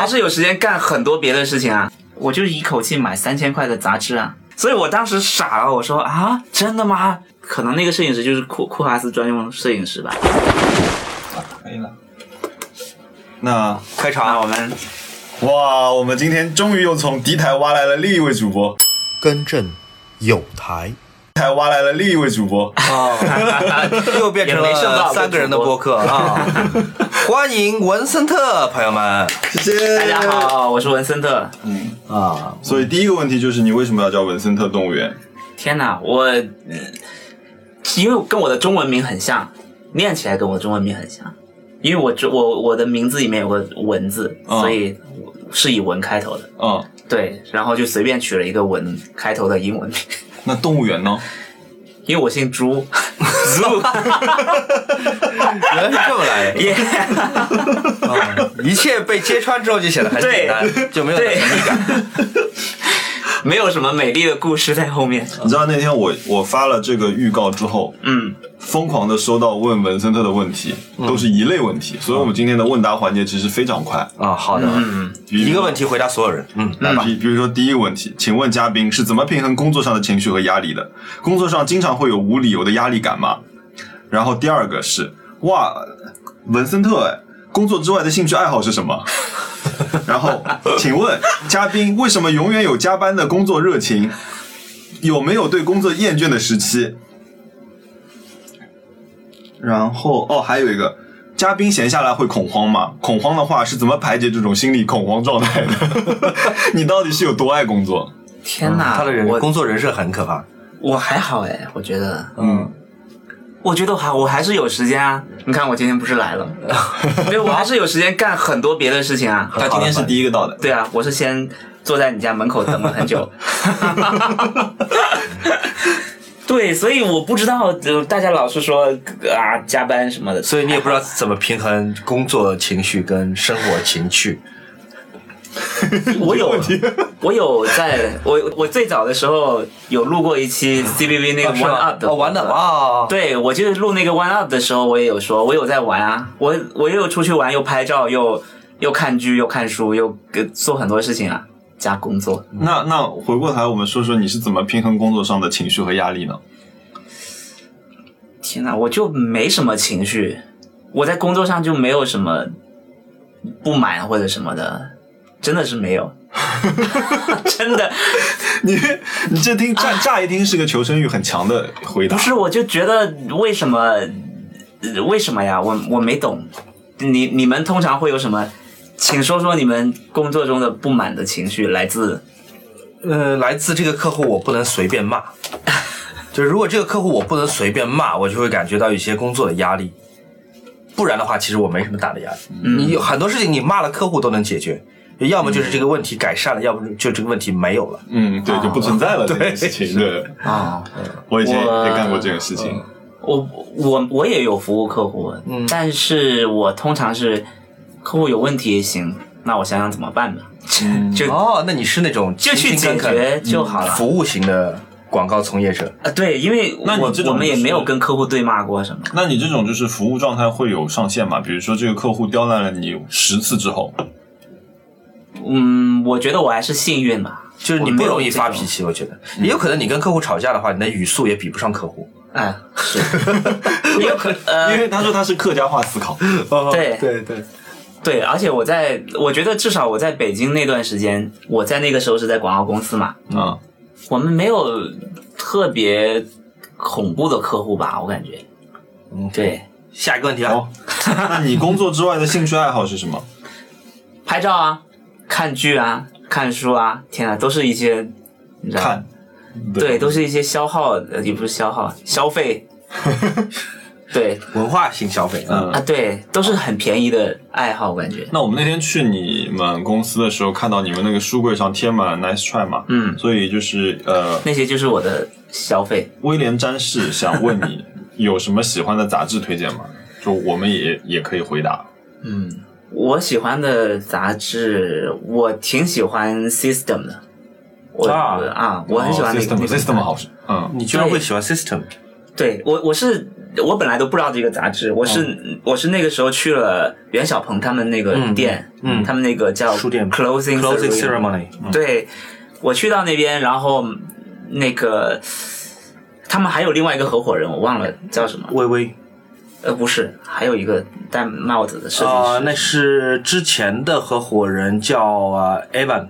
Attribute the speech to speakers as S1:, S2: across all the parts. S1: 他是有时间干很多别的事情啊。我就一口气买三千块的杂志啊，所以我当时傻了，我说啊，真的吗？可能那个摄影师就是库库哈斯专用摄影师吧。
S2: 可以了。那开场
S1: 啊那我 们
S2: 哇，我们今天终于又从敌台挖来了另一位主播，
S3: 更正，有台。
S2: 敌台挖来了另一位主播，
S4: 哦， 又变成
S1: 啊也没剩
S4: 了
S1: 到
S4: 三个人的播客啊！欢迎文森特朋友们，
S2: 谢谢
S1: 大家。好，我是文森特。
S4: 啊，
S2: 所以第一个问题就是你为什么要叫文森特动物园？
S1: 天哪，我嗯因为跟我的中文名很像，念起来跟我中文名很像，因为我中我我的名字里面有个文字，
S2: 嗯
S1: 所以我是以文开头的。
S2: 嗯，
S1: 对，然后就随便取了一个文开头的英文名，
S2: 那动物园呢？
S1: 因为我姓 朱， 朱，
S4: 原来是这么来的。
S1: 耶，
S4: 啊一切被揭穿之后就显得很简单，就没有
S1: 对
S4: 神秘感。
S1: 没有什么美丽的故事在后面。
S2: 你知道那天我我发了这个预告之后，
S1: 嗯，
S2: 疯狂的收到问文森特的问题，都是一类问题，所以我们今天的问答环节其实非常快。
S4: 啊，好的，
S1: 嗯
S4: 一个问题回答所有人。嗯，来吧。
S2: 比比如说第一个问题，请问嘉宾是怎么平衡工作上的情绪和压力的？工作上经常会有无理由的压力感吗？然后第二个是哇，文森特哎，工作之外的兴趣爱好是什么？ 然后请问嘉宾为什么永远有加班的工作热情？有没有对工作厌倦的时期？然后哦，还有一个。嘉宾闲下来会恐慌吗？恐慌的话是怎么排解这种心理恐慌状态的？ 你到底是有多爱工作？
S1: 天哪，
S4: 嗯他的人
S1: 啊我
S4: 工作人设很可怕。
S1: 我还好哎，我觉得，
S2: 嗯，
S1: 我觉得我还我还是有时间啊。你看我今天不是来 了，没有，我还是有时间干很多别的事情啊。
S2: 他今天是第一个到的，
S1: 对啊，我是先坐在你家门口等了很 久。对，所以我不知道，呃大家老是说啊加班什么的，
S4: 所以你也不知道怎么平衡工作情绪跟生活 情绪。
S1: 我有， 我有在，我我最早的时候有录过一期 CBV 那个啊 One Up 的
S4: 哦，玩的啊，
S1: 对，我就是录那个 One Up 的时候，我也有说，我有在玩啊，我我又出去玩，又拍照，又又看剧，又看书，又呃做很多事情啊，加工作。
S2: 那那回过头来，我们说说你是怎么平衡工作上的情绪和压力呢？
S1: 天哪，我就没什么情绪，我在工作上就没有什么不满或者什么的，真的是没 有， 真的
S2: 你你这听乍乍一听是个求生欲很强的回答
S1: 不，是，我就觉得为什么呃为什么呀？我我没懂，你你们通常会有什么？请说说你们工作中的不满的情绪来自
S4: 呃，来自这个客户，我不能随便骂。就如果这个客户我不能随便骂，我就会感觉到有些工作的压力。不然的话，其实我没什么大的压力。你有很多事情你骂了客户都能解决，要么就是这个问题改善了，要不就这个问题没有了。
S2: 嗯，对，就不存在了这件事情。 对，嗯
S1: 啊、
S2: 我以前
S1: 我
S2: 也干过这个事情。
S1: 我我我也有服务客户，
S2: 嗯
S1: 但是我通常是客户有问题也行，那我想想怎么办吧，就
S4: 哦，那你是那种
S1: 就去
S4: 勤勤恳恳
S1: 解决就好了
S4: 嗯服务型的广告从业者。
S1: 啊对，因为
S2: 那你
S1: 我
S2: 这种
S1: 我们也
S2: 就是
S1: 没有跟客户对骂过什么，
S2: 那你这种就是服务状态会有上限嘛？比如说这个客户刁难了你十次之后，
S1: 嗯，我觉得我还是幸运吧，
S4: 就是你
S1: 我没
S4: 不
S1: 有
S4: 容易
S1: 这
S4: 发
S1: 种
S4: 脾，气，我觉得也有可能你跟客户吵架的话，你的语速也比不上客户。
S1: 哎，是， 也有可呃
S2: 因为他说他是客家话思考，
S1: 对
S4: 对对，
S1: 对，而且我在我觉得至少我在北京那段时间，我在那个时候是在广告公司嘛，
S2: 嗯，
S1: 我们没有特别恐怖的客户吧，我感觉，
S4: 嗯，对。
S1: 对，
S4: 下一个问题
S2: 好
S4: 啊，，
S2: 哦 那你工作之外的兴趣爱好是什 么？
S1: 拍照啊，看剧啊，看书啊，天啊，都是一些，你知道吗
S2: 看，
S1: 对，都是一些消耗，呃，也不是消耗，消费，对
S4: 文化性消费。
S2: 嗯
S4: 嗯，
S1: 啊，对，都是很便宜的爱好，我感觉。
S2: 那我们那天去你们公司的时候，看到你们那个书柜上贴满了 “nice try” 嘛，
S1: 嗯
S2: 所以就是呃，
S1: 那些就是我的消费，
S2: 威廉詹士想问 你有什么喜欢的杂志推荐吗？就我们也也可以回答。
S1: 嗯，我喜欢的杂志，我挺喜欢 System 的，我
S4: 啊
S1: 啊我很喜欢那个、
S2: 哦
S1: 那个
S2: system，system 好，嗯，
S4: 你居然会喜欢 System？
S1: 对我我是我本来都不知道这个杂志，我是、我是那个时候去了袁小鹏他们那个
S4: 哦嗯
S1: 店，
S4: 嗯
S1: 他们那个叫
S4: 书店
S1: Closing
S4: closing
S1: Ceremony
S4: ceremony，嗯
S1: 对，我去到那边，然后嗯那个他们还有另外一个合伙人，我忘了叫什么，
S4: 微微
S1: 呃，不是，还有一个戴帽子的设计师。
S4: 啊，那是之前的合伙人叫啊 Evan，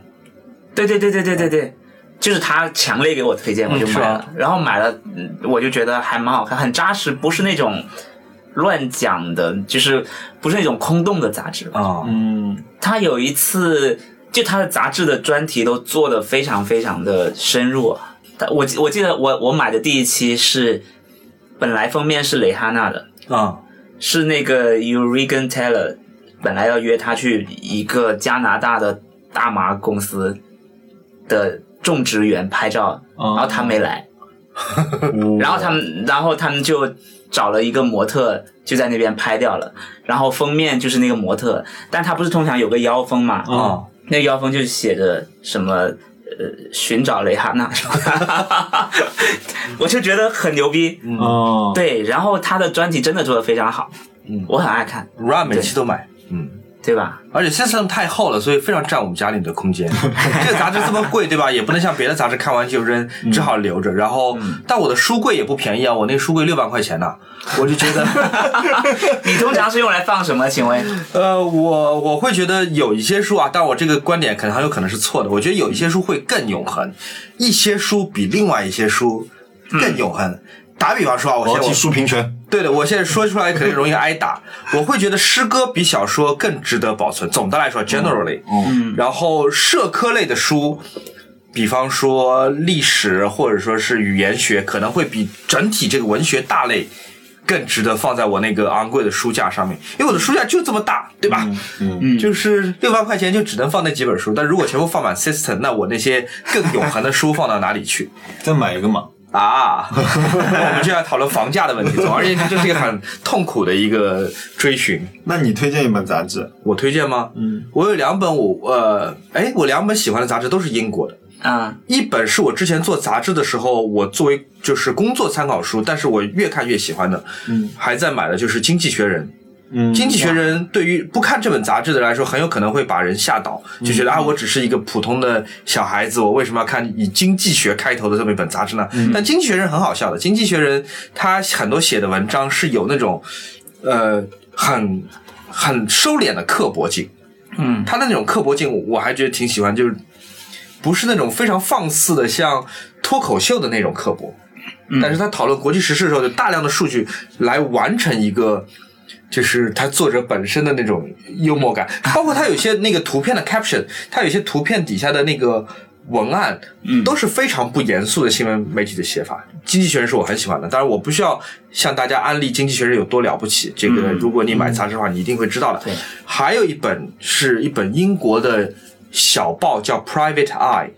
S1: 对对对对对对对，就是他强烈给我推荐，我就买
S4: 嗯是
S1: 了
S4: 吧。
S1: 然后买了，嗯我就觉得还蛮好看，很扎实，不是那种乱讲的，就是不是那种空洞的杂志。
S4: 啊，
S2: 嗯，
S1: 他有一次，就他的杂志的专题都做的非常非常的深入啊。他我记我记得我我买的第一期是，本来封面是蕾哈娜的，
S4: 啊，
S1: 是那个 Urigan Taylor，本来要约他去一个加拿大的大麻公司的种植园拍照，
S2: 哦
S1: 然后他没来，
S2: 嗯
S1: 然后他们然后他们就找了一个模特就在那边拍掉了，然后封面就是那个模特，但他不是通常有个腰封嘛，
S4: 啊，
S1: 那个腰封就写着什么呃寻找蕾哈娜， 我就觉得很牛逼，
S2: 哦，
S1: 对，然后他的专辑真的做的非常好，
S4: 嗯
S1: 我很爱看。
S4: Run 每期都买，嗯
S1: 对吧？
S4: 而且 System 太厚了，所以非常占我们家里的空间。 这个杂志这么贵，对吧？也不能像别的杂志看完就扔，只好留着。然后，但我的书柜也不便宜啊，我那个书柜六万块钱呢、我就 觉得
S1: 你通常是用来放什么？请问？
S4: 呃，我我会觉得有一些书啊，但我这个观点可能很有可能是错的。我觉得有一些书会更永恒，一些书比另外一些书更永恒。打比方说啊，我
S2: 我
S4: 现
S2: 要
S4: 在
S2: 提
S4: 我
S2: 书评权，
S4: 对的，我现在说出来肯定容易挨打。我会觉得诗歌比小说更值得保存。总的来说，generally，嗯，然后社科类的书，比方说历史或者说是语言学，可能会比整体这个文学大类更值得放在我那个昂贵的书架上面，因为我的书架就这么大，对吧？
S2: 嗯，
S4: 就是六万块钱就只能放那几本书，但如果全部放满 system，那我那些更永恒的书放到哪里去？
S2: 再买一个嘛，
S4: 啊， 我们就要讨论房价的问题。总而言之，这是一个很痛苦的一个追寻。
S2: 那你推荐一本杂志，
S4: 我推荐吗？嗯，我有两本我呃，哎，我两本喜欢的杂志都是英国的。
S1: 嗯
S4: 一本是我之前做杂志的时候，我作为就是工作参考书，但是我越看越喜欢的，嗯，还在买的就是《经济学人》。
S2: 嗯
S4: 经济学人对于不看这本杂志的来说，很有可能会把人吓倒，就觉得、啊，我只是一个普通的小孩子，我为什么要看以经济学开头的这么一本杂志呢？但经济学人很好笑的，经济学人他很多写的文章是有那种，呃，很很收敛的刻薄劲，
S1: 嗯
S4: 他的那种刻薄劲，我还觉得挺喜欢，就是不是那种非常放肆的，像脱口秀的那种刻薄。但是他讨论国际时事的时候，有大量的数据来完成一个，就是他作者本身的那种幽默感，包括他有些那个图片的 caption，他有些图片底下的那个文案，都是非常不严肃的新闻媒体的写法。经济学人是我很喜欢的，当然我不需要向大家安利经济学人有多了不起，这个如果你买杂志的话，你一定会知道的。
S1: 对
S4: 还有一本是一本英国的小报，叫 Private Eye。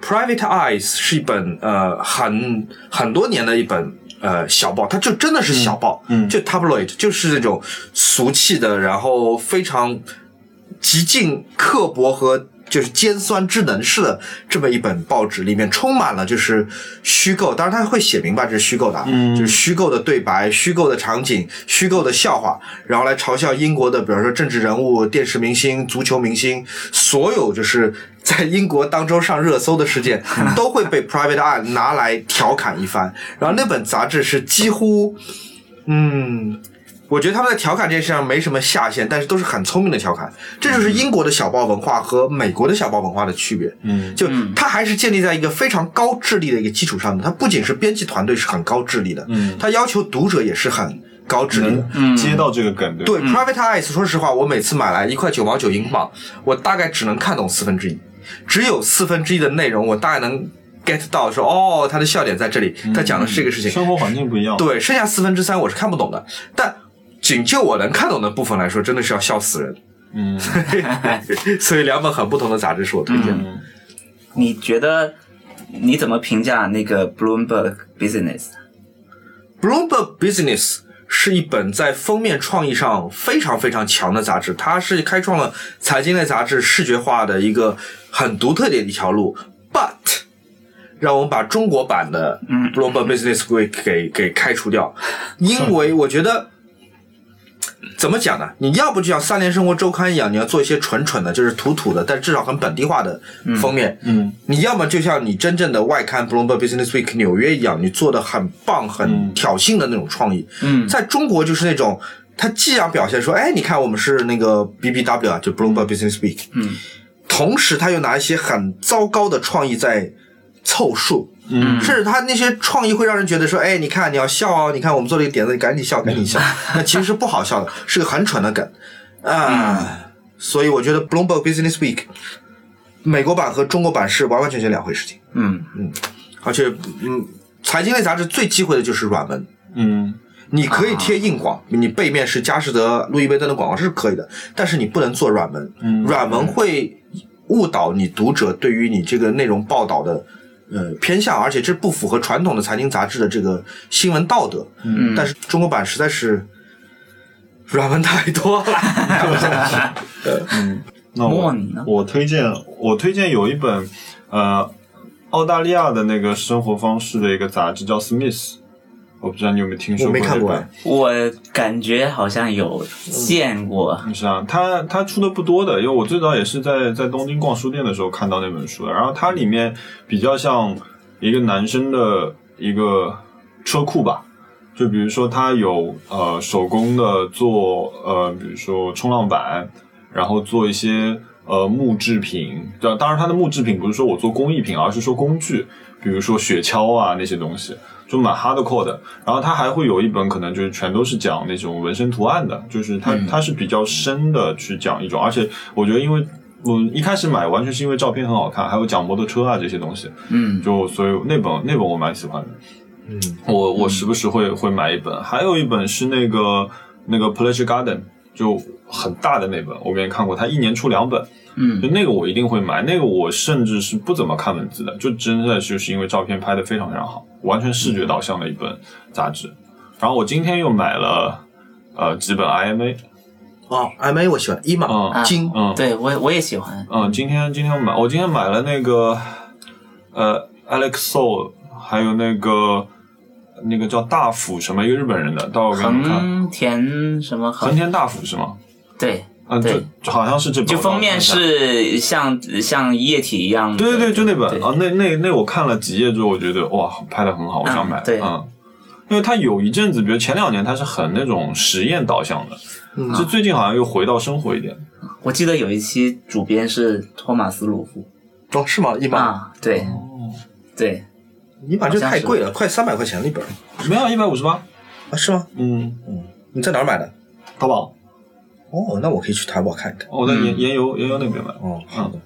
S4: Private Eyes 是一本呃很很多年的一本呃小报，它就真的是小报，
S2: 嗯
S4: 就 tabloid，就是那种俗气的，然后非常极尽刻薄和就是尖酸智能式的这么一本报纸，里面充满了就是虚构，当然它会写明白这是虚构的啊，就是虚构的对白、虚构的场景、虚构的笑话，然后来嘲笑英国的，比如说政治人物、电视明星、足球明星，所有就是在英国当中上热搜的事件，都会被 Private Eye 拿来调侃一番。然后那本杂志是几乎，嗯，我觉得他们在调侃这件事上没什么下限，但是都是很聪明的调侃。这就是英国的小报文化和美国的小报文化的区别。
S2: 嗯，
S4: 就它还是建立在一个非常高智力的一个基础上的。它不仅是编辑团队是很高智力的，
S2: 嗯
S4: 它要求读者也是很高智力的。
S1: 嗯
S2: 能接到这个梗，对吧，
S4: 对 Private Eyes，说实话，我每次买来一块九毛九英镑，我大概只能看懂四分之一，只有四分之一的内容，我大概能 get 到说哦，他的笑点在这里，
S2: 嗯
S4: 他讲的是这个事情。
S2: 生活环境不一样，，
S4: 对，剩下四分之三我是看不懂的，但仅就我能看懂的部分来说，真的是要笑死人。
S2: 嗯，
S4: 所以两本很不同的杂志是我推荐的。
S1: 你觉得你怎么评价那个 Bloomberg Business？
S4: Bloomberg Business 是一本在封面创意上非常非常强的杂志，它是开创了财经类杂志视觉化的一个很独特的一条路。But 让我们把中国版的 Bloomberg Business Week 给给开除掉，因为我觉得。怎么讲呢？你要不就像《三联生活周刊》一样，你要做一些蠢蠢的，就是土土的，但至少很本地化的封面。嗯，你要么就像你真正的外刊《Bloomberg Business Week》纽约一样，你做的很棒、很挑衅的那种创意。嗯，在中国就是那种，它既要表现说，哎，你看我们是那个 BBW 啊，就 Bloomberg Business Week。嗯，同时他又拿一些很糟糕的创意在凑数。嗯，甚至他那些创意会让人觉得说，哎，你看你要笑哦，你看我们做了一个点子，你赶紧笑，赶紧 笑。那其实是不好笑的，是个很蠢的梗啊。所以我觉得 Bloomberg Business Week 美国版和中国版是完完全全两回事情，
S1: 嗯，
S4: 而且嗯，财经类杂志最忌讳的就是软文。
S2: 嗯，
S4: 你可以贴硬广，你背面是佳士得、路易威登的广告这是可以的，但是你不能做软文，软文会误导你读者对于你这个内容报道的呃偏向，而且这不符合传统的财经杂志的这个新闻道德。嗯，但是中国版实在是软文太多 了，
S2: 那我
S1: 莫你呢
S2: 我推荐我推荐有一本呃澳大利亚的那个生活方式的一个杂志叫 Smith，我不知道你有没有听说过
S4: 我没
S2: 这
S4: 看
S2: 本。
S4: 过哎
S1: 我感觉好像有见过，
S2: 是啊，他他出的不多的，因为我最早也是在在东京逛书店的时候看到那本书的。然后它里面比较像一个男生的一个车库吧，就比如说他有呃手工的做呃，比如说冲浪板，然后做一些呃木制品。当当然，它的木制品不是说我做工艺品，而是说工具，比如说雪橇啊那些东西。就蛮 hardcore 的。然后它还会有一本可能就是全都是讲那种纹身图案的，就是它、它是比较深的去讲一种，而且我觉得因为。我一开始买完全是因为照片很好看，还有讲摩托车啊这些东西，
S1: 嗯，
S2: 就所以那本那本我蛮喜欢的，嗯，我我时不时会会买一本，还有一本是那个那个 Pleasure Garden，就很大的那本，我没看过，它一年出两本，
S1: 嗯
S2: 就那个我一定会买，那个我甚至是不怎么看文字的，就真的就是因为照片拍的非常非常好，完全视觉导向的一本杂志。然后我今天又买了呃几本 IMA，
S4: 哦，MA 我喜欢，一嘛
S2: 嗯
S4: 金
S2: 嗯
S1: 对我我也喜欢，
S2: 嗯，今天今天我买我今天买了那个呃 Alex Soul，还有那个那个叫大辅什么一个日本人的，到时候我给你们看。
S1: 横田什么
S2: 横
S1: 横，
S2: 田大辅是吗？
S1: 对，
S2: 嗯，
S1: 对
S2: 就好像是这本。
S1: 就
S2: 我到时候
S1: 封面
S2: 看一下
S1: 是像像液体一样的，
S2: 对对对，就那本
S1: 对
S2: 啊，那那那我看了几页之后，我觉得哇，拍的很好，我想买。
S1: 嗯对
S2: 嗯，因为它有一阵子，比如前两年，它是很那种实验导向的，
S1: 嗯
S2: 就最近好像又回到生活一点。
S1: 我记得有一期主编是托马斯鲁夫
S4: 哦是吗？一码
S1: 啊，对，
S2: 哦
S1: 对，
S4: 一码这
S1: 好像
S4: 太
S1: 是
S4: 贵了，快三百块钱了一本
S2: 没有一百五十八，
S4: 啊是吗？
S2: 嗯，
S4: 你在哪儿买的？
S2: 淘宝，
S4: 哦，那我可以去淘宝看一看。
S2: 我在
S1: 嗯
S2: 哦研研油研油那边买。
S4: 哦，好的。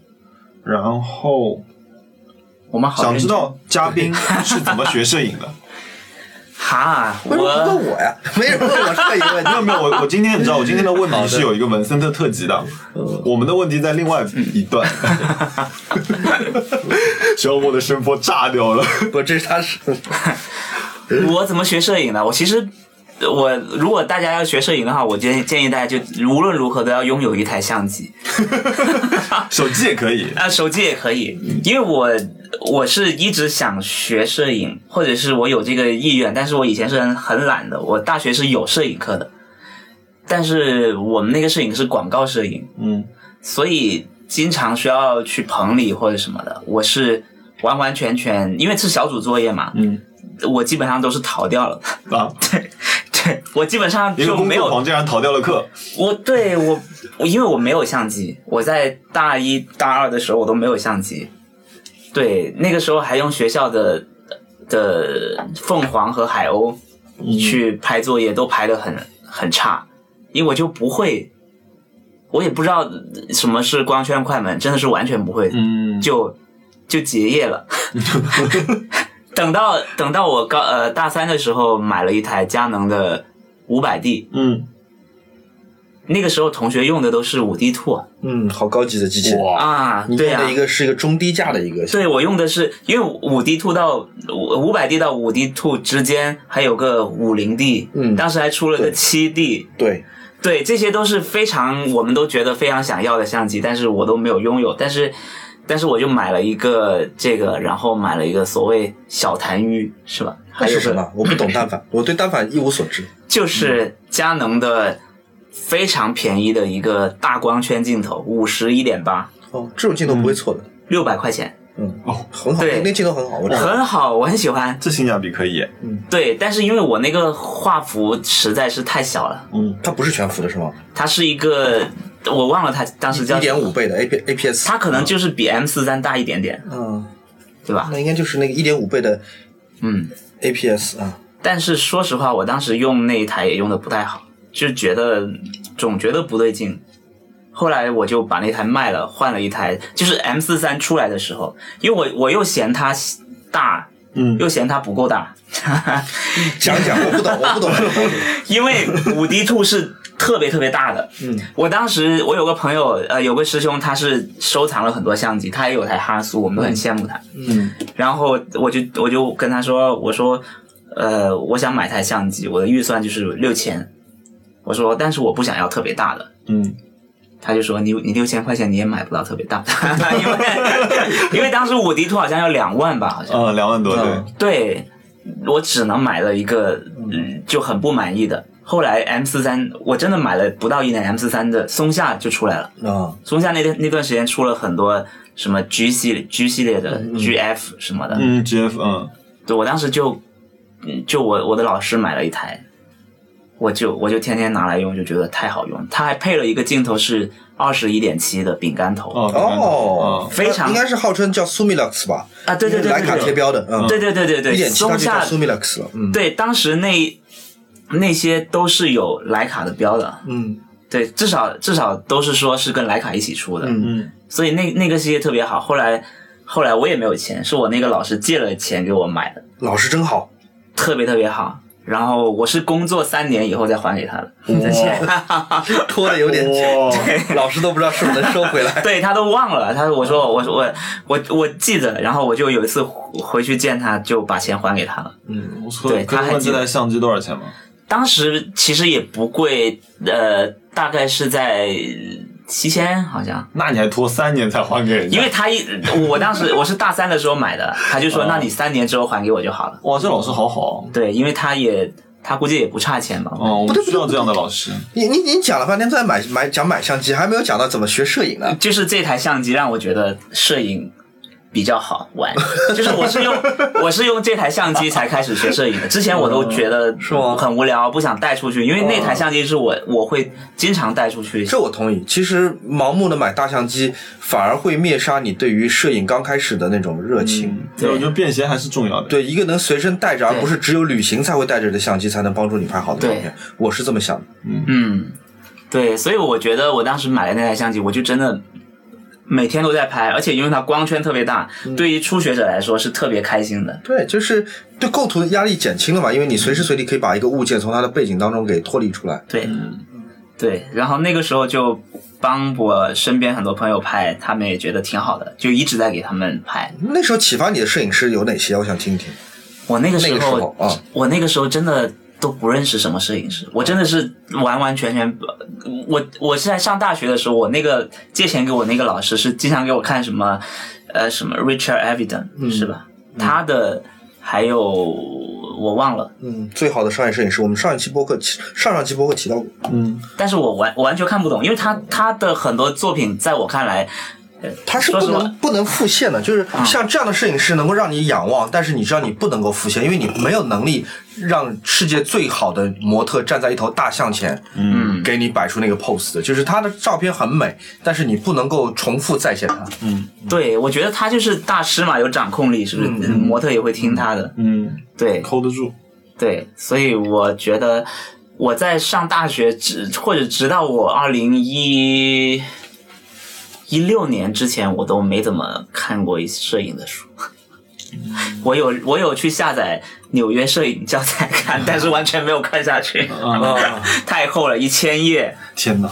S2: 然后
S1: 我们好
S2: 想
S1: 认
S2: 知
S1: 真
S2: 道嘉宾 是怎么学摄影的？
S1: 哈，
S4: 为什么不
S1: 我
S4: 问我呀？ 没人问我这个疑问
S2: 没有没有，我我今天你知道，我今天的问题是有一个文森特特辑的，
S1: 嗯
S2: 我们的问题在另外一段。
S1: 嗯
S2: 小莫的声波炸掉了。
S4: 不，这是他是
S1: 我怎么学摄影的？我其实。呃我如果大家要学摄影的话，我建议建议大家就无论如何都要拥有一台相机，
S2: 手机也可以。
S1: 啊，手机也可以，因为我我是一直想学摄影，或者是我有这个意愿，但是我以前是很很懒的，我大学是有摄影课的，但是我们那个摄影是广告摄影，
S2: 嗯，
S1: 所以经常需要去棚里或者什么的，我是完完全全，因为是小组作业嘛，
S2: 嗯，
S1: 我基本上都是逃掉了，
S2: 啊，
S1: 对，对我基本上
S2: 一个
S1: 就
S2: 工
S1: 没
S2: 作
S1: 有
S2: 狂竟然逃掉了课，
S1: 我对我，我因为我没有相机，我在大一大二的时候我都没有相机，对，那个时候还用学校的的凤凰和海鸥
S2: 嗯
S1: 去拍作业，都拍的很很差，因为我就不会，我也不知道什么是光圈快门，真的是完全不会，
S2: 嗯，
S1: 就就结业了。等到等到我高呃大三的时候，买了一台佳能的五百 D，
S2: 嗯，
S1: 那个时候同学用的都是五 D Two
S4: 嗯，好高级的机器。
S2: 哇，
S1: 啊，
S4: 你
S1: 对
S4: 用
S1: 呀、
S4: 的一个是一个中低价的一个，
S1: 对我用的是，因为五 D Two 到五五百 D 到五 D Two 之间还有个五零 D，
S4: 嗯
S1: 当时还出了个七 D，
S4: 对，
S1: 对，这些都是非常我们都觉得非常想要的相机，但是我都没有拥有。但是但是我就买了一个这个，然后买了一个所谓小痰盂，是吧？还有
S4: 是
S1: 个
S4: 什么？我不懂单反，我对单反一无所知。
S1: 就是佳能的非常便宜的一个大光圈镜头，五十一点八，
S4: 哦，这种镜头不会错的，
S1: 六百块钱，
S4: 很好，
S1: 嗯对
S4: 那那镜头很好，我知道。
S1: 很好，我很喜欢。
S2: 哦这性价比可以。
S1: 对，但是因为我那个画幅实在是太小了，
S2: 嗯
S4: 它不是全幅的是吗？
S1: 它是一个我忘了它当时叫
S4: 一点五倍的 A P A P S，
S1: 它可能就是比 M 四三大一点点，
S4: 嗯，
S1: 对吧？
S4: 那应该就是那个一点五倍的
S1: 嗯，
S4: A P S 啊。
S1: 但是说实话，我当时用那一台也用的不太好，就觉得总觉得不对劲。后来我就把那台卖了，换了一台，就是 M 四三出来的时候，因为我我又嫌它大，
S2: 嗯
S1: 又嫌它不够大，
S4: 讲讲，我不懂，我不懂。
S1: 因为五 D Two 是特别特别大的。
S4: 嗯，
S1: 我当时我有个朋友，呃，有个师兄，他是收藏了很多相机，他也有台哈苏，我们都很羡慕他。
S4: 嗯，
S1: 然后我就我就跟他说，我说，呃，我想买台相机，我的预算就是六千。我说，但是我不想要特别大的。
S2: 嗯，
S1: 他就说你你六千块钱你也买不到特别大的， 因为因为当时五 D 图好像要两万吧，好像。
S2: 呃，两万多对
S4: 嗯，
S1: 对，我只能买了一个，嗯，就很不满意的。后来 M 四三，我真的买了不到一年 M 四三的松下就出来了。
S4: 啊，
S1: 松下那段那段时间出了很多什么 G 系列 G 系列的、GF
S4: 嗯
S1: 什么的，
S2: 嗯，GF，嗯，
S1: 对我当时就，嗯就我我的老师买了一台，我就我就天天拿来用，就觉得太好用。它还配了一个镜头是二十一点七的饼干头，
S2: 哦，两万
S4: 哦
S2: 多，啊
S1: 非常
S4: 应该是号称叫 Sumilux 吧？
S1: 啊对对对对
S4: 徕卡贴标的，嗯，
S1: 对对对对对，
S4: 一点七它
S1: 松
S4: 就叫
S1: 下
S4: Sumilux 了，嗯
S1: 对当时那那些都是有徕卡的标的，
S4: 嗯
S1: 对，至少至少都是说是跟徕卡一起出的，
S4: 嗯
S2: 嗯
S1: 所以那那个系列特别好。后来后来我也没有钱，是我那个老师借了钱给我买的，
S4: 老师真好，
S1: 特别特别好。然后我是工作三年以后再还给他的，再借。
S4: 拖的有点
S2: 哇
S4: 久，老师都不知道是不是能收回来。
S1: 对他都忘了，他我说我我我我记着，然后我就有一次回去见他，就把钱还给他了。
S2: 嗯，我
S1: 对
S2: 可
S1: 他
S2: 以
S1: 还
S2: 问
S1: 记
S2: 这
S1: 得
S2: 台相机多少钱吗？
S1: 当时其实也不贵，呃，大概是在七千好像，
S2: 那你还拖三年才还给人家？
S1: 因为他一我当时我是大三的时候买的，他就说
S2: 哦
S1: 那你三年之后还给我就好了。
S2: 哇，这老师好好啊
S1: 对，因为他也他估计也不差钱吧。
S2: 哦，我们
S4: 不对不对
S2: 需要这样的老师。
S4: 你你你讲了半天都在买买讲买相机，还没有讲到怎么学摄影呢。
S1: 就是这台相机让我觉得摄影比较好玩，就是我是 用我是用这台相机才开始学摄影的，之前我都觉得
S4: 哦是吗哦
S1: 很无聊，不想带出去，因为那台相机是我我会经常带出去。
S4: 这我同意。其实盲目的买大相机，反而会灭杀你对于摄影刚开始的那种热情。
S2: 嗯对，我觉得便携还是重要的。
S4: 嗯对，一个能随身带着，而
S1: 嗯对
S4: 不是只有旅行才会带着的相机，才能帮助你拍好的照片。我是这么想的。
S1: 嗯，对，所以我觉得我当时买了那台相机，我就真的每天都在拍，而且因为它光圈特别大，
S4: 嗯
S1: 对于初学者来说是特别开心的。
S4: 对，就是对构图的压力减轻了嘛，因为你随时随地可以把一个物件从它的背景当中给脱离出来。
S1: 对，
S2: 嗯
S1: 对，然后那个时候就帮我身边很多朋友拍，他们也觉得挺好的，就一直在给他们拍。
S4: 那时候启发你的摄影师有哪些？我想听一听。
S1: 我那个时
S4: 那
S1: 候，
S4: 个时候啊，
S1: 我那个时候真的都不认识什么摄影师，我真的是完完全全，我我是在上大学的时候，我那个借钱给我那个老师是经常给我看什么，呃，什么 Richard Avedon、是吧？他的还有我忘了，
S4: 嗯，最好的商业摄影师，我们上一期播客、上上期播客提到过。
S2: 嗯，
S1: 但是我完我完全看不懂，因为他他的很多作品在我看来，呃
S4: 它是
S1: 说
S4: 不
S1: 实话
S4: 能不能复现的，就是像这样的摄影师能够让你仰望，但是你知道你不能够复现，因为你没有能力让世界最好的模特站在一头大象前，嗯，给你摆出那个 pose 的，就是他的照片很美，但是你不能够重复再现它。
S1: 对，我觉得他就是大师嘛，有掌控力，是不是？模特也会听他的，
S2: 嗯
S1: 对
S2: ，hold 得住。
S1: 对，所以我觉得我在上大学直或者直到我二零一一六年之前，我都没怎么看过摄影的书。 我有我有去下载纽约摄影教材看，但是完全没有看下去，
S4: 啊，
S1: 太厚了，一千页。
S2: 天哪，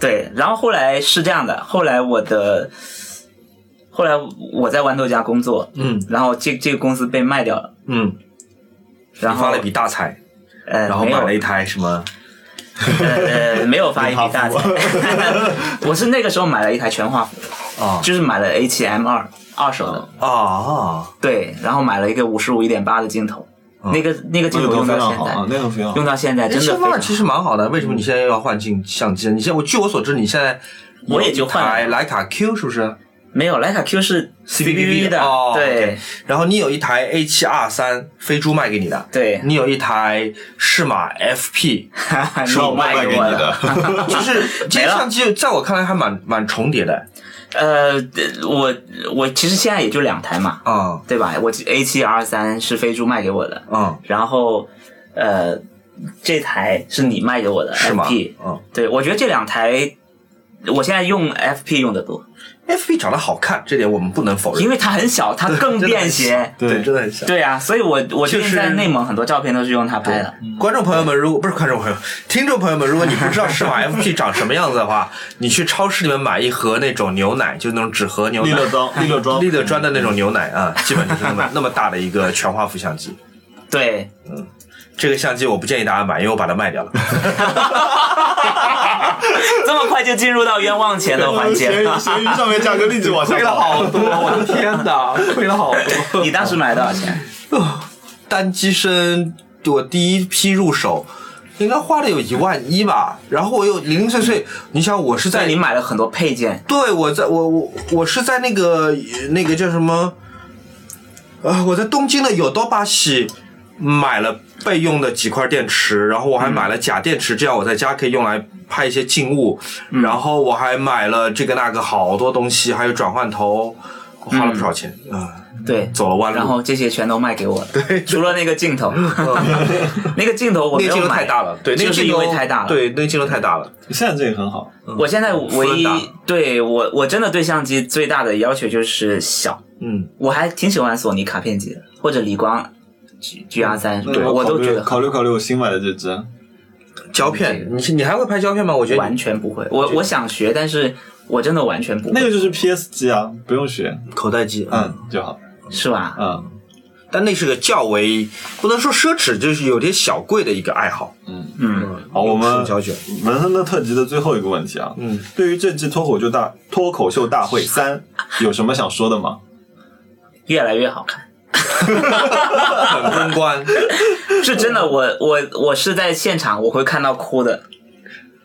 S1: 对，然后后来是这样的，后来我的，后来我在豌豆荚工作，
S4: 嗯
S1: 然后这这个公司被卖掉了，
S4: 嗯，
S1: 然后
S4: 发了一笔大财，
S1: 呃，
S4: 然后
S1: 没有
S4: 买了一台什么？
S1: 呃呃没有发一笔大财，我是那个时候买了一台全画幅，
S4: 啊
S1: 就是买了 A 七 M 二二手
S2: 哦
S1: 的，
S4: 啊，
S1: 对，然后买了一个五十五一点八的镜头，那个那个镜
S2: 哦
S1: 头
S2: 那个都
S1: 用
S2: 非
S1: 到
S2: 常
S1: 现
S2: 好啊，
S1: 在，
S2: 那个非常好
S1: 用。到现在真的
S4: 千
S1: 非常
S4: 万
S1: 好
S4: 二其实蛮好的，为什么你现在要换镜相机？你现在我据我所知，你现在
S1: 我也就换了
S4: 有一台徕卡 Q 是不是？
S1: 没有徕卡 Q 是
S4: CBBB
S1: 的，
S4: 哦
S1: 对
S4: 然后你有一台 A 七 R 三飞猪卖给你的，
S1: 对，
S4: 你有一台适马 FP，
S2: 是我卖给
S1: 给
S2: 你
S1: 我
S2: 的。，
S4: 就是这些相机在我看来还蛮蛮重叠的
S1: 呃，我我其实现在也就两台嘛，
S4: 啊
S1: 对吧？我 A 七 R 三是飞猪卖给我的，
S4: 啊，
S1: 然后呃，这台是你卖给我的
S4: 是吗
S1: FP，？
S4: 嗯
S1: 对我觉得这两台。我现在用 FP 用的多，
S4: ，FP 长得好看，这点我们不能否认
S1: 因。为它很小，它更
S4: 真的很
S1: 便携
S4: 小。对，真的很像。
S1: 对啊，所以我我最
S4: 就
S1: 近
S4: 是嗯
S1: 在内蒙很多照片都是用它拍的。
S4: 观众朋友们，如果不是观众朋友，听众朋友们，如果你不知道 适马 FP 长什么样子的话，你去超市里面买一盒那种牛奶，就那种纸盒牛
S2: 利
S4: 奶，
S2: 乐装，利乐装，
S4: 立乐砖的那种牛奶啊，基本就是那么那么大的一个全画幅相机。
S1: 对，
S4: 这个相机我不建议大家买，因为我把它卖掉了。
S1: 这么快就进入到冤枉钱的环节
S2: 闲鱼
S1: 了。
S2: 闲鱼上面价格立即 往下
S4: 亏了
S2: 跑。
S4: 好多，我的天哪，亏了好多。
S1: 你当时买了多少 钱？
S4: 单机身，我第一批入手。应该花了有一万一吧，然后我又零零碎碎，你想我是在
S1: 对，你买了很多配件，
S4: 对，我在我我我是在那个那个叫什么，呃，我在东京的有多巴西买了备用的几块电池，然后我还买
S1: 嗯
S4: 了假电池，这样我在家可以用来拍一些静物。
S1: 嗯
S4: 然后我还买了这个那个好多东西，还有转换头，我花了不少钱啊、
S1: 对，
S4: 走了弯
S1: 嗯然
S4: 路。
S1: 后这些全都卖给我了，除了那个镜 头， 那个镜头我
S4: 那
S1: 没
S4: 个
S1: 有
S4: 镜头
S1: 买，
S4: 太大了，对，那
S1: 就
S4: 个
S1: 是
S4: 镜
S1: 因
S4: 头
S1: 为太大了。，
S4: 对，那个镜头太大了。
S2: 现在这个很好，
S1: 我现在唯
S4: 福
S1: 一
S4: 伦达
S1: 对我我真的对相机最大的要求就是小，
S4: 嗯，
S1: 我还挺喜欢索尼卡片机的，或者理光 G G R 三，
S2: 那你
S1: 对
S2: 要
S1: 我
S2: 考
S1: 都
S2: 虑
S1: 觉得
S2: 考虑考虑我新买的这只，
S4: 胶片，你你还会拍胶片吗？我觉得
S1: 完
S4: 你
S1: 全不会。我我想学，但是我真的完全不会，
S2: 那个就是 PS 机啊，不用学，
S4: 口袋 机，嗯
S2: 嗯就好，
S1: 是吧？
S2: 嗯
S4: 但那是个较为不能说奢侈，就是有点小贵的一个爱好。
S2: 嗯。
S1: 嗯，
S2: 好，我们
S4: 手胶卷
S2: 文森特特辑的最后一个问题啊，
S4: 嗯，
S2: 对于这季脱口秀大脱口秀大会三有什么想说的吗？
S1: 越来越好看。
S4: 很公 关，
S1: 是真的，我我我是在现场我会看到哭的，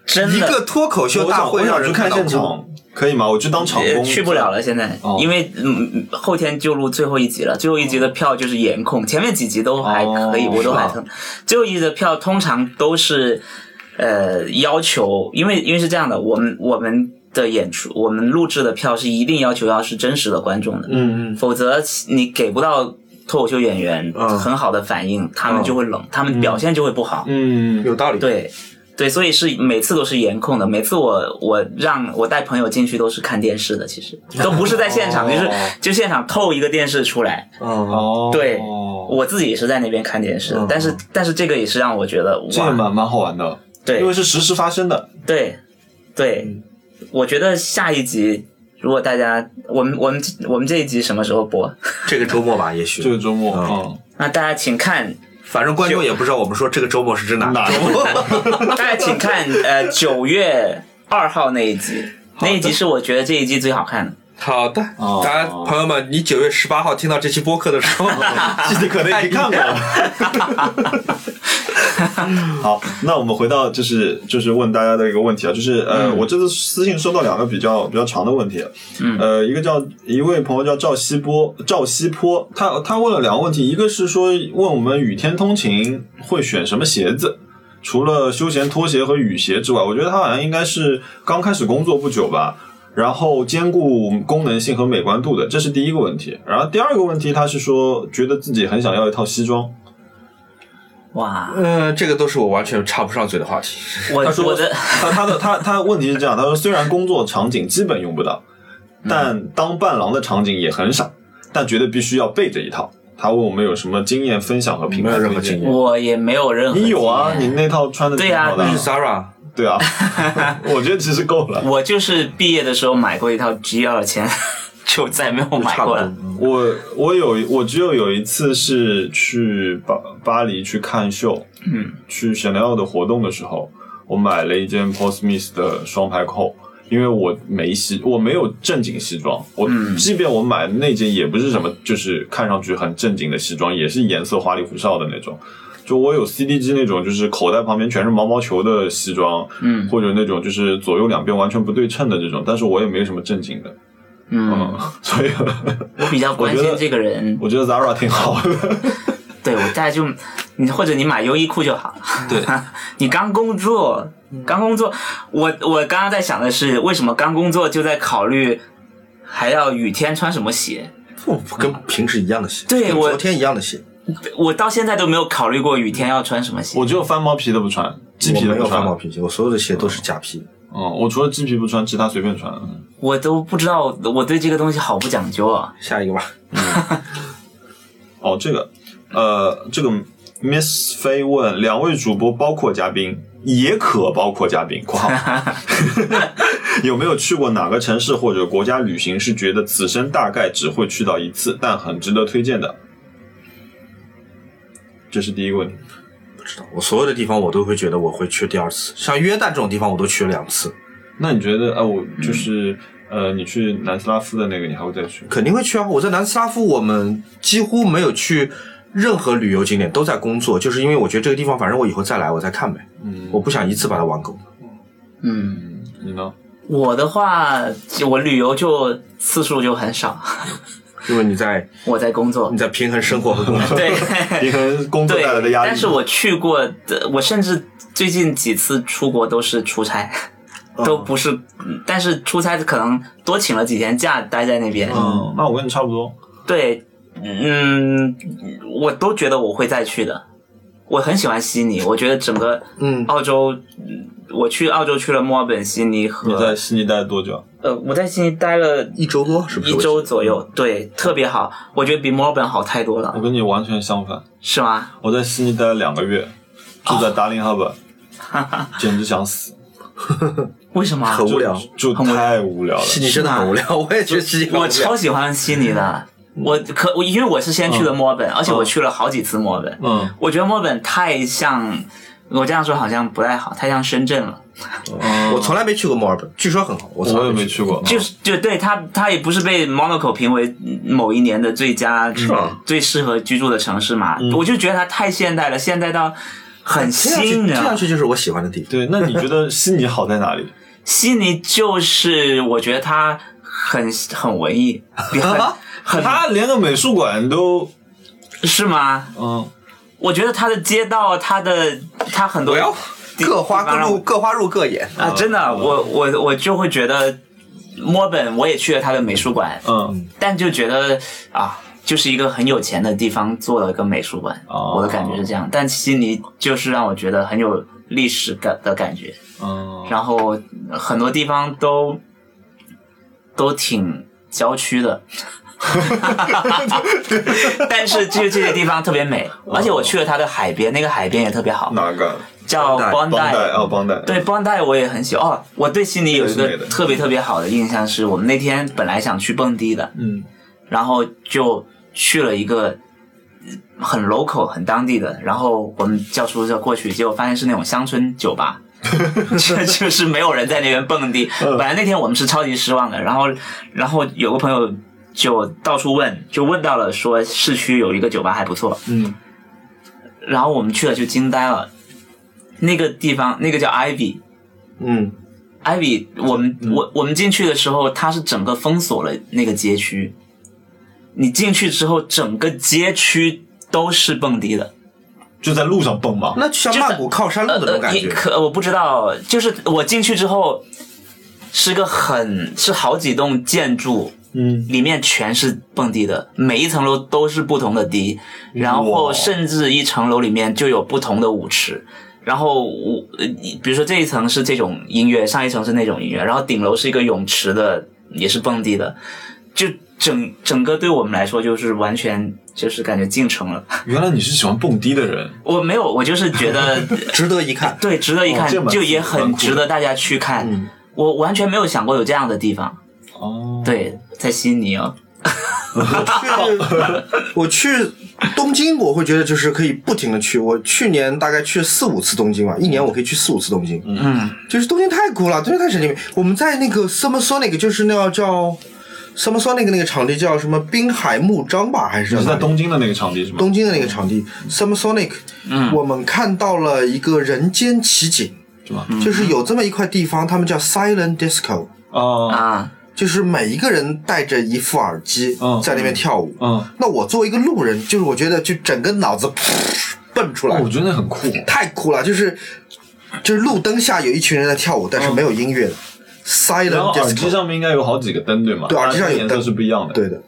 S1: 真
S4: 一
S1: 的
S4: 个脱口秀
S2: 我
S4: 大
S2: 想
S4: 会
S2: 我
S4: 让
S2: 想去
S4: 人
S2: 看
S4: 到
S2: 现
S4: 哭
S2: 场，可以吗？我去当场
S1: 呃
S2: 工，
S1: 去不了了，现在
S2: 哦
S1: 因为嗯后天就录最后一集了，最后一集的票就是颜控，前面几集都还可以，
S2: 哦
S1: 我都还
S4: 是
S1: 疼。最后一集的票通常都是呃要求，因为因为是这样的，我们我们的演出，我们录制的票是一定要求要是真实的观众的，
S2: 嗯嗯，
S1: 否则你给不到。脱口秀演员
S4: 嗯
S1: 很好的反应，他们就会冷，他们表现就会不好。
S2: 嗯，
S4: 有道理。，
S1: 对对，所以是每次都是颜控的。每次我我让我带朋友进去都是看电视的，其 实都不是在现场，就是就现场透一个电视出来。
S4: 嗯，
S2: 哦，
S1: 对我自己也是在那边看电视，
S4: 嗯
S1: 但是但是这个也是让我觉得
S2: 这也
S1: 哇，
S2: 蛮蛮好玩的，因为嗯
S1: 对
S2: 是实时发生的，
S1: 对对，我觉得下一集。如果大家，我们我们我们这一集什么时候播？
S4: 这个周末吧，也许
S2: 这。个周末，
S4: 嗯
S2: 嗯，
S1: 那大家请看，
S4: 反正观众也不知道我们说这个周末是指哪个
S2: 哪
S4: 周末。
S1: 大家请看，呃，九月二号那一集，那一集是我觉得这一季最好看的。
S4: 好的，
S2: 哦
S4: 大家朋友们，你九月十八号听到这期播客的时候，
S2: 自己可能已经看过 了。好，那我们回到就是就是问大家的一个问题啊，就是呃，我这次私信收到两个比较比较长的问题，嗯，呃，一个叫一位朋友叫赵西波，赵西坡，他他问了两个问题，一个是说问我们雨天通勤会选什么鞋子。除了休闲拖鞋和雨鞋之外，我觉得它好像应该是刚开始工作不久吧，然后兼顾功能性和美观度的，这是第一个问题。然后第二个问题，他是说觉得自己很想要一套西装，
S1: 哇，
S4: 呃，这个都是我完全插不上嘴的话题。
S1: 我
S2: 他说
S1: 我的
S2: 他他的他他的问题是这样，他说虽然工作场景基本用不到，但当伴郎的场景也很少，但觉得必须要备着一套。他问我们有什么经验分享和品
S4: 没
S2: 牌
S4: 有任何
S2: 推荐
S4: 经验
S1: 我也没有任何
S2: 你有啊？
S1: 经
S2: 你
S1: 验
S2: 那套穿的
S1: 对
S2: 挺
S1: 呀
S2: 好的啊
S4: 那，是 Sara，
S2: 对啊， 我觉得其实够了。
S1: 我就是毕业的时候买过一套 G 二千， 就再没
S2: Oh
S1: 有买
S4: 差不
S1: 过
S4: 多。
S1: 了。
S4: 嗯
S2: 我我有我只有有一次是去巴巴黎去看秀，
S1: 嗯，
S2: 去 Chanel 的活动的时候，我买了一件 Paul Smith 的双排扣，因为我没西，我没有正经西装，我、即便我买的那件也不是什么，就是看上去很正经的西装，也是颜色花里胡哨的那种。就我有 CDG 那种，就是口袋旁边全是毛毛球的西装，嗯，或者那种就是左右两边完全不对称的这种，但是我也没有什么正经的，
S1: 嗯，
S2: 所以
S1: 我比较关
S2: 我觉
S1: 心
S2: 得
S1: 这个人，
S2: 我觉得 Zara 挺好的。
S1: 对我大概就你或者你买优衣库就好了。
S4: 对，
S1: 你刚工作，刚工作，我我刚刚在想的是，为什么刚工作就在考虑还要雨天穿什么鞋？
S4: 不嗯跟平时一样的鞋，
S1: 对
S4: 跟
S1: 我
S4: 昨天一样的鞋，
S1: 我到现在都没有考虑过雨天要穿什么鞋。
S2: 我只有翻毛皮的不穿，鸡
S4: 我
S2: 皮的
S4: 没
S2: 不
S4: 有
S2: 穿
S4: 翻。毛皮鞋，我所有的鞋都是假皮。
S2: 嗯，我除了鸡皮不穿，其他随便穿。嗯
S1: 我都不知道我对这个东西好不讲究啊。
S4: 下一个吧，
S2: 哦，这个，呃，这个 Miss 飞问两位主播，包括嘉宾，也可包括嘉宾（括号）， 有没有去过哪个城市或者国家旅行是觉得此生大概只会去到一次，但很值得推荐的？这是第一个问题。
S4: 不知道我所有的地方我都会觉得我会去第二次，像约旦这种地方我都去了两次，
S2: 那你觉得，呃，我
S4: 嗯
S2: 就是，呃，你去南斯拉夫的那个，你还会再去？
S4: 肯定会去啊！我在南斯拉夫，我们几乎没有去任何旅游景点，都在工作，就是因为我觉得这个地方，反正我以后再来我再看呗，
S2: 嗯
S4: 我不想一次把它玩够。
S1: 嗯，
S2: 你 呢？
S1: 我的话，就我旅游就次数就很少，
S4: 因为你在
S1: 我在工作
S4: 你。在平衡生活和工作，
S1: 对，
S2: 平衡工作带来的
S1: 对，
S2: 压力。
S1: 但是我去过的，我甚至最近几次出国都是出差，
S2: 哦
S1: 都不是，但是出差可能多请了几天假待在那边。
S2: 嗯，那我跟你差不多。
S1: 对，嗯，我都觉得我会再去的。我很喜欢悉尼，我觉得整个
S4: 嗯，
S1: 澳洲，嗯我去澳洲去了墨尔本、悉尼
S2: 你
S1: 和
S2: 在悉尼待了多久？
S1: 呃，我在悉尼待了
S4: 一周多是不嗯是？
S1: 一周左右，对，特别好，我觉得比墨尔本好太多
S2: 我
S1: 了，
S2: 跟你完全相反，啊
S1: 是吗？
S2: 我在悉尼待了两个月，住在达令哈本， 简直想死，
S1: 为什么？
S4: 很无聊，
S2: 就
S1: 很无聊
S2: 太无聊了。
S4: 悉尼真的很无聊，我也觉得悉尼很无嗯
S1: 我超
S4: 聊。
S1: 喜欢悉尼的，我可我因为我是先
S4: 嗯
S1: 去了墨尔本，而且我去了好几次墨尔本。
S2: 嗯
S1: 我觉得墨尔本太像，我这样说好像不太好，太像深圳了。
S4: 我从来没去过墨尔本，据说很好，我从
S2: 我
S4: 来
S2: 也没
S4: 去。
S2: 去过，嗯
S4: 嗯
S1: 就是就对它，它也不是被 Monaco 评为某一年的最佳、
S4: 吗
S1: 最适合居住的城市嘛？
S4: 嗯
S1: 我就觉得它太现代了，现代到很
S4: 听上去
S1: 新
S4: 听上
S1: 颖。
S4: 去哎就是我喜欢的地方。
S2: 对，那你觉得悉尼好在哪 里？
S1: 悉尼就是我觉得它很很文艺， 很很
S2: 他连个美术馆都，
S1: 是吗？
S2: 嗯，
S1: 我觉得它的街道，它的它很多
S4: 我要
S1: 地
S4: 各花各入，各花入各眼。
S1: 啊，真的，我我我就会觉得墨尔本，我也去了他的美术馆，
S2: 嗯，
S1: 但就觉得啊，就是一个很有钱的地方做了个美术馆，
S2: 哦
S1: 我的感觉是这样。但悉尼就是让我觉得很有历史感的感觉，
S2: 嗯，
S1: 然后很多地方都都挺郊区的。 但是就这些地方特别美，而且我去了它的海边，那个海边也特别好，
S2: 哪个？
S1: 叫
S4: 邦
S2: 邦代
S1: Bondi，
S2: 啊，邦代，
S1: 对绷带我也很喜欢哦。我对悉尼有一
S2: 这个是
S1: 个
S2: 美的
S1: 特别特别好的印象是，我们那天本来想去蹦迪的，
S2: 嗯，
S1: 然后就去了一个呃很 local、很当地的，然后我们叫出租车过去，结果发现是那种乡村酒 吧。就 就是没有人在那边蹦迪。
S2: 嗯
S1: 本来那天我们是超级失望的，然后然后有个朋友就到处问，就问到了说市区有一个酒吧还不错，
S2: 嗯，
S1: 然后我们去了就惊呆了。那个地方，那个叫 Ivy，
S4: 嗯，
S1: 艾比，我们我我们进去的时候，它是整个封锁了那个街区。你进去之后，整个街区都是蹦迪的，
S2: 就在路上蹦嘛。
S4: 那就像曼谷靠山路的那种感
S1: 也
S2: 呃
S4: 觉。
S1: 呃可我不知道，就是我进去之后，是个很是好几栋建筑，
S2: 嗯，
S1: 里面全是蹦迪的，每一层楼都是不同的迪，然后
S2: 哇
S1: 甚至一层楼里面就有不同的舞池。然后我，呃你比如说这一层是这种音乐，上一层是那种音乐，然后顶楼是一个泳池的，也是蹦迪的，就整整个对我们来说就是完全就是感觉进城了。
S2: 原来你是喜欢蹦迪的人，
S1: 我没有，我就是觉得
S4: 值得 一看。
S1: 对值得一
S2: 哦这
S1: 看，
S2: 蛮
S1: 就也
S2: 蛮
S1: 很
S2: 酷的
S1: 值得大家去看。我完全没有想过有这样的地方，
S2: 哦，
S1: 对，在悉尼哦。
S5: 我去东京，我会觉得就是可以不停的去。我去年大概去四五次东京吧，一年我可以去四五次东京。嗯，就是东京太酷了，东京太神经。我们在那个 Summer Sonic，就是那要叫 Summer Sonic 那个场地叫什么滨海木张吧，还是叫
S2: 你是在
S5: 哪里
S2: 东京的那个场地是吗？
S5: 东京的那个场地 Summer Sonic，嗯，我们看到了一个人间奇景，
S2: 是吗？
S5: 就是有这么一块地方，他们叫 Silent Disco。
S2: 哦，
S1: 啊，
S5: 就是每一个人戴着一副耳机
S2: 嗯
S5: 在那边跳舞，
S2: 嗯，
S5: 那我作为一个路人，就是我觉得就整个脑子 噗蹦出来，
S2: 哦我觉得那很酷。
S5: 太酷了！就是就是路灯下有一群人在跳舞，但是没有音乐的、
S2: 然后
S5: silent
S2: 耳机
S5: disco，
S2: 上面应该有好几个灯，对吗？
S5: 对耳机上有
S2: 颜色
S5: 灯
S2: 是不一样的。哎
S5: 对的，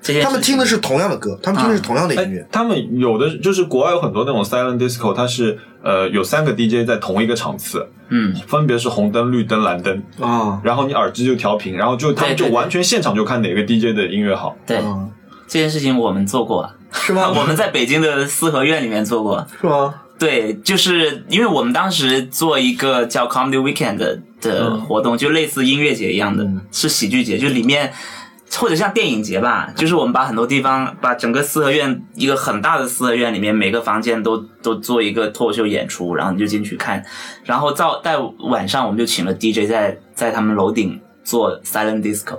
S1: 这件
S5: 他们
S1: 事情
S5: 听的是同样的歌，他们听的是同样的音
S2: 哎
S5: 乐，，
S2: 他们有的就是国外有很多那种 silent disco，它是呃有三个 DJ 在同一个场次，
S1: 嗯，
S2: 分别是红灯、绿灯、蓝灯，
S5: 啊，
S2: 然后你耳机就调频，然后就他们
S1: 对对
S2: 就
S1: 对
S2: 完全现场就看哪个 DJ 的音乐好。
S1: 对
S5: 嗯
S1: 这件事情我们做过，
S5: 是吗？
S1: 哦 我们在北京的四合院里面做过。
S5: 是吗？
S1: 对，就是因为我们当时做一个叫 Comedy Weekend 的的活动，就类似音乐节一样的，是喜剧节，就里面或者像电影节吧，就是我们把很多地方，把整个四合院一个很大的四合院里面每个房间都都做一个脱口秀演出，然后你就进去看，然后到在晚上我们就请了 DJ 在在他们楼顶做 silent disco，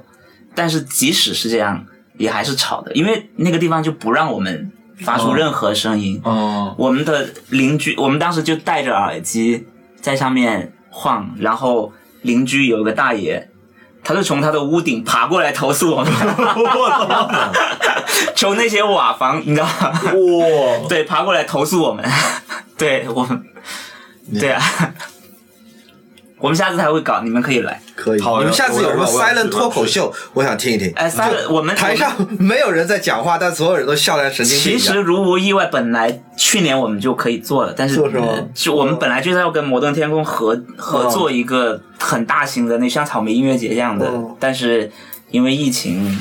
S1: 但是即使是这样，也还是吵的，因为那个地方就不让我们发出任何声音。
S2: 哦，
S1: 我们的邻居，我们当时就戴着耳机在上面晃，然后邻居有一个大爷，他就从他的屋顶爬过来投诉我 们，
S2: 我操！
S1: 从那些瓦房，你知道吗？
S2: 哇，
S1: 对，爬过来投诉我们，对我们，对啊，我们下次还会搞，你们可以来。
S5: 可以，
S2: 好
S5: 你们下次有什么
S2: 我要去
S5: silent 脱口秀，我想听一听。
S1: 哎，三个，我们
S5: 台上没有人在讲话，但所有人都笑得像神经病
S1: 其
S5: 一样
S1: 实。如无意外，本来去年我们就可以做了，但是
S5: 做什么
S1: 呃就我们本来就是要跟摩登天空合合作一个很大型的，那像草莓音乐节这样的，
S5: 嗯
S1: 但是因为疫情，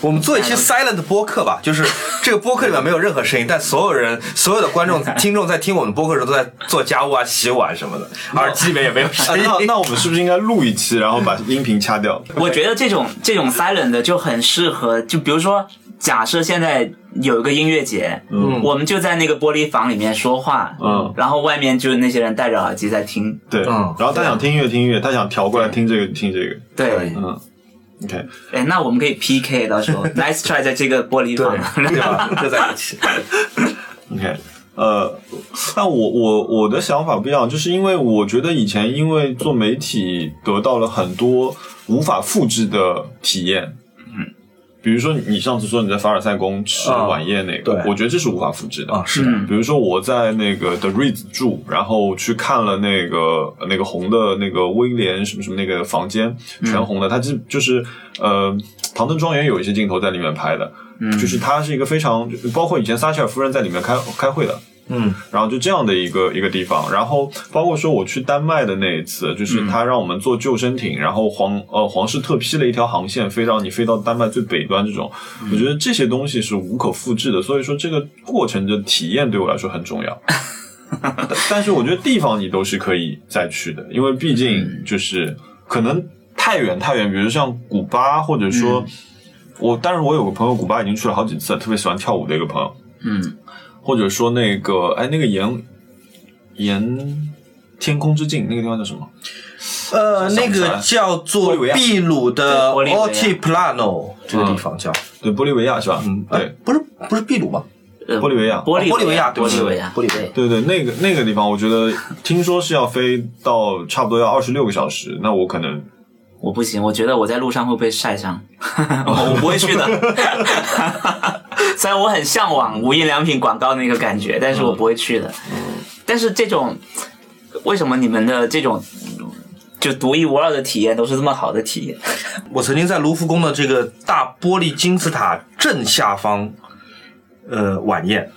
S4: 我们做
S1: 嗯
S4: 一期 silent 播客吧， 就是这个播客里面没有任何声音，但所有人、所有的观众、
S1: 嗯
S4: 听众在听我们播客的时候都在做家务啊、洗碗什么的，
S1: 嗯
S4: 耳机里面也没有
S2: 啊
S4: 声音。
S1: 哦
S2: 那那我们是不是应该录一期，然后把音频掐掉？
S1: 我觉得这种这种 silent 的就很适合，就比如说，假设现在有一个音乐节，嗯，我们就在那个玻璃房里面说话，
S2: 嗯
S1: 然后外面就是那些人戴着耳机在听，
S2: 对，
S4: 嗯
S2: 然后他想听音乐听音乐，他想调过来听这个听这个。
S1: 对，
S2: 嗯，OK，
S1: 哎，那我们可以 PK，到时候 nice try 在这个玻璃房，
S4: 对吧？就在一起。
S2: OK，呃，但我我我的想法不一样，就是因为我觉得以前因为做媒体得到了很多无法复制的体验，嗯，比如说你上次说你在凡尔赛宫吃
S4: 啊
S2: 晚宴那个，
S4: 对
S2: 我觉得这是无法复制的
S4: 啊是
S1: 的嗯
S2: 比如说我在那个 The Ritz 住，然后去看了那个那个红的那个威廉什么什么那个房间，全红的，它就就是呃，唐顿庄园有一些镜头在里面拍的，就是它是一个非常，包括以前撒切尔夫人在里面开开会的，
S4: 嗯，
S2: 然后就这样的一个一个地方，然后包括说我去丹麦的那一次，就是他让我们坐救生艇，然后皇呃皇室特批了一条航线飞到你飞到丹麦最北端这种，我觉得这些东西是无可复制的，所以说这个过程的体验对我来说很重要。但但是我觉得地方你都是可以再去的，因为毕竟就是可能太远太远，比如像古巴或者说。我，但是我有个朋友，古巴已经去了好几次，特别喜欢跳舞的一个朋友，
S1: 嗯
S2: 或者说那个，哎，那个沿沿天空之境那个地方叫什么？
S4: 呃，
S2: 想
S4: 那
S2: 不起来
S4: 个叫
S2: 玻
S4: 做
S2: 利维亚
S4: 秘鲁的
S1: 对玻利维亚
S4: Altiplano 这个地方叫，
S2: 对，玻利维亚是吧？嗯，
S4: 哎
S2: 对，
S4: 不是不是秘鲁吗？
S1: 呃
S2: 玻利维亚
S1: 玻利
S4: 哦玻利维亚对
S1: 玻
S4: 不起
S1: 利维亚，
S4: 玻利维亚
S1: 对
S2: 对对，那个那个地方，我觉得听说是要飞到差不多要二十六个小时，那我可能
S1: 我不行，我觉得我在路上会被晒伤， 我我不会去的。 虽然我很向往无印良品广告那个感觉，但是我不会去的。但是这种，为什么你们的这种就独一无二的体验都是这么好的体验？
S4: 我曾经在卢浮宫的这个大玻璃金字塔正下方，呃，晚宴，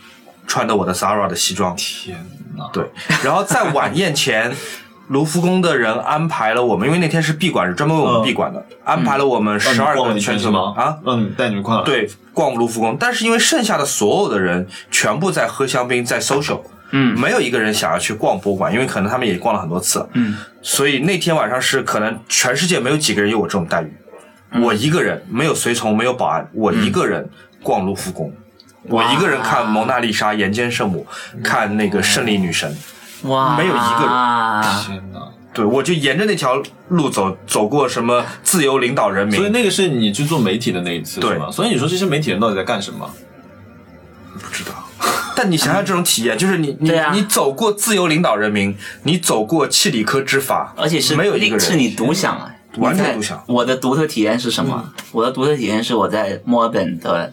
S4: 穿的我的 Zara 的西装，
S2: 天哪，
S4: 对，然后在晚宴前， 卢浮宫的人安排了我们，因为那天是闭馆日，专门为我们闭馆的，安排了我们
S2: 让你
S4: 十二
S2: 嗯逛
S4: 个
S2: 了一圈
S4: 圈
S2: 是
S4: 子
S2: 吗？
S4: 啊，，
S2: 让你带你们逛了。，
S4: 对，逛卢浮宫，但是因为剩下的所有的人全部在喝香槟，在 social，
S1: 嗯
S4: 没有一个人想要去逛博物馆，因为可能他们也逛了很多次，
S1: 嗯，
S4: 所以那天晚上是可能全世界没有几个人有我这种待遇。
S2: 嗯
S4: 我一个人没有随从，没有保安，我一个人逛卢浮
S2: 嗯
S4: 宫，我一个人看《蒙娜丽莎》《岩间圣母》，
S2: 嗯
S4: 看那个《胜利女神》。
S1: 哇，
S4: 没有一个
S1: 人，
S2: 天哪！
S4: 对，我就沿着那条路走，走过什么自由领导人民，
S2: 所以那个是你去做媒体的那一次，
S4: 对
S2: 是吗？所以你说这些媒体人到底在干什么？
S4: 不知道。 但你想想这种体验，就是你你、
S1: 对啊
S4: 你走过自由领导人民，你走过契里科之法，
S1: 而且是
S4: 没有一个
S1: 是
S4: 人
S1: 你独享啊，
S4: 完全
S1: 你在
S4: 独享嗯
S1: 我的独特体验是什么？我的独特体验是我在墨尔本的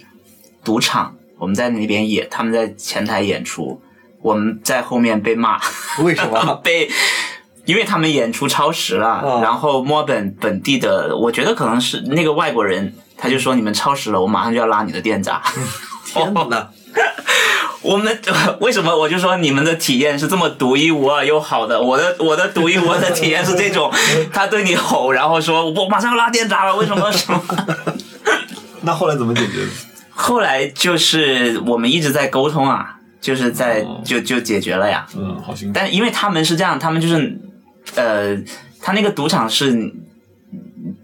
S1: 赌场，我们在那边演，他们在前台演出，我们在后面被骂。
S5: 为什么？
S1: 被，因为他们演出超时了，
S4: 啊
S5: 哦
S1: 然后墨尔本本地的，我觉得可能是那个外国人，他就说你们超时了，我马上就要拉你的店闸。
S4: 天哪！
S1: 我们呃为什么我就说你们的体验是这么独一无二又好的？我的我的独一无二的体验是这 种，他对你吼，然后说我马上要拉电闸了，为什么 什么？
S2: 那后来怎么解决的？
S1: 后来就是我们一直在沟通啊，就是在、
S2: 哦
S1: 就就解决了呀。
S2: 嗯，好辛苦。
S1: 但因为他们是这样，他们就是，呃，他那个赌场是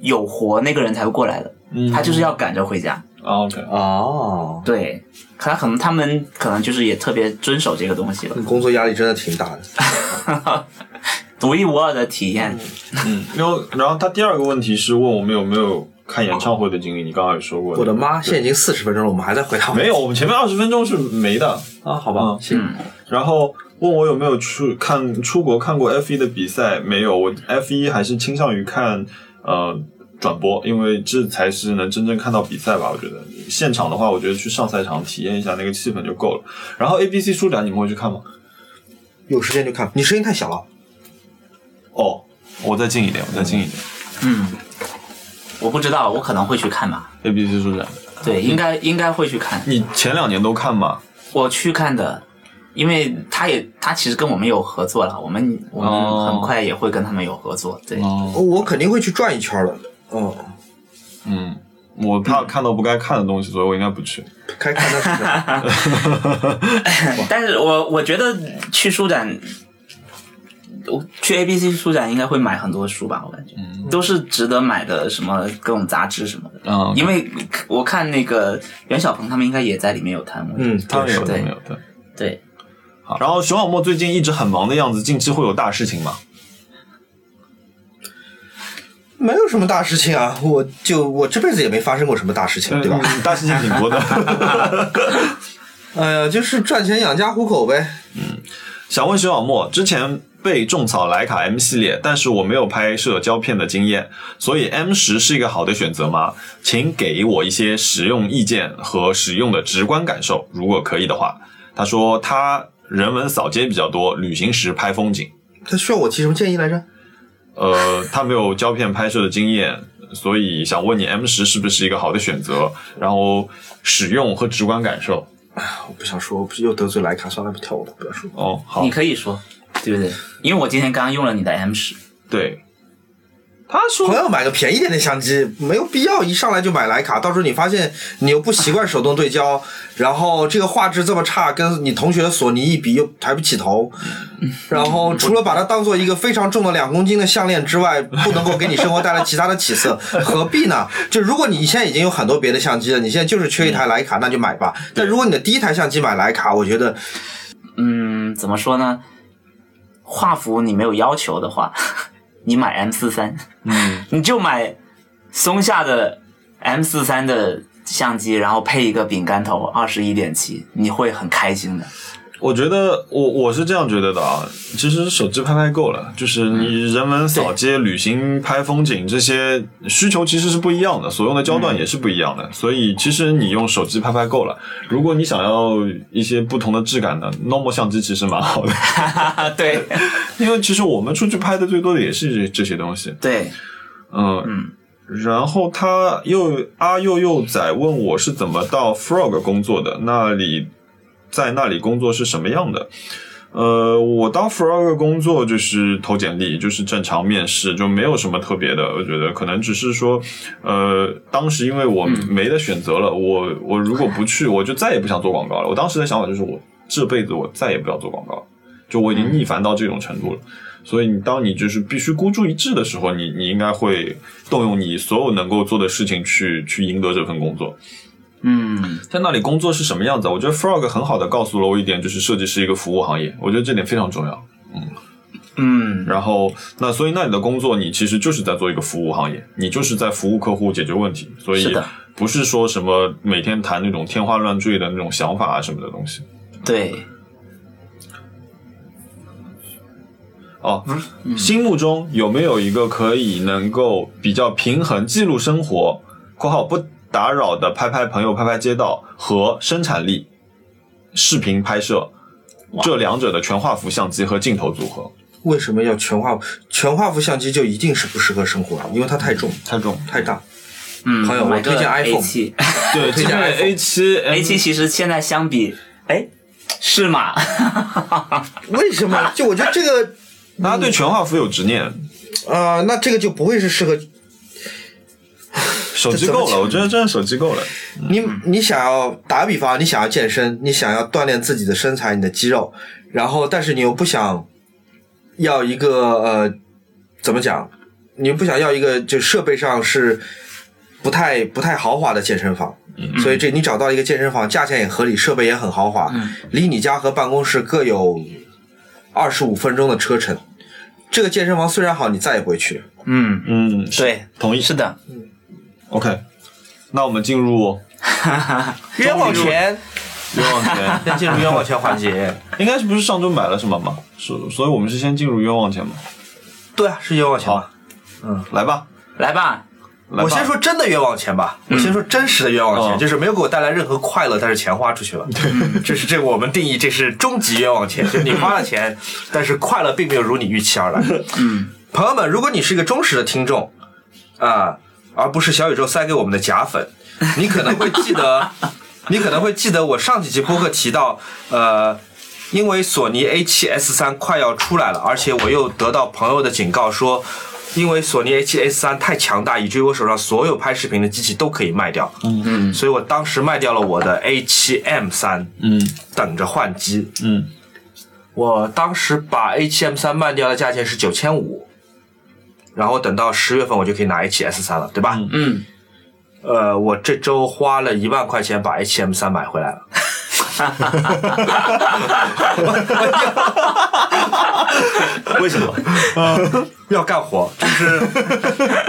S1: 有活那个人才会过来的，
S2: 嗯
S1: 他就是要赶着回家。
S2: 啊，OK，
S5: 哦，
S1: 对，可他可能他们可能就是也特别遵守这个东西吧，
S5: 你工作压力真的挺大的。
S1: 独一无二的体验。
S2: 嗯，然后然后他第二个问题是问我们有没有看演唱会的经历，你刚刚也说过。
S5: 我的，妈，现在已经四十分钟了，我们还在回答我
S2: 没有，我们前面二十分钟是没的。
S5: 啊？好吧，
S2: 嗯
S5: 行，
S2: 然后问我有没有出看出国看过 F 一的比赛，没有，我 F 一还是倾向于看呃转播，因为这才是能真正看到比赛吧。我觉得现场的话，我觉得去上赛场体验一下那个气氛就够了。然后 A B C 书展你们会去看吗？
S5: 有时间就看。你声音太小了，
S2: 哦，我再近一点，我再近一点。
S1: 嗯，我不知道，我可能会去看吧。
S2: A B C 书展，
S1: 对，应该应该会去看，
S2: 你前两年都看吗？
S1: 我去看的。因为他也，他其实跟我们有合作了，我们我们
S2: 哦
S1: 很快也会跟他们有合作，对，
S2: 哦，
S5: 我肯定会去转一圈的。嗯，
S2: 嗯，我怕看到不该看的东西，所以我应该 不去。
S5: 该看的是 啥
S1: 但是我我觉得去书展，我去 A B C 书展应该会买很多书吧，我感觉、都是值得买的，什么各种杂志什么的。
S2: 嗯
S1: 因为我看那个袁小鹏他们应该也在里面有摊位。
S5: 嗯，
S2: 他们有的
S1: 对
S2: 没有的。
S1: 对，
S2: 好，然后熊小莫最近一直很忙的样子，近期会有大事情吗？
S5: 没有什么大事情啊，我就我这辈子也没发生过什么大事情，对吧？
S2: 嗯大事情挺多的。
S5: 哎呀，就是赚钱养家糊口呗。
S2: 想问熊小莫，之前被种草徕卡 M 系列，但是我没有拍摄胶片的经验，所以 M 十是一个好的选择吗？请给我一些实用意见和使用的直观感受，如果可以的话。他说他人文扫街比较多，旅行时拍风景。
S5: 他需要我提什么建议来着？
S2: 呃，他没有胶片拍摄的经验，所以想问你 M 十是不是一个好的选择？然后使用和直观感受。
S5: 我哦不想说，我不又得罪莱卡，算了，不跳舞了，不要说。
S2: 哦，好
S1: 你，可以说，对不对？因为我今天刚刚用了你的 M 十，
S2: 对。他说
S5: 朋友买个便宜点的相机，没有必要一上来就买徕卡，到时候你发现你又不习惯手动对焦，然后这个画质这么差，跟你同学的索尼一比又抬不起头，然后除了把它当做一个非常重的两公斤的项链之外，不能够给你生活带来其他的起色，何必呢？就如果你现在已经有很多别的相机了，你现在就是缺一台徕卡，那就买吧。但如果你的第一台相机买徕卡，我觉得
S1: 嗯，怎么说呢？画幅你没有要求的话， 你买 M 四三，嗯， 你就买松下的 M 四三的相机，然后配一个饼干头，二十一点七，你会很开心的。
S2: 我觉得我我是这样觉得的啊，其实手机拍拍够了，就是你人文扫街、旅行、拍风景这些需求其实是不一样的，所用的焦段也是不一样的，所以其实你用手机拍拍够了。如果你想要一些不同的质感呢，normal 相机其实蛮好的，
S1: 对
S2: 因为其实我们出去拍的最多的也是这些东西，
S1: 对，
S2: 嗯
S1: 嗯。
S2: 然后他又阿佑佑仔问我是怎么到 Frog 工作的，那里在那里工作是什么样的？呃，我到 Frog 工作就是投简历，就是正常面试，就没有什么特别的。我觉得可能只是说，呃，当时因为我没得选择了，我我如果不去，我就再也不想做广告了。我当时的想法就是我，这辈子我再也不要做广告了，就我已经逆反到这种程度了。所以你当你就是必须孤注一掷的时候，你你应该会动用你所有能够做的事情去去赢得这份工作。
S1: 嗯，
S2: 在那里工作是什么样子啊？我觉得 Frog 很好的告诉了我一点，就是设计是一个服务行业，我觉得这点非常重要。
S1: 嗯，
S2: 然后那所以那你的工作你其实就是在做一个服务行业，你就是在服务客户解决问题，所
S1: 是
S2: 以
S1: 的
S2: 不是说什么每天谈那种天花乱坠的那种想法啊什么的东西。
S1: 对，
S2: 哦，心目中有没有一个可以能够比较平衡记录生活（括号不打扰的拍拍朋友、拍拍街道）和生产力、视频拍摄这两者的全画幅相机和镜头组合？
S5: 为什么要全画全画幅相机就一定是不适合生活？因为它太重、
S2: 太重。
S5: 太大。
S1: 嗯，
S5: 朋友我
S1: 买个
S5: 推荐
S1: A
S5: iPhone
S1: 七
S2: 对，
S5: 推
S2: 推
S5: 荐
S2: 荐 A 七
S1: A 七其实现在相比，哎，是吗？
S5: 为什么？就我觉得这个
S2: 大家对全画幅有执念，
S5: 啊，那这个就不会是适合
S2: 手
S5: 这
S2: 机够
S5: 怎么
S2: 了，我觉得真的手机够了。
S5: 你。
S4: 嗯
S5: 你想要打个比方，你想要健身，你想要锻炼自己的身材、你的肌肉，然后但是你又不想要一个呃，怎么讲？你又不想要一个就设备上是不太不太豪华的健身房，
S4: 嗯
S5: 所以这你找到一个健身房，价钱也合理，设备也很豪华，
S4: 嗯
S5: 离你家和办公室各有二十五分钟的车程。这个健身房虽然好，你再也不会去。
S1: 嗯，
S2: 嗯，是
S1: 对，
S2: 同意
S1: 是 的，
S2: OK，那我们进入
S4: 冤枉钱，
S2: 冤枉 钱，
S4: 先进入冤枉钱环 节。
S2: 应该是不是上周买了什么嘛？是，所以我们是先进入冤枉钱嘛？
S4: 对啊，是冤枉钱吧？
S2: 来吧，
S1: 来吧，
S2: 来吧
S4: 我先说真的冤枉钱吧，我先说真实的冤枉钱，
S2: 嗯
S4: 就是没有给我带来任何快乐，但是钱花出去了。 这是这个我们定义这是终极冤 枉钱，就是你花了钱，但是快乐并没有如你预期而来。
S1: 嗯，
S4: 朋友们，如果你是一个忠实的听众啊、而不是小宇宙塞给我们的假粉，你可能会记得， 你可能会记得我上几期播客提到，呃，因为索尼 A7S 3快要出来了，而且我又得到朋友的警告说。因为索尼 A7S 3太强大，以至于我手上所有拍视频的机器都可以卖掉。嗯嗯，所以我当时卖掉了我的 A7M 3
S2: 嗯
S4: 等着换机。
S2: 嗯，
S4: 我当时把 A7M 三卖掉的价钱是九千五，然后等到十月份我就可以拿 A7S 三了，对吧？
S2: 嗯
S1: 嗯，
S4: 呃，我这周花了一万块钱把 H&M 三买回来了。
S2: 为什么？
S4: 要干活，就是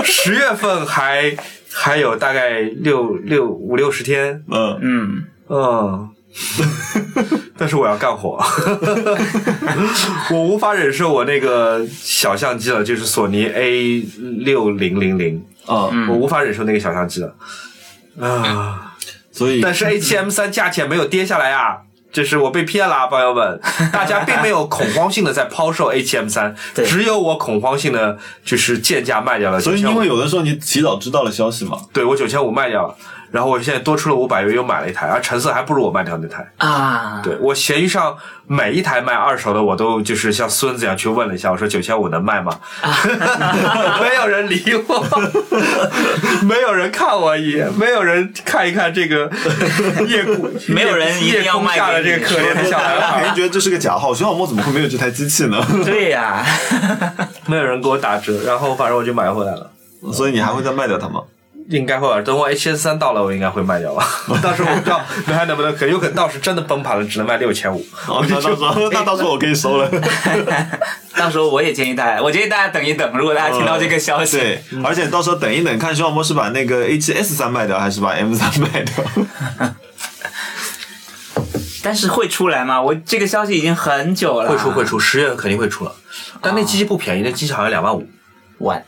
S4: 十月份还还有大概六六五六十天，
S2: 嗯，
S1: 嗯，
S4: 嗯，但是我要干活，我无法忍受我那个小相机了，就是索尼 A 六零零零，
S2: 嗯，
S4: 我无法忍受那个小相机了，啊。
S2: 所以
S4: 但是 H&M 三价钱没有跌下来啊。这是我被骗了、啊，朋友们！大家并没 有恐慌性的在抛售 H&M 三，
S1: 对
S4: 只有我恐慌性的就是贱价卖掉了9500。
S2: 所以因为有的时候你提早知道了消息嘛，
S4: 对我九千五卖掉了，然后我现在多出了五百元又买了一台，而成色还不如我卖掉那台。
S1: 啊，
S4: 对我闲鱼上每一台卖二手的，我都就是像孙子一样去问了一下，我说九千五能 卖吗？没有人理我， 没有人看我一眼，没有人看一看这个夜 空，
S1: 没有人一定
S4: 夜
S1: 要
S4: 空
S1: 卖给
S4: 下的这个
S1: 你
S4: 可怜的小男
S2: 别人
S4: 孩，
S2: 觉得这是个假号，徐小莫怎么会没有这台机器呢？
S1: 对呀，
S4: 没有人给我打折，然后反正我就买回来了。
S2: 所以你还会再卖掉它吗？
S4: 应该会吧，等我 H S 三到了，我应该会卖 掉吧。到时候我不知道你还能不能，可有可能到时真的崩盘了，只能卖六千五。
S2: 哦，那到时候那到时候我可以 收了。
S1: 到时候我也建议大家，我建议大家等一等，如果大家听到这个消息，
S2: 对，而且到时候等一等，看徐小莫是把那个 A 7 S 三卖掉，还是把 M 三卖掉？
S1: 但是会出来吗？我这个消息已经很久了，
S4: 会出会出，十月份肯定会出了，但那机器不便宜，那机器好像两万五。
S1: 晚，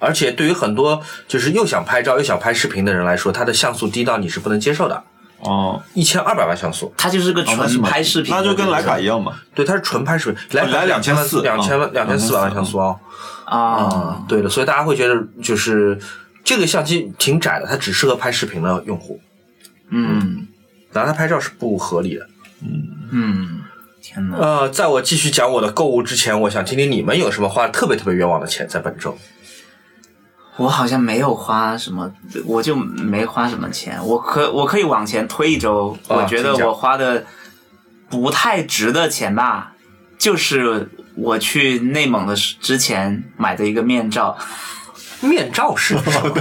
S4: 而且对于很多就是又想拍照又想拍视频的人来说，它的像素低到你是不能接受的，
S2: 哦，
S4: 一千二百万像素，
S1: 它就是个
S2: 哦那是
S1: 纯
S2: 蛮
S1: 拍视频的
S2: 那
S1: 这
S2: 就
S1: 个
S2: 跟
S1: 东西，
S2: 徕卡一样嘛。
S4: 对，它是纯拍视频，来
S2: 来
S4: 两千
S2: 2400
S4: 两千万
S2: 嗯
S4: 两千四百万
S2: 2400
S4: 像素哦，
S1: 啊，
S4: 对的，所以大家会觉得就是这个相机挺窄的，它只适合拍视频的用户，
S1: 嗯
S4: 拿它拍照是不合理的。
S1: 嗯，天哪，
S4: 呃，在我继续讲我的购物之前，我想听听你们有什么花特别特别冤枉的钱在本周。
S1: 我好像没有花什么，我就没花什么钱。我可我可以往前推一周，我
S4: 啊
S1: 觉得
S4: 请讲
S1: 我花的不太值的钱吧，就是我去内蒙的时之前买的一个面罩，
S4: 面罩是什么？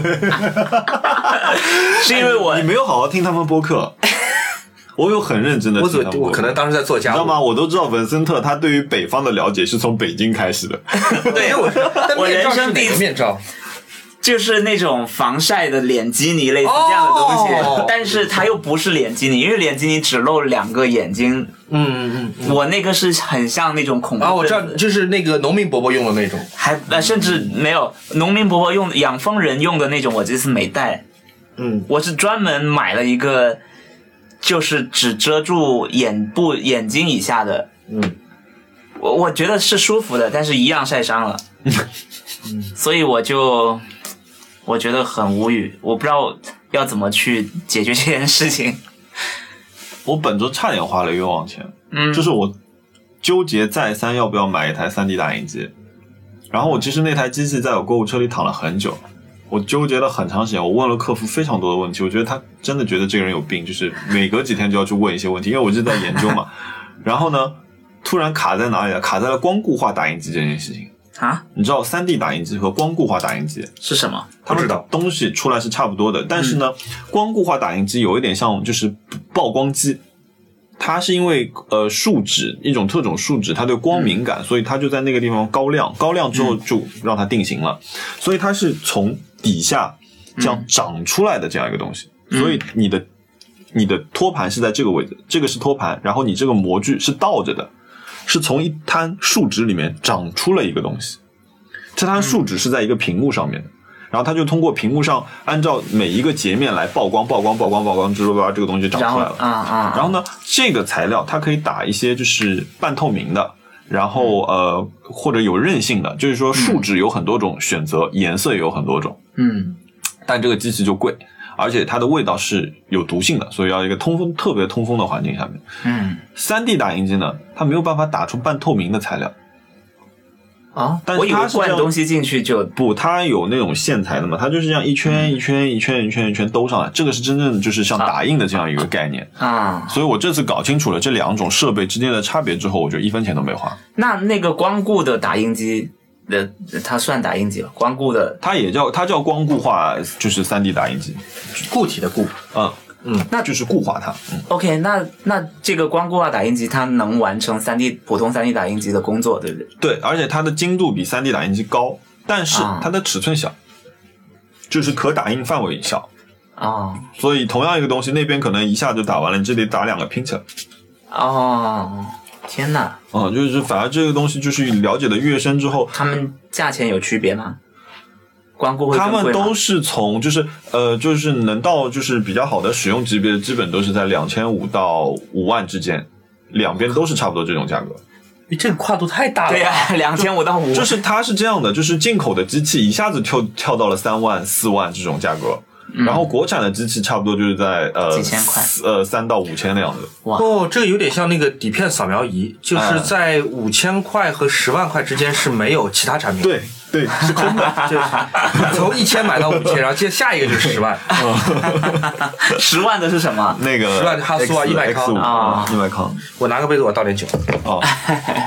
S1: 是因为我
S2: 你没有好好听他们 播客，我有很认真的
S4: 我
S2: 听他
S4: 怎
S2: 们
S4: 么
S2: 播客
S4: 我可能当时在做
S2: 你
S4: 家
S2: 知
S4: 务，
S2: 道吗？我都知道文森特他对于北方的了解是从北京开始的，
S1: 对
S4: 我但
S1: 我
S4: 面罩
S1: 人
S4: 是
S1: 生第
S4: 哪
S1: 一
S4: 个
S1: 次
S4: 面罩？
S1: 就是那种防晒的脸基尼类似这样的东西，
S4: 哦
S1: 但是它又不是脸基尼，因为脸基尼只露两个眼睛，
S4: 嗯嗯嗯。
S1: 我那个是很像那种恐怖
S4: 啊，我知道
S1: 分，子
S4: 就是那个农民伯伯用的那种。
S1: 还呃甚至没有农民伯伯用养蜂人用的那种，我这次没带。
S5: 嗯，
S1: 我是专门买了一个，就是只遮住眼部眼睛以下的。
S5: 嗯，
S1: 我我觉得是舒服的，但是一样晒伤 了。所以我就我觉得很无语，我不知道要怎么去解决这件事情。
S2: 我本周差点花了冤枉钱，
S1: 嗯
S2: 就是我纠结再三要不要买一台 3D 打印机，然后我其实那台机器在我购物车里躺了很久，我纠结了很长时间，我问了客服非常多的问题，我觉得他真的觉得这个人有病，就是每隔几天就要去问一些问题，因为我一直在研究嘛。然后呢，突然卡在哪里了？卡在了光固化打印机这件事情。
S1: 啊，
S2: 你知道 3D 打印机和光固化打印机
S1: 是什么？
S2: 他们东西出来是差不多的，但是呢，光固化打印机有一点像就是曝光机，它是因为呃树脂一种特种树脂，它对光敏感，所以它就在那个地方高亮，高亮之后就让它定型了，所以它是从底下这样长出来的这样一个东西，
S1: 嗯
S2: 所以你的你的托盘是在这个位置，这个是托盘，然后你这个模具是倒着的，是从一滩树脂里面长出了一个东西，这滩树脂是在一个屏幕上面的。然后它就通过屏幕上按照每一个截面来曝光、曝光、曝光、曝光，之后把这个东西长
S1: 然
S2: 出
S1: 后
S2: 来了。
S1: 啊啊，
S2: 然后呢，这个材料它可以打一些就是半透明的，然后呃或者有韧性的，就是说树脂有很多种选择，颜色也有很多种，
S1: 嗯
S2: 但这个机器就贵，而且它的味道是有毒性的，所以要一个通风特别通风的环境下面。
S1: 嗯
S2: 3 D 打印机呢，它没有办法打出半透明的材料，
S1: 啊，
S2: 但
S1: 我以
S2: 它
S1: 为
S2: 是这
S1: 灌
S2: 样
S1: 东西进去就
S2: 不，它有那种线材的嘛，它就是这样一圈一圈一圈一圈一圈兜上来，这个是真正就是像打印的这样一个概念。
S1: 啊，
S2: 所以我这次搞清楚了这两种设备之间的差别之后，我就一分钱都没花。
S1: 那那个光固的打印机，呃，它算打印机吧？光固的，
S2: 它也叫它叫光固化，就是3 D 打印机，
S4: 固体的固，
S2: 嗯嗯，
S1: 那
S2: 就是固化它。嗯，
S1: OK，那那这个光固化打印机它能完成三 D 普通三 D 打印机的工作，对不对？
S2: 对，而且它的精度比3 D 打印机高，但是
S1: 啊
S2: 它的尺寸小，就是可打印范围小。
S1: 哦
S2: 所以同样一个东西，那边可能一下就打完了，你这里打两个拼起来。
S1: 哦，天哪，
S2: 嗯，就是反而这个东西就是了解的越深之后，
S1: 他们价钱有区别吗？光固会
S2: 他
S1: 更
S2: 们
S1: 贵吗
S2: 都是从就是呃就是能到就是比较好的使用级别，基本都是在两千五到五万之间，两边都是差不多这种价格。
S4: 这个跨度太大了。
S1: 对呀、 两千五到五，
S2: 就是它是这样的，就是进口的机器一下子跳跳到了三万、四万这种价格，然后国产的机器差不多就是在呃
S1: 嗯几千块
S2: 四呃三到五千的样子。
S4: 哦，这个有点像那个底片扫描仪，就是
S2: 哎
S4: 在五千块和十万块之间是没有其他 产品的。
S2: 对对，是空 的。
S4: 就是从一千买到五千，然后接下一个就是十万，
S1: 十万的是什 么？
S2: 那个
S4: 10万哈苏啊
S2: X-
S4: 1麦康
S2: X5
S1: 啊
S2: 一百康
S4: 我拿个杯子，我倒点酒，
S2: 哦，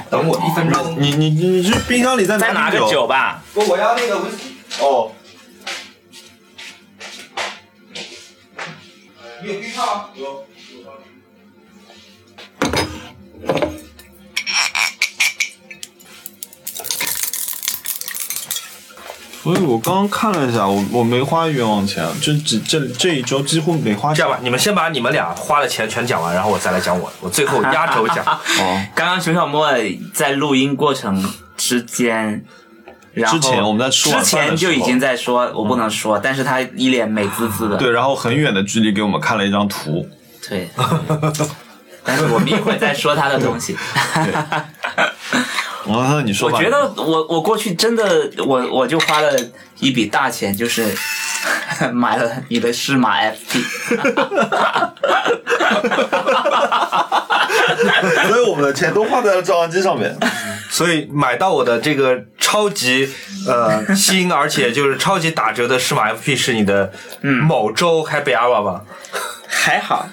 S4: 等我一分 钟。
S2: 你你你你去冰箱里再
S1: 再拿
S2: 拿哦
S1: 个
S2: 瓶
S1: 酒吧，
S4: 我我要那个威士忌，
S2: 哦，
S4: 你有冰块吗？
S2: 所以我刚刚看了一下，我我没花冤枉钱，就只这这一周几乎没花
S4: 这
S2: 钱
S4: 样吧，你们先把你们俩花的钱全讲完，然后我再来讲我的，我最后压轴讲。
S2: 哦。
S1: 刚刚熊小莫在录音过程之间，然后
S2: 之前我们在吃晚
S1: 之
S2: 饭的时候嗯
S1: 前就已经在说，我不能说，但是他一脸美滋滋的，
S2: 对，然后很远的距离给我们看了一张图，
S1: 对，但是我们一会儿再说他的东 西。
S2: 然后你说
S1: 我
S2: 吧，
S1: 觉得我我过去真的我我就花了一笔大钱，就是 买了你的适马 FT，
S2: 所以我们的钱都花在了照相机上面。
S4: 所以买到我的这个超级呃新，而且就是超级打折的适马 FP 是你的某周 Happy Hour 吧？
S1: 还好，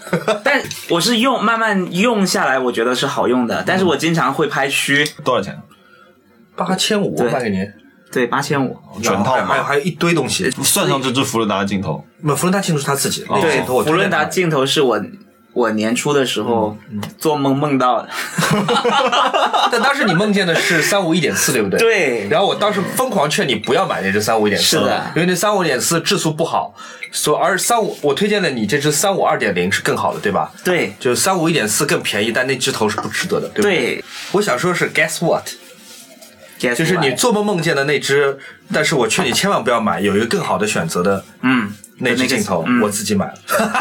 S1: 但我
S4: 嗯
S1: 是用慢慢用下来，我觉得是好用的。但是我经常会拍虚，
S2: 多少钱？
S4: 八千五
S1: 对
S4: 半个年，
S1: 对，八千五。
S4: 哦
S2: 全套
S4: 还有啊
S2: 嘛。
S4: 还有一堆东西。
S2: 算上这只福伦达的镜头，
S4: 那弗伦达镜头是他自己的，那个
S1: 对，
S4: 镜头哦我
S1: 福
S4: 推
S1: 伦
S4: 荐
S1: 达
S4: 他
S1: 镜头是我我年初的时候
S4: 嗯
S1: 做梦梦到 的，
S4: 但当时你梦见的是三五一点四，对不对？
S1: 对
S4: 然后我当时疯狂劝你不要买那只三五一点四，
S1: 是的
S4: 因为那三五一点四质素不好，所而三五我推荐的你这只三五二点零是更好的，对吧？
S1: 对
S4: 就是三五一点四更便宜，但那只头是不值得的，对不对？
S1: 对，
S4: 我想说是 guess what，
S1: Guess
S4: 就是你
S1: what？
S4: 做梦梦见的那只，但是我劝你千万不要买，有一个更好的选择的
S1: 嗯，
S4: 那只
S1: 那个
S4: 镜头，
S1: 嗯
S4: 我自己买了，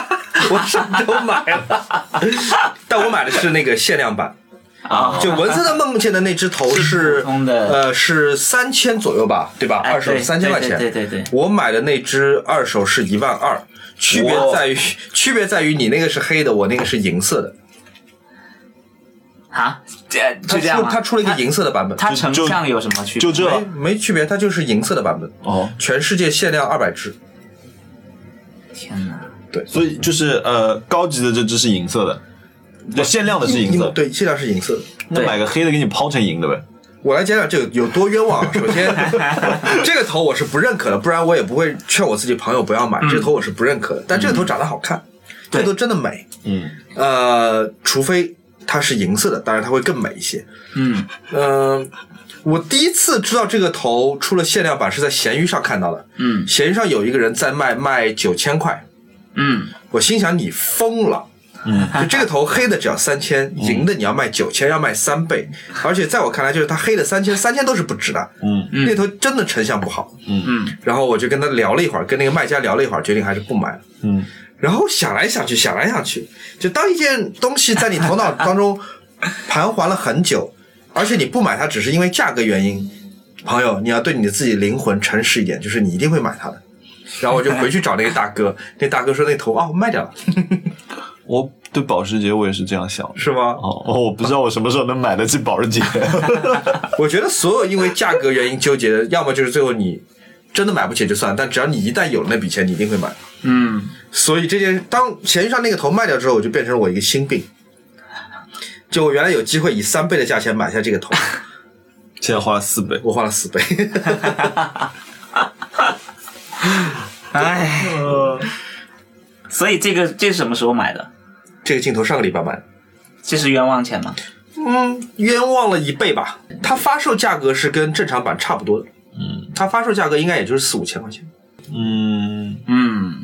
S4: 我什么都买了，但我买的是那个限量版。
S1: 啊，
S4: 就文森特梦见的那只头
S1: 是
S4: 是
S1: 普通的
S4: 呃，是三千左右吧，对吧？
S1: 哎
S4: 二手
S1: 对
S4: 三千块钱，
S1: 对对对对
S4: 我买的那只二手是一万二，区别在于区别在于你那个是黑的，我那个是银色的。
S1: 啊，这
S4: 它
S1: 就这样
S4: 出
S1: 吗？
S4: 它出了一个银色的版本，
S1: 它成
S2: 就
S1: 像有什么区别？哎
S2: 就这
S4: 没没区别，它就是银色的版本。
S2: 哦，
S4: 全世界限量二百只，
S1: 天哪！
S2: 所以就是呃，高级的这只是银色的，就限量的是银
S4: 因
S2: 色
S4: 为，对，限量是银色的。
S2: 那
S1: 对
S2: 买个黑的给你抛成银的呗。
S4: 我来讲讲这个有多冤枉啊！首先，这个头我是不认可的，不然我也不会劝我自己朋友不要买。这个头我是不认可的，但这个头长得好看，这个头真的美。
S2: 嗯，
S4: 呃，除非它是银色的，当然它会更美一些。
S1: 嗯，
S4: 嗯、我第一次知道这个头出了限量版是在闲鱼上看到的。
S1: 嗯
S4: 闲鱼上有一个人在卖，卖九千块。
S1: 嗯，
S4: 我心想你疯了。嗯，就这个头黑的只要三千，银的你要卖九千，要卖三倍，而且在我看来，就是它黑的三千，三千都是不值的。
S2: 嗯，
S4: 那头真的成像不好。
S2: 嗯
S1: 嗯，
S4: 然后我就跟他聊了一会儿，跟那个卖家聊了一会儿，决定还是不买了。
S2: 嗯，
S4: 然后想来想去，想来想去，就当一件东西在你头脑当中盘桓了很久，而且你不买它只是因为价格原因，朋友，你要对你自己灵魂诚实一点，就是你一定会买 它的。然后我就回去找那个大哥，那大哥说那头啊、我卖掉了，
S2: 我对保时捷我也是这样想的。
S4: 是吗？
S2: 哦，哦我不知道我什么时候能买得起保时捷。
S4: 我觉得所有因为价格原因纠结的，要么就是最后你真的买不起就算了，但只要你一旦有了那笔钱，你一定会买。
S1: 嗯，
S4: 所以这件当闲鱼上那个头卖掉之后，我就变成了我一个心病。就我原来有机会以三倍的价钱买下这个头，
S2: 现在花了四倍，
S4: 我花了四倍。
S1: 哎，所以这个这是什么时候买的？
S4: 这个镜头上个礼拜买的，
S1: 这是冤枉钱吗？
S4: 嗯，冤枉了一倍吧。它发售价格是跟正常版差不多的，嗯，它发售价格应该也就是四五千块钱。
S2: 嗯，
S1: 嗯，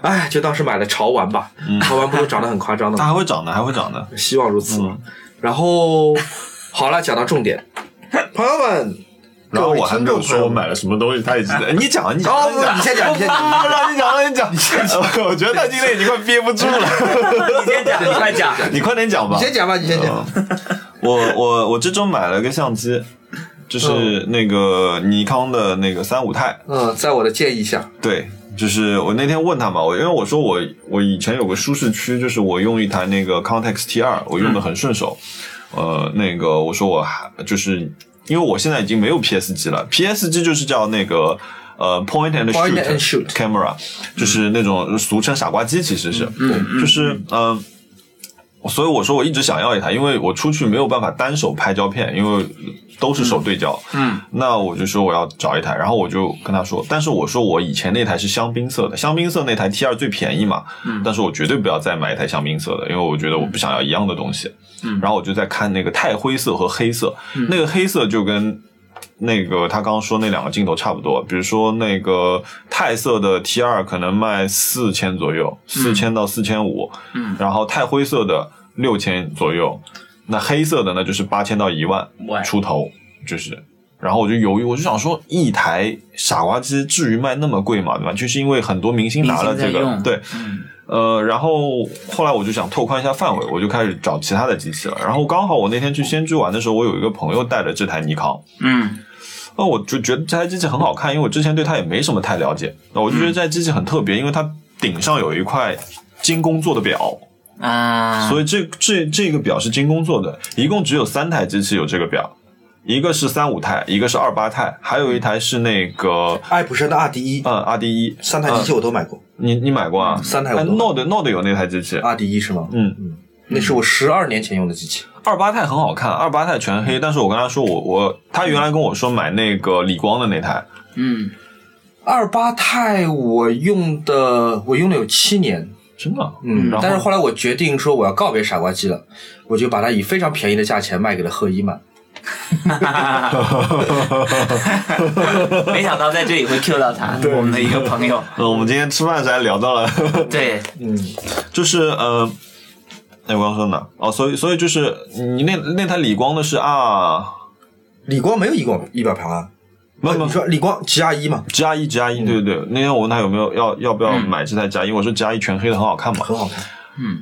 S4: 哎，就当是买了潮玩吧，潮玩不都涨得很夸张的
S2: 它
S4: 吗？
S2: 还会涨的，还会涨的。
S4: 希望如此。然后好了，讲到重点，朋友们，
S2: 然后我还没有说我
S4: 各位听众朋友们
S2: 买了什么东西，他已经 你讲啊，你讲啊，
S4: 哦，
S2: 你讲啊，
S4: 你先讲，你先讲。
S2: 啊让你讲，让你讲， 我觉得他今天已经快憋不住了，
S1: 你先讲，你快讲。
S2: 你快点讲吧
S4: 你。先讲吧，你先讲。
S2: 我我我这周买了个相机，就是
S1: 嗯
S2: 那个尼康的那个三五钛，
S4: 嗯，在我的建议下，
S2: 对，就是我那天问他嘛，我因为我说我我以前有个舒适区，就是我用一台那个 Contax T 二，我用的很顺手。呃，那个我说我还就是因为我现在已经没有 PS 机了，PS 机就是叫那个呃 point and
S4: Point
S2: shoot,
S4: and shoot
S2: camera，就是那种俗称傻瓜机，其实是，就是嗯。呃所以我说我一直想要一台，因为我出去没有办法单手拍胶片，因为都是手对焦。
S1: 嗯，
S2: 那我就说我要找一台，然后我就跟他说，但是我说我以前那台是香槟色的，香槟色那台 T 二最便宜嘛，
S1: 嗯
S2: 但是我绝对不要再买一台香槟色的，因为我觉得我不想要一样的东西。嗯，然后我就在看那个钛灰色和黑色，
S1: 嗯
S2: 那个黑色就跟那个他刚刚说那两个镜头差不多，比如说那个钛色的 T 二可能卖四千左右，四千到四千五，
S1: 嗯，
S2: 然后钛灰色的六千左右，那黑色的呢就是八千到一万
S1: 哇
S2: 出头，就是。然后我就犹豫，我就想说，一台傻瓜机至于卖那么贵吗？对吧？就是因为很多明星拿了这
S1: 明星在
S2: 个
S1: 用，嗯
S2: 对，呃，然后后来我就想拓宽一下范围，我就开始找其他的机器了。然后刚好我那天去仙居玩的时候，我有一个朋友带了这台尼康，
S1: 嗯
S2: 那我就觉得这台机器很好看，因为我之前对它也没什么太了解。那我就觉
S1: 嗯
S2: 得这台机器很特别，因为它顶上有一块精工做的表，
S1: 啊，
S2: 所以这这这个表是精工做的，一共只有三台机器有这个表，一个是三五钛，一个是二八钛，还有一台是那个
S4: 爱普生的 R D 一，
S2: 嗯 R D 一。
S4: 三台机器我都买过。
S2: 你你买过啊？
S4: 嗯三台我啊
S2: 哎
S4: 都买
S2: Node Node 有那台机器，
S4: R D 一是吗？
S2: 嗯
S4: 那是我十二年前用的机器。
S2: 二八钛很好看，二八钛全黑，但是我跟他说我我他原来跟我说买那个理光的那台，
S1: 嗯，
S4: 二八钛我用的我用了有七年，
S2: 真的，
S4: 嗯，
S2: 然后
S4: 但是后来我决定说我要告别傻瓜机了，我就把它以非常便宜的价钱卖给了贺一曼。
S1: 没想到在这里会 Q 到他，我们的一个朋友。
S2: 呃，我们今天吃饭时还聊到了，
S1: 对，
S2: 就是呃，哎，我刚说哪？哦，所以所以就是你那那台理光的是啊，
S4: 理光没有一光仪表盘啊，
S2: 没有没有
S4: 你说理光 G R 一嗯嘛，
S2: 加一加一，对对对。那天我问他有没有要要不要买这台加一，我说加一全黑的很好看嘛，
S4: 很好看，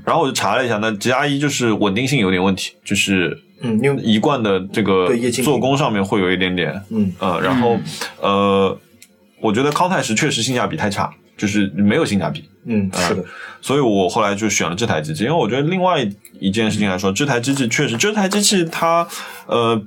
S2: 然后我就查了一下，那加一就是稳定性有点问题，就是
S4: 嗯，因为
S2: 一贯的这个
S4: 对液晶屏
S2: 做工上面会有一点点，
S4: 嗯
S2: 呃，然后呃，我觉得康泰时确实性价比太差，就是没有性价比，
S4: 嗯是的，
S2: 所以我后来就选了这台机器，因为我觉得另外一件事情来说，这台机器确实，这台机器它呃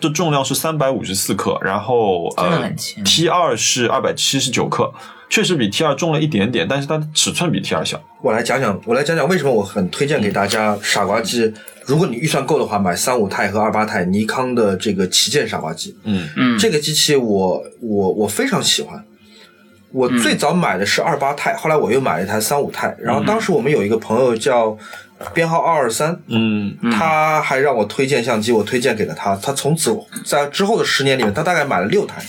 S2: 的重量是三百五十四克，然后
S1: 真的
S2: 呃
S1: 很轻
S2: T 二是二百七十九克，确实比 T 二重了一点点，但是它的尺寸比 T 二小。
S4: 我来讲讲，我来讲讲为什么我很推荐给大家傻瓜机。如果你预算够的话，买三五钛和二八钛尼康的这个旗舰傻瓜机。
S2: 嗯
S1: 嗯
S4: 这个机器我我我非常喜欢。我最早买的是二八钛，后来我又买了一台三五钛。然后当时我们有一个朋友叫编号二二三，
S2: 嗯
S4: 他还让我推荐相机，我推荐给了他。他从此在之后的十年里面，他大概买了六台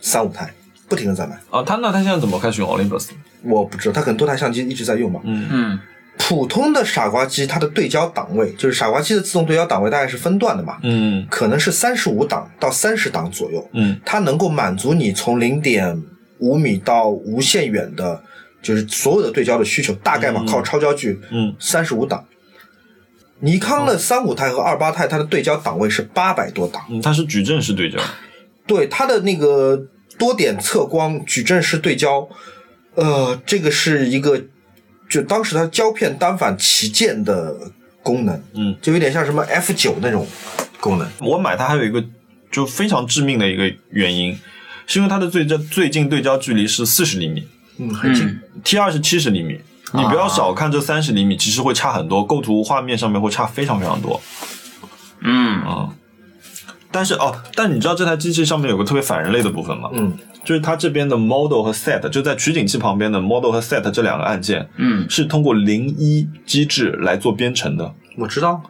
S4: 三五钛，不停的在买。
S2: 啊，它那它现在怎么开始用 Olympus？
S4: 我不知道，他可能多台相机一直在用吧。
S1: 嗯
S4: 普通的傻瓜机，它的对焦档位就是傻瓜机的自动对焦档位大概是分段的嘛，
S2: 嗯
S4: 可能是三十五档到三十档左右，
S2: 嗯
S4: 它能够满足你从零点五米到无限远的，就是所有的对焦的需求，大概嘛，靠超焦距，
S2: 嗯，
S4: 三十五档。尼康的三五钛和二八钛，它的对焦档位是八百多档，
S2: 嗯，它是矩阵式对焦。
S4: 对它的那个多点测光矩阵式对焦，呃，这个是一个就当时它胶片单反旗舰的功能，
S2: 嗯，
S4: 就有点像什么 F 九那种功能。
S2: 我买它还有一个就非常致命的一个原因，是因为它的最焦最近对焦距离是四十厘米。
S4: 嗯，很近。
S1: 嗯
S2: T 二是七十厘米，你不要小看这三十厘米，其实会差很多，构图画面上面会差非常非常多。
S1: 嗯
S2: 嗯，但是哦，但你知道这台机器上面有个特别反人类的部分吗？
S4: 嗯，
S2: 就是它这边的 Model 和 Set，就在取景器旁边的 Model 和 Set 这两个按键
S1: 嗯
S2: 是通过零一机制来做编程的。
S4: 我知道，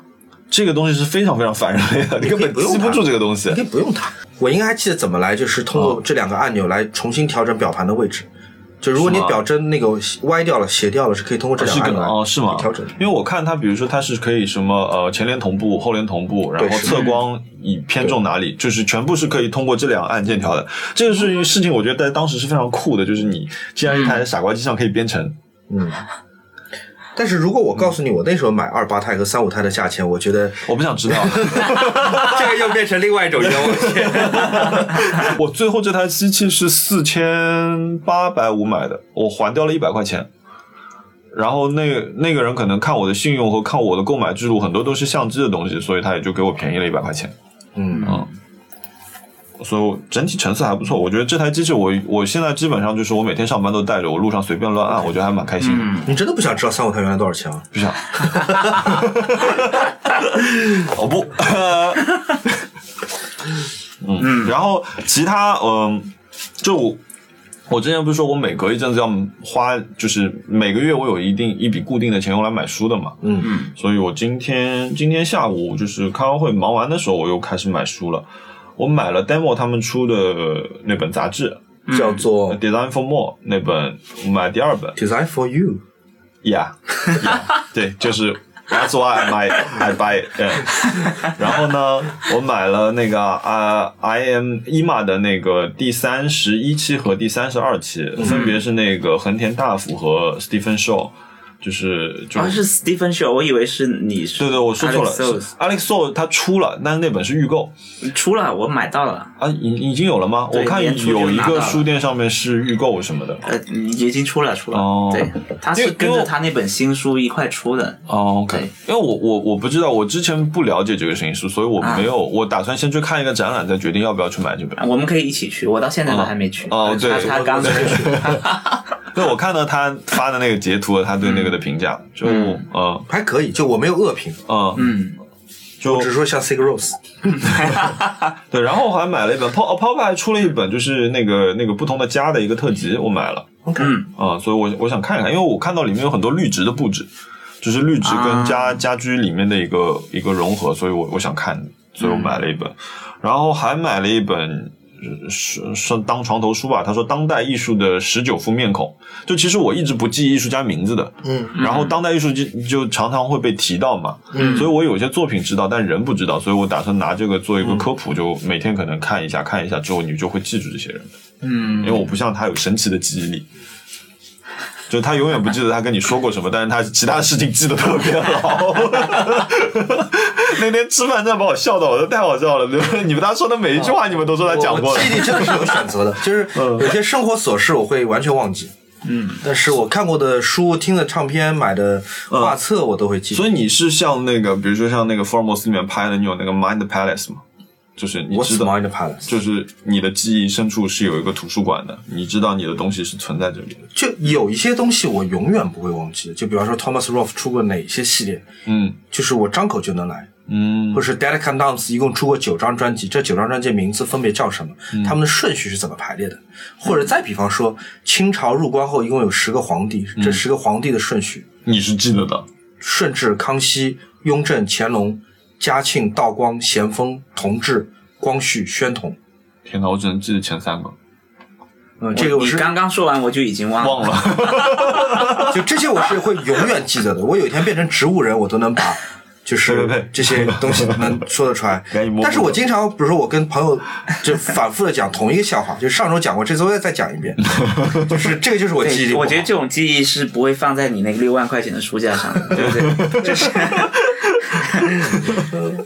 S2: 这个东西是非常非常反人类的，你
S4: 可以
S2: 根本
S4: 不用
S2: 记不
S4: 它
S2: 住这个东西
S4: 你可。以不用它。我应该还记得怎么来，就是通
S2: 嗯
S4: 过这两个按钮来重新调整表盘的位置。就如果你
S2: 是吗
S4: 表针那个歪掉了、斜掉了，是可以通过这两
S2: 是
S4: 个按
S2: 可
S4: 钮
S2: 能
S4: 来
S2: 哦，是吗？
S4: 调整的。
S2: 因为我看它，比如说它是可以什么呃前联同步、后联同步，然后
S4: 是的
S2: 测光以偏重哪里，就是全部是可以通过这两个按键调的。这个事情事情，我觉得在当时是非常酷的，就是你既然一台傻瓜机上可以编 程，
S4: 嗯。但是如果我告诉你我那时候买二八钛和三五钛的价钱，我觉得
S2: 我不想知道。
S4: 这个又变成另外一种冤枉钱。
S2: 我最后这台机器是四千八百五买的，我还掉了一百块钱。然后那个那个人可能看我的信用和看我的购买记录，很多都是相机的东西，所以他也就给我便宜了一百块钱。
S4: 嗯，
S2: 所以我整体成色还不错。我觉得这台机器我，我现在基本上就是我每天上班都带着，我路上随便乱按，我觉得还蛮开心的。
S1: 嗯，
S4: 你真的不想知道三五钛原来多少钱吗？
S2: 不想，我哦不，嗯，然后其他，嗯、就我。我之前不是说，我每隔一阵子要花，就是每个月我有一定一笔固定的钱用来买书的嘛。
S4: 嗯
S2: 嗯，所以我今天今天下午就是开完会忙完的时候，我又开始买书了。我买了 Demo 他们出的那本杂志
S4: 叫
S2: 《
S4: 做
S2: Design for More》那本，我买了第二本。
S4: Design for You。
S2: Yeah，, yeah 对，就是 That's why I buy I buy it、然后呢，我买了那个啊、I am IMA 的那个第三十一期和第三十二期，
S1: 嗯
S2: 分别是那个横田大辅和 Stephen Shaw，就是就
S1: 好哦像是 Stephen Shaw，我以为是你是
S2: 对对，我说错了
S1: Alex
S2: 是 Alex Shaw 他出了，但是那本是预购
S1: Soles 出了，我买到了，
S2: 啊，已已经有了吗？
S1: 对
S2: 我看
S1: 年初就
S2: 有一
S1: 拿到
S2: 个
S1: 了
S2: 书店上面是预购什么的。
S1: 呃，已经出了出了，
S2: 哦
S1: 对，他
S2: 因
S1: 是
S2: 为
S1: 跟
S2: 因
S1: 着
S2: 为
S1: 他那本新书一块出的，
S2: 哦，OK，
S1: 对
S2: 因为我我我不知道，我之前不了解这个摄影师，所以我没有，
S1: 啊
S2: 我打算先去看一个展览，再决定要不要去买这本。
S1: 嗯我们可以一起去，我到现在都还没去，
S2: 哦哦对
S1: 他他刚 才去，
S2: 对，我看到他发的那个截图，他对那个的评价，就
S1: 嗯
S2: 嗯
S4: 还可以，就我没有恶评。
S2: 嗯，
S1: 嗯
S2: 就就
S4: 我只说像 Sig Rose，
S2: 对，然后我还买了一本 Pop Pop 还出了一本，就是那个那个不同的家的一个特辑，我买了。
S4: OK
S2: 啊、所以我我想看一看，因为我看到里面有很多绿植的布置，就是绿植跟家、家居里面的一个一个融合，所以我我想看，所以我买了一本，然后还买了一本。呃是是当床头书吧，他说当代艺术的十九副面孔，就其实我一直不记艺术家名字的，
S4: 嗯，
S2: 然后当代艺术就就常常会被提到嘛，嗯，所以我有些作品知道，但人不知道，所以我打算拿这个做一个
S4: 嗯
S2: 科普，就每天可能看一下，看一下之后你就会记住这些人，因为
S1: 嗯，
S2: 我不像他有神奇的记忆力，就他永远不记得他跟你说过什么，但是他其他事情记得特别牢。 那天吃饭真的把我笑到，我都太好笑了。 就是你们他说的每一句话，你们都说他讲过
S4: 我
S2: 了嗯
S4: 记忆。力真的是有选 择的，就是有些生活琐事我会完全忘记，嗯，但是我看过的书、听的唱片、买的画册我都会记。
S2: 嗯所以你是像那个，比如说像那个福尔摩斯里面拍的，你有那个 Mind Palace 吗？就是你
S4: 我
S2: 知
S4: s
S2: 道
S4: m i l e Palace
S2: 就是你的记忆深处是有一个图书馆的，你知道你的东西是存在这里的。
S4: 就有一些东西我永远不会忘记，就比方说 Thomas Rolfe 出过哪些系列，
S2: 嗯
S4: 就是我张口就能来，
S2: 嗯
S4: 或者是 Dead Can Dance 一共出过九张专辑，这九张专辑名字分别叫什么？
S2: 嗯
S4: 他们的顺序是怎么排列的？或者再比方说，清朝入关后一共有十个皇帝，
S2: 嗯
S4: 这十个皇帝的顺序，
S2: 你是记得的。
S4: 顺治、康熙、雍正、乾隆、嘉庆、道光、咸丰、同治、光绪、宣统。
S2: 天哪，我只能记得前三个，
S4: 嗯，这个我
S1: 你
S4: 是
S1: 刚刚说完我就已经忘了。
S2: 忘了。
S4: 就这些我是会永远记得的。我有一天变成植物人，我都能把就是
S2: 呸呸呸
S4: 这些东西能说得出来
S2: 赶紧摸。摸
S4: 但是我经常，比如说我跟朋友就反复的讲同一个笑话，就上周讲过，这周再再 讲一遍，就是这个就是我记忆力
S1: 对，
S4: 不好。
S1: 我觉得这种记忆是不会放在你那个六万块钱的书架上 的，对不对？就是，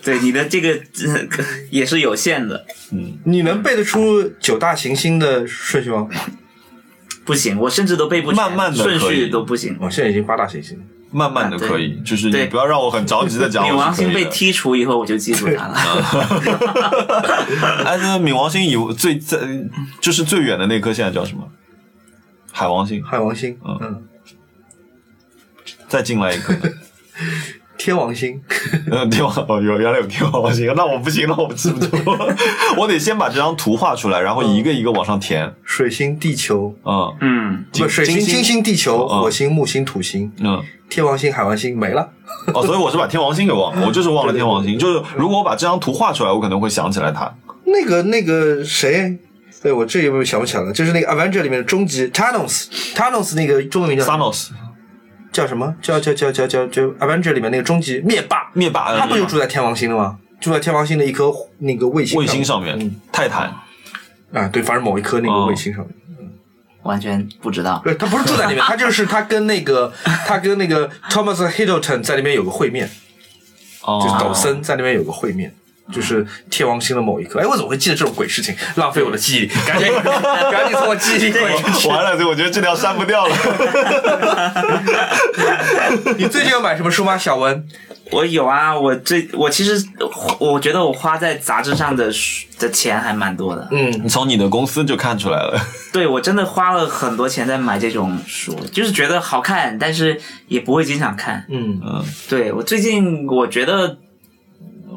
S1: 对你的这个、 呃也是有限的。
S4: 你能背得出九大行星的顺序吗？
S1: 不行，我甚至都背不全，
S2: 慢慢地
S1: 顺
S2: 可以哦
S1: 序都不行。
S4: 我哦现在已经八大行星了。
S2: 慢慢的
S1: 啊对
S2: 可以，就是你
S1: 对
S2: 不要让我很着急的讲。
S1: 冥
S2: 我
S1: 王
S2: 是可
S1: 星
S2: 以
S1: 被
S2: 的。
S1: 剔除以后，我就记住它了。
S2: 哎，那冥王星以最在就是最远的那颗现在叫什么？海王星，
S4: 海王星，
S2: 嗯
S4: 嗯，
S2: 再进来一颗。
S4: 天王星，
S2: 嗯，天王哦，有原来有天王星，那我不行了，我记不住， 我得先把这张图画出来，然后一个一个往上填。
S4: 水星、地球，
S2: 嗯，
S1: 嗯，
S4: 不，水星、金星、地球、
S2: 嗯
S4: 火星、木星、土星、
S2: 嗯，
S4: 天王星、海王星没了。
S2: 哦，所以我是把天王星给忘了，我就是忘了天王星。就是如果我把这张图画出来，我可能会想起来它。
S4: 那个那个谁，对我这一步想不起来了，就是那个《Avenger》里面的终极 Thanos，Thanos 那个中文名叫
S2: Thanos
S4: 叫什么？叫叫叫叫叫叫《Avenger》里面那个终极灭霸，
S2: 灭霸，呃
S4: 他不就住在天王星的吗？住在天王星的一颗那个卫星嗯
S2: 卫星上面，泰坦
S4: 啊，对，反正某一颗那个
S2: 哦
S4: 卫星上面。
S1: 完全不知道
S4: 不。是，他不是住 在那边，他就是他跟那个他跟那个 Thomas Hiddleston 在那边有个会面，
S2: 哦
S4: 就是抖森在那边有个会面。就是天王星的某一颗，哎，我怎么会记得这种鬼事情？浪费我的记忆，赶 紧赶紧从我记忆里滚出去！
S2: 完了，所以我觉得这条删不掉了。
S4: 你最近有买什么书吗，小文？
S1: 我有啊，我这我其实我觉得我花在杂志上的的钱还蛮多的。
S4: 嗯，
S2: 你从你的公司就看出来了，
S1: 对我真的花了很多钱在买这种书，就是觉得好看，但是也不会经常看。
S4: 嗯，
S1: 对我最近我觉得，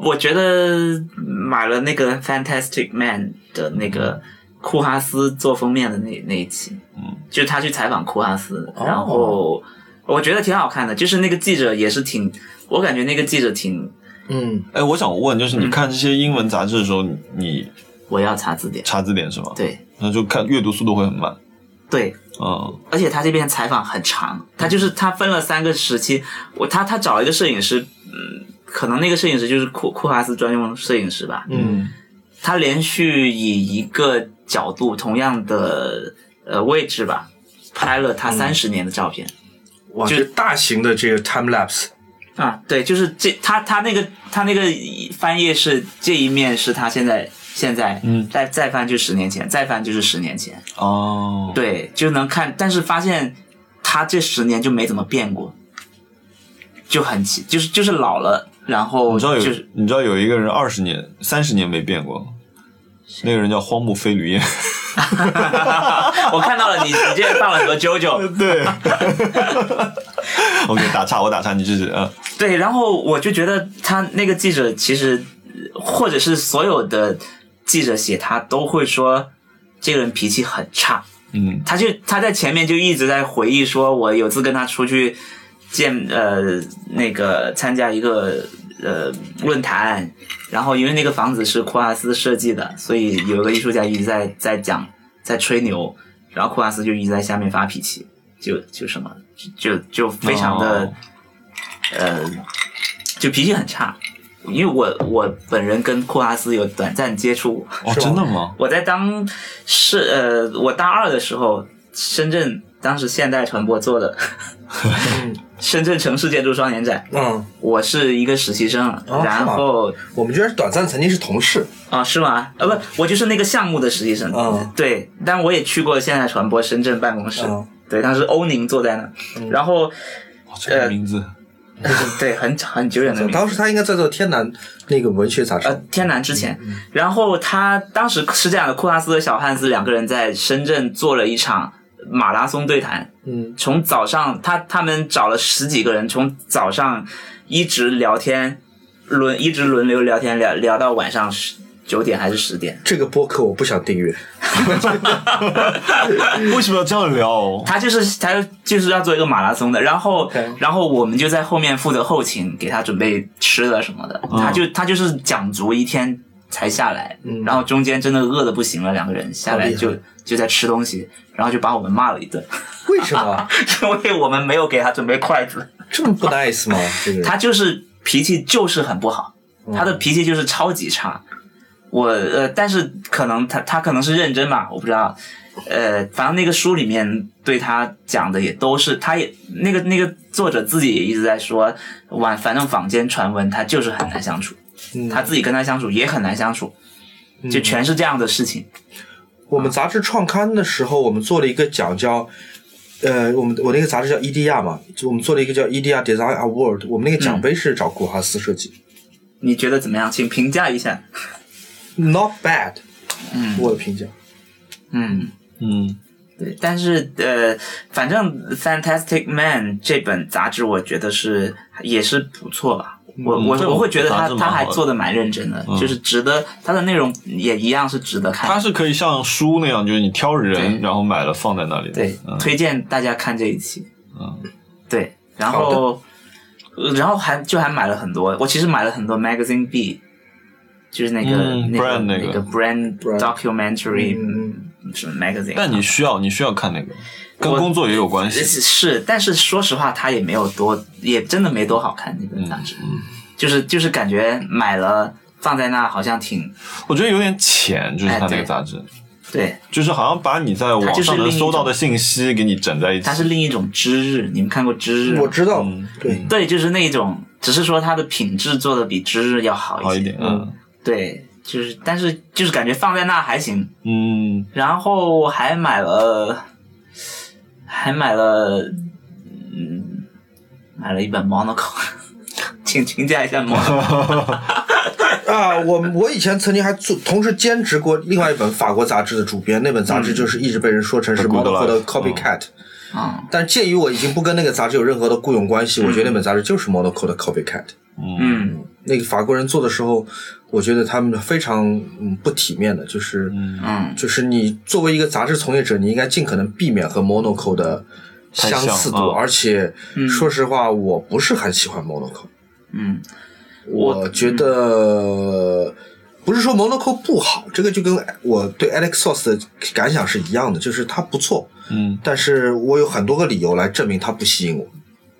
S1: 我觉得买了那个《Fantastic Man》的那个库哈斯做封面的那那一期，嗯，就是他去采访库哈斯，然后我觉得挺好看的，就是那个记者也是挺，我感觉那个记者挺，
S4: 嗯，
S2: 哎，我想问，就是你看这些英文杂志的时候，你你
S1: 我要查字典，
S2: 查字典是吗？，
S1: 对
S2: 那就看阅读速度会很慢。
S1: 对，
S2: 嗯，
S1: 而且他这边采访很长，他就是他分了三个时期，我他他找了一个摄影师，嗯，可能那个摄影师就是库库哈斯专用摄影师吧，
S4: 嗯，
S1: 他连续以一个角度、同样的呃位置吧，拍了他三十年的照片、
S4: 哇，
S1: 就
S4: 这大型的这个 time lapse，
S1: 啊，对，就是这他他那个他那个翻页是这一面是他现在现在，嗯，再再翻就十年前，再翻就是十年前，
S2: 哦，
S1: 对，就能看，但是发现他这十年就没怎么变过，就很奇，就是就是老了，然后
S2: 你知道有、
S1: 就是
S2: 你知道有一个人二十年、三十年没变过，那个人叫荒木飞吕彦。
S1: 我看到了你，你这放了很多 JoJo，
S2: 对， OK，打岔，我打岔，你继续啊。
S1: 对，然后我就觉得他那个记者其实，呃或者是所有的记者写他都会说，这个人脾气很差。
S2: 嗯，
S1: 他就他在前面就一直在回忆说，我有次跟他出去见呃那个参加一个呃论坛，然后因为那个房子是库阿斯设计的，所以有个艺术家一直在在讲在吹牛，然后库阿斯就一直在下面发脾气，就就什么就就非常的、
S2: 哦
S1: 呃就脾气很差。因为我我本人跟库阿斯有短暂接触，
S2: 哦，真的吗？
S1: 我在当是呃，我大二的时候，深圳当时现代传播做的 深圳城市建筑双年展，
S4: 嗯，
S1: 我是一个实习生，啊
S4: 哦
S1: 然后
S4: 我们居然短暂曾经是同事，
S1: 啊是吗？呃不，我就是那个项目的实习生，
S4: 嗯
S1: 对，但我也去过现代传播深圳办公室，
S4: 嗯
S1: 对，当时欧宁坐在那，然后
S2: 哦这
S1: 呃
S2: 个名字，
S1: 对，很很久远的名字。
S4: 当时他应该在做天南那个文学杂志
S1: 呃，，天南之前，然后他当时是这样的，库哈斯和小汉斯两个人在深圳做了一场马拉松对谈，
S4: 嗯，
S1: 从早上他他们找了十几个人，从早上一直聊天，轮一直轮流聊天聊聊到晚上十九点还是十点，
S4: 这个播客我不想订阅。
S2: 为什么要这样聊哦？
S1: 他就是他就是要做一个马拉松的，然后
S4: OK
S1: 然后我们就在后面负责后勤，给他准备吃的什么的，
S4: 嗯
S1: 他就他就是讲足一天才下来，然后中间真的饿的不行了，两个人下
S4: 嗯好
S1: 来
S4: 厉害
S1: 就就在吃东西，然后就把我们骂了一顿，
S4: 为什 么
S1: 因为我们没有给他准备筷子，
S4: 这么不 nice 吗？这个人
S1: 他就是脾气就是很不好，他的脾气就是超级差。我呃，但是可能他他可能是认真吧，我不知道。呃，反正那个书里面对他讲的也都是，他也那个那个作者自己也一直在说，晚反正坊间传闻他就是很难相处，他自己跟他相处也很难相处，就全是这样的事情。
S4: 我们杂志创刊的时候，我们做了一个奖叫，呃，我们我那个杂志叫 EDR 嘛，就我们做了一个叫 EDR Design Award，我们那个奖杯是找古哈斯设计、
S1: 你觉得怎么样？请评价一下。
S4: n o t bad，嗯，我的评价，
S1: 嗯，
S2: 嗯，
S1: 对，但是呃，反正《Fantastic Man》这本杂志，我觉得是也是不错吧。我我
S2: 嗯这个
S1: 我会觉得
S2: 杂
S1: 他
S2: 志蛮
S1: 他
S2: 好
S1: 还
S2: 的嗯
S1: 做的蛮认真的，就是值得他的内容也一样是值得看
S2: 它
S1: 的。
S2: 是可以像书那样，就是你挑人
S1: 对，
S2: 然后买了放在那里的。
S1: 对，
S2: 嗯
S1: 推荐大家看这一期。
S2: 嗯，
S1: 对，然后呃然后还就还买了很多，我其实买了很多 Magazine B，就是那个、
S2: 嗯
S1: 那个
S2: brand 那个
S1: 个 brand
S4: brand
S1: documentary
S4: 嗯
S1: 什么 magazine，
S2: 但你需要，你需要看那个，跟
S1: 我
S2: 工作也有关系。
S1: 是是，但是说实话，它也没有多，也真的没多好看那本杂志，
S2: 嗯
S1: 就是就是感觉买了放在那好像挺
S2: 我觉得有点浅，就是
S1: 哎
S2: 它那
S1: 对
S2: 个杂志，
S1: 对，
S2: 就是好像把你在
S1: 它
S2: 网
S1: 就是
S2: 上能
S1: 另一
S2: 搜到
S1: 种
S2: 的信息给你整在一
S1: 它
S2: 起。
S1: 是另一种知日，你们看过知日吗？
S4: 嗯我知道，对，
S1: 对，就是那种，只是说它的品质做的比知日要好一些，
S2: 好一点，嗯
S1: 对，就是但是就是感觉放在那还行，
S2: 嗯，
S1: 然后我还买了，还买了，嗯，买了一本 Monaco，请评价一下 Monaco，
S4: 啊，我我以前曾经还做同时兼职过另外一本法国杂志的主编，那本杂志就是一直被人说成是
S2: The Good
S4: Monaco 的
S2: Life，
S4: copycat，、
S1: 嗯。
S4: 但鉴于我已经不跟那个杂志有任何的雇佣关系，我觉得那本杂志就是 Monaco 的 copycat。
S1: 嗯
S4: 那个法国人做的时候，我觉得他们非常嗯不体面的，就是
S1: 嗯
S4: 就是你作为一个杂志从业者，你应该尽可能避免和 Monaco 的相似度，
S2: 太像嗯
S4: 而且、说实话，我不是很喜欢 Monaco，
S1: 嗯，我
S4: 我觉得。不是说 Monaco 不好，这个就跟我对 Alex Sauce 的感想是一样的，就是它不错，
S2: 嗯，
S4: 但是我有很多个理由来证明它不吸引我。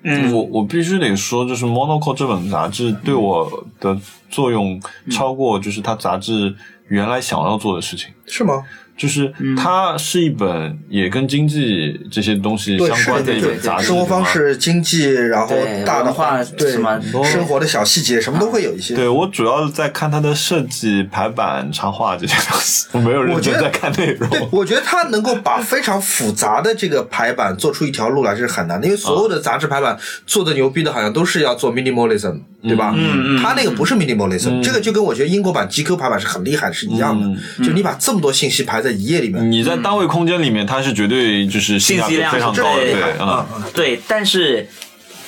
S1: 嗯
S2: 我我必须得说，就是《Monaco》这本杂志对
S4: 嗯
S2: 我的作用超过就是它杂志原来想要做的事情。
S4: 是吗？
S2: 就是
S4: 嗯
S2: 它是一本也跟经济这些东西
S4: 对，
S2: 相
S4: 是
S2: 关的
S4: 对
S2: 一
S4: 对
S2: 本杂
S4: 对，
S2: 志，
S4: 生活方
S2: 对吗
S4: 式、经济，然后
S1: 对
S4: 大的
S1: 文化
S4: 对
S1: 什么
S4: 生活的小细节，什么都会有一些。
S2: 对我主要在看它的设计、排版、插画这些东西， 我没有认
S4: 我觉
S2: 真在
S4: 得
S2: 看内容。
S1: 哦
S4: 对，我觉得他能够把非常复杂的这个排版做出一条路来是很难的，因为所有的杂志排版做的牛逼的，好像都是要做 minimalism，对吧？
S1: 嗯嗯嗯
S4: 他那个不是 minimalism，这个就跟我觉得英国版 GQ 排版是很厉害是一样的，就你把这么多信息排在一页里面，
S2: 你在单位空间里面，它是绝对就是性价比非常高的，嗯
S4: 嗯
S1: 信息量是
S2: 对
S1: 最
S2: 啊，
S1: 对，但是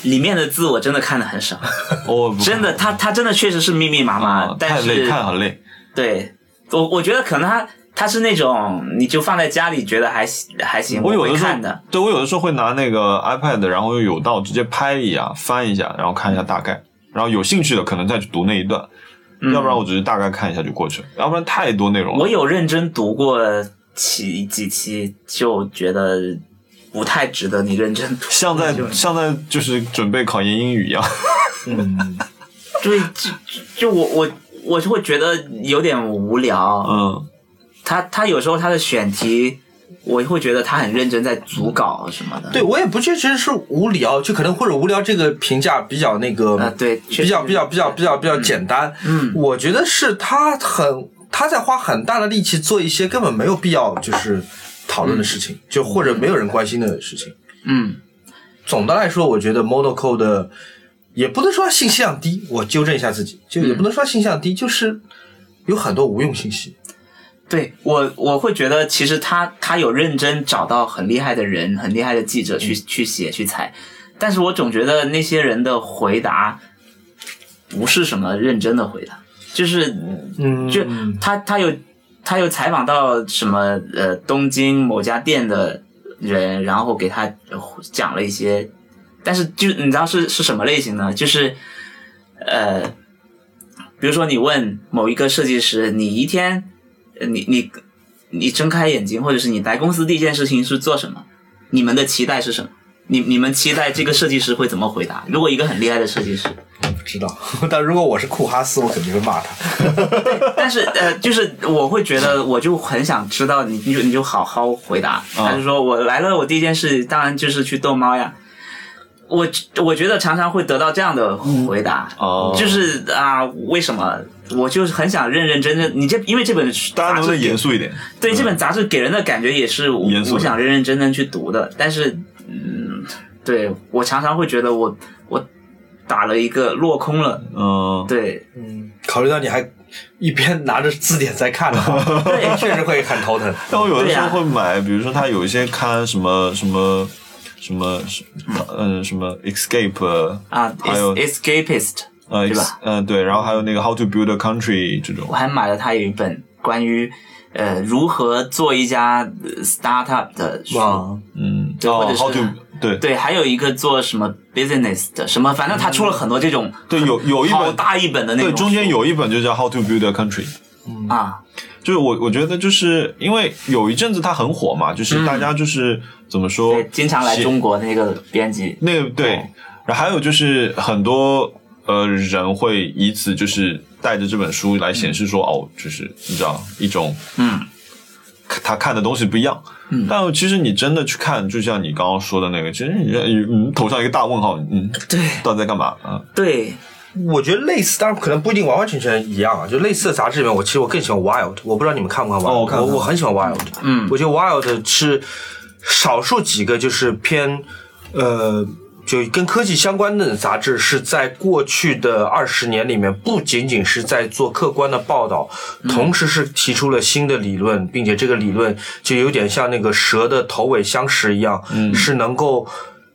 S1: 里面的字我真的看的很少，
S2: 我不
S1: 真的，他他真的确实是密密麻麻，
S2: 啊
S1: 但
S2: 太累，
S1: 是
S2: 看好累。
S1: 对我我觉得可能他他是那种你就放在家里觉得还行还行，
S2: 我有
S1: 会
S2: 的时候哦
S1: 看的，，
S2: 对我有的时候会拿那个 iPad，然后用有道直接拍一下，翻一下，然后看一下大概，然后有兴趣的可能再去读那一段，要不然我只是大概看一下就过去了，要不然太多内容
S1: 嗯我
S2: 了。
S1: 有认真读过几几期，就觉得不太值得你认真读，
S2: 像在像在就是准备考研英语一样，
S1: 嗯对，就就就我我我就会觉得有点无聊，
S2: 嗯，
S1: 他他有时候他的选题，我会觉得他很认真在组稿什么的。
S4: 对，我也不确实是无聊，就可能或者无聊这个评价比较那个，
S1: 啊对确实
S4: 比较比较比较比较比较简单。嗯，我觉得是他很他在花很大的力气做一些根本没有必要就是讨论的事情，就或者没有人关心的事情。
S1: 嗯，
S4: 总的来说，我觉得 Monaco 的也不能说信息量低，我纠正一下自己，就也不能说信息量
S1: 嗯
S4: 低，就是有很多无用信息。
S1: 对我我会觉得其实他他有认真找到很厉害的人、很厉害的记者去、去写去采，但是我总觉得那些人的回答不是什么认真的回答，就是
S4: 嗯
S1: 就他他有他有采访到什么呃东京某家店的人，然后给他讲了一些，但是就你知道是是什么类型呢？就是呃，比如说你问某一个设计师，你一天呃你你你睁开眼睛，或者是你来公司第一件事情是做什么？你们的期待是什么？你你们期待这个设计师会怎么回答？如果一个很厉害的设计师，
S4: 知道， 但如果我是库哈斯，我肯定会骂他。
S1: 但是呃，就是我会觉得，我就很想知道你，你就你就好好回答。
S2: 嗯
S1: 他就说我来了，我第一件事当然就是去逗猫呀。我我觉得常常会得到这样的回答，
S2: 哦
S1: 就是啊，为什么？我就是很想认认真真，你这因为这本
S2: 大家
S1: 杂志
S2: 能不能
S1: 给
S2: 严肃一点？
S1: 对这本杂志给人的感觉也是我
S2: 嗯严肃的
S1: 我想认认真真去读的，但是嗯，对我常常会觉得我我打了一个落空了，
S2: 嗯，
S1: 对，
S4: 考虑到你还一边拿着字典在看的话，
S1: 对
S4: 确实会很头疼。
S2: 但我有的时候
S1: 对啊
S2: 会买，比如说他有一些刊什么什么什么什么嗯什么 Escape
S1: 啊
S2: 还有
S1: ，escapist，
S2: 呃
S1: 对吧
S2: ex- 呃对，然后还有那个 How to Build a Country 这种
S1: 我，还买了他有一本关于呃如何做一家呃 startup 的书，
S4: 哇，
S2: 嗯，
S1: 对
S2: 哦
S1: 或者是
S2: ，How to 对
S1: 对，还有一个做什么 business 的什么，反正他出了很多这种
S2: 嗯对，有有一
S1: 好
S2: 本
S1: 大一本的那种
S2: 对
S1: 书，
S2: 中间有一本就叫 How to Build a Country，
S1: 啊，
S2: 就是我我觉得就是因为有一阵子它很火嘛，就是大家就是、怎么说
S1: 嗯对，，经常来
S2: 写
S1: 中哦国那个编辑，
S2: 那个对，然后还有就是很多呃人会以此就是带着这本书来显示说、哦，就是你知道一种
S1: 嗯
S2: 他看的东西不一样。嗯，但其实你真的去看，就像你刚刚说的那个，其实你嗯头上一个大问号，嗯，
S1: 对
S2: 到底在干嘛啊？
S1: 对，
S4: 我觉得类似，当然可能不一定完完全全一样啊。就类似的杂志里面，我其实我更喜欢 Wild，我不知道你们看不看 Wild，、
S2: 哦我看
S4: 我
S2: 看
S4: 我很喜欢 Wild，
S1: 嗯
S4: 我觉得 Wild 是少数几个就是偏呃。就跟科技相关的杂志是在过去的二十年里面，不仅仅是在做客观的报道，同时是提出了新的理论，并且这个理论就有点像那个蛇的头尾相识一样，是能够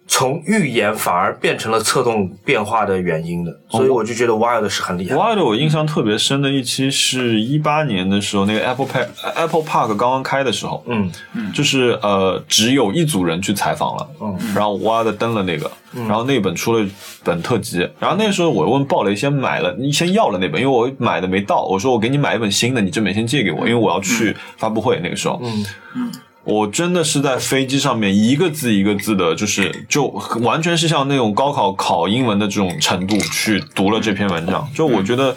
S4: 从预言反而变成了策动变化的原因的。所以我就觉得 Wild 是很厉害
S2: 国。外的我印象特别深的一期是一八年的时候，那个 Apple Park Apple Park 刚刚开的时候，
S4: 嗯，
S2: 就是呃只有一组人去采访了，嗯，然后哇的登了那个，然后那本出了本特辑，然后那时候我问鲍雷先买了，你先要了那本，因为我买的没到，我说我给你买一本新的，你这本先借给我，因为我要去发布会那个时候，嗯。我真的是在飞机上面一个字一个字的，就是就完全是像那种高考考英文的这种程度去读了这篇文章，就我觉得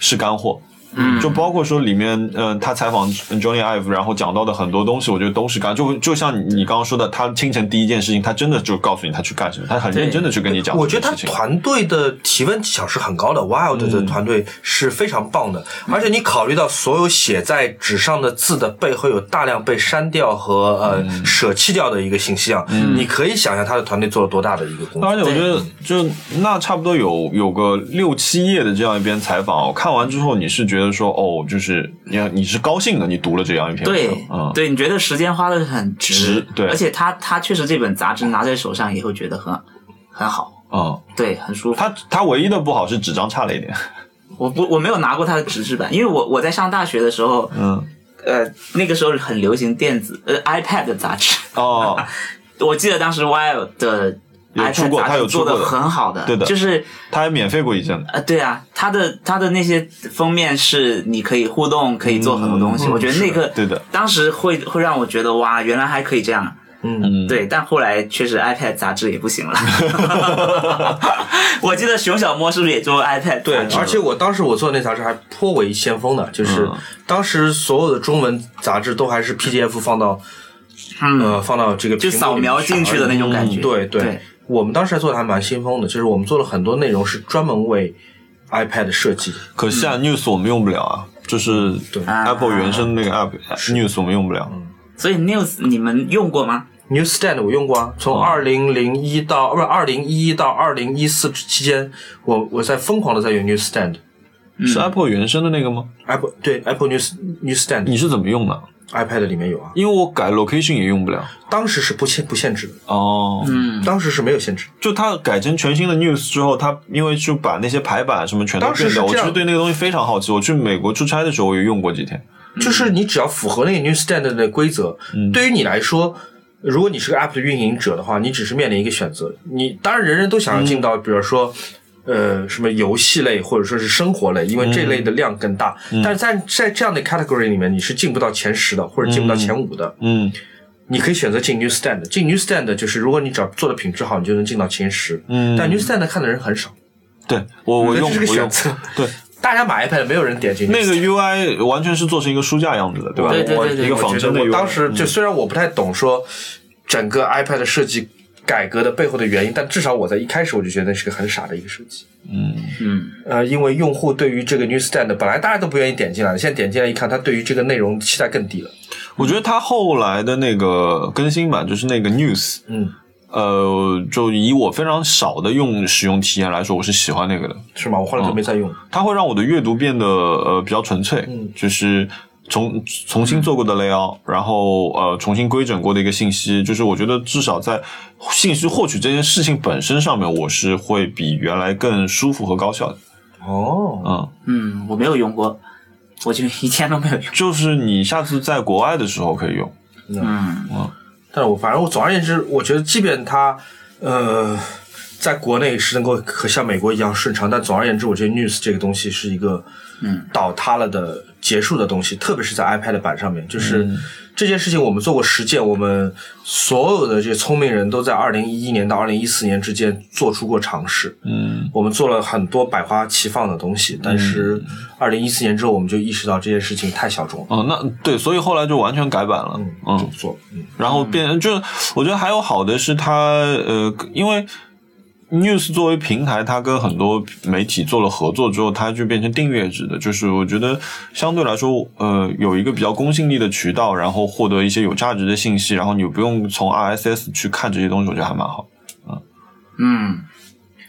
S2: 是干货。嗯，就包括说里面，嗯、他采访 Johnny Ive，然后讲到的很多东西，我觉得都是干，就就像你你刚刚说的，他清晨第一件事情，他真的就告诉你他去干什么，他很认真的去跟你讲
S4: 我
S2: 这
S4: 觉
S2: 件
S4: 得他
S2: 事情。嗯
S4: 团队的提问技巧是很高的，Wild 的团队是非常棒的。而且你考虑到所有写在纸上的字的背后有大量被删掉和呃、
S2: 嗯
S4: 舍弃掉的一个信息量，你可以想象他的团队做了多大的一个工作。
S2: 而且我觉得，就那差不多有有个六七页的这样一篇采访，我看完之后，你是觉得说，哦，就是你你是高兴的，你读了这样一篇文章，
S1: 对，
S2: 嗯，
S1: 对，你觉得时间花的很值，
S2: 值对
S1: 而且他他确实这本杂志拿在手上也会觉得很很好，
S2: 嗯，
S1: 对，很舒服。
S2: 它它唯一的不好是纸张差了一点，
S1: 我不我没有拿过它的纸质版，因为我我在上大学的时候，
S2: 嗯，
S1: 呃，那个时候很流行电子呃 iPad 的杂志，
S2: 哦，
S1: 我记得当时 Wild 的
S2: 有
S1: iPad
S2: 出过
S1: 杂
S2: 它
S1: 志
S2: 有
S1: 做
S2: 出
S1: 的
S2: 过的
S1: 很好的，
S2: 对的
S1: 就是
S2: 它还免费过一阵，
S1: 呃，对啊，它的它的那些封面是你可以互动，可以做很多东西。我觉得那个
S2: 对嗯的，
S1: 当时会会让我觉得哇，原来还可以这样。嗯，对，但后来确实 iPad 杂志也不行了。 我记得熊小莫是不是也做过 iPad？
S4: 对
S1: 杂志，
S4: 而且我当时我做那杂志还颇为先锋的，
S1: 嗯
S4: 就是当时所有的中文杂志都还是 PDF 放到
S1: 嗯，
S4: 呃放到这个
S1: 就
S4: 屏幕里
S1: 扫
S4: 面
S1: 描
S4: 去嗯
S1: 进去的那种感觉。
S4: 对对，
S1: 对
S4: 我们当时还做的还蛮先锋的，就是我们做了很多内容是专门为 iPad 设计。
S2: 可惜啊，News
S1: 嗯
S2: 我们用不了啊，就是
S4: 对
S1: 啊
S2: Apple 原生那个 App News 我们用不了，
S1: 所以 News 你们用过吗？
S4: Newsstand 我用过啊，
S1: 哦
S4: 从二零零一到不是二零一一到二零一四期间，我我在疯狂的在用 Newsstand。
S1: 嗯
S2: 是 Apple 原生的那个吗？
S4: Apple 对 Apple News Newsstand
S1: 嗯
S2: 你是怎么用的？
S4: iPad 里面有啊，
S2: 因为我改 location 也用不了
S4: 当时是不限不限制的，
S2: 哦，
S1: 嗯
S4: 当时是没有限制的。
S2: 就它改成全新的 news 之后，它因为就把那些排版什么全都
S4: 当时
S2: 变掉。
S4: 是
S2: 我其
S4: 这样
S2: 实对那个东西非常好奇。我去美国出差的时候，我也用过几天。嗯
S4: 就是你只要符合那个 Newsstand 的规则，对于你来说，如果你是个 App 的运营者的话，你只是面临一个选择。你当然人人都想要
S2: 嗯
S4: 进到，比如说。呃，什么游戏类或者说是生活类，因为这
S2: 嗯
S4: 类的量更大，但是在在这样的 category 里面，你是进不到前十的，或者进不到前五的。
S2: 嗯
S4: 你可以选择进 Newsstand，进 Newsstand 就是如果你只要做的品质好，你就能进到前十。
S2: 嗯
S4: 但 Newsstand 看的人很少，
S2: 对我我
S4: 这
S2: 用
S4: 是个
S2: 我用
S4: 选择。
S2: 对，
S4: 大家买 iPad 没有人点进
S2: 那
S4: Newsstand
S2: 个 UI 完全是做成一个书架样子的，对吧？
S1: 对对对对
S2: 一个
S1: 我
S2: 仿
S4: 我觉
S2: 真
S4: 得
S2: 的嗯 UI。
S4: 我当时就虽然我不太懂说整个 iPad 的设计改革的背后的原因，但至少我在一开始我就觉得那是个很傻的一个设计。
S1: 嗯，
S4: 呃，因为用户对于这个 Newsstand 本来大家都不愿意点进来的，现在点进来一看，他对于这个内容期待更低了。
S2: 我觉得它后来的那个更新版，就是那个 news，
S4: 嗯，
S2: 呃，就以我非常少的用使用体验来说，我是喜欢那个的。
S4: 是吗？我后来就没再用。
S2: 它会让我的阅读变得呃比较纯粹，就是重重新做过的 layout，、然后呃重新规整过的一个信息，就是我觉得至少在信息获取这件事情本身上面，我是会比原来更舒服和高效的。
S4: 哦，
S2: 嗯，
S1: 嗯，我没有用过，我就一天都没有用。
S2: 就是你下次在国外的时候可以用。
S1: 嗯，
S4: 但是我反正我总而言之，我觉得即便它呃在国内是能够和像美国一样顺畅，但总而言之，我觉得 News 这个东西是一个
S1: 嗯
S4: 倒塌了的结束的东西，特别是在 iPad 版上面，就是。这件事情我们做过实践，我们所有的这些聪明人都在二零一一年到二零一四年之间做出过尝试。
S2: 嗯
S4: 我们做了很多百花齐放的东西，但是二零一四年之后，我们就意识到这件事情太小众了，
S2: 哦、那对，所以后来就完全改版了。
S4: 就
S2: 嗯
S4: 不做了。嗯
S2: 然后变，就是我觉得还有好的是它，呃，因为 News 作为平台，它跟很多媒体做了合作之后，它就变成订阅制的，就是我觉得相对来说，呃，有一个比较公信力的渠道，然后获得一些有价值的信息，然后你不用从
S1: 啊
S2: RSS 去看这些东西，我觉得还蛮好。
S1: 嗯，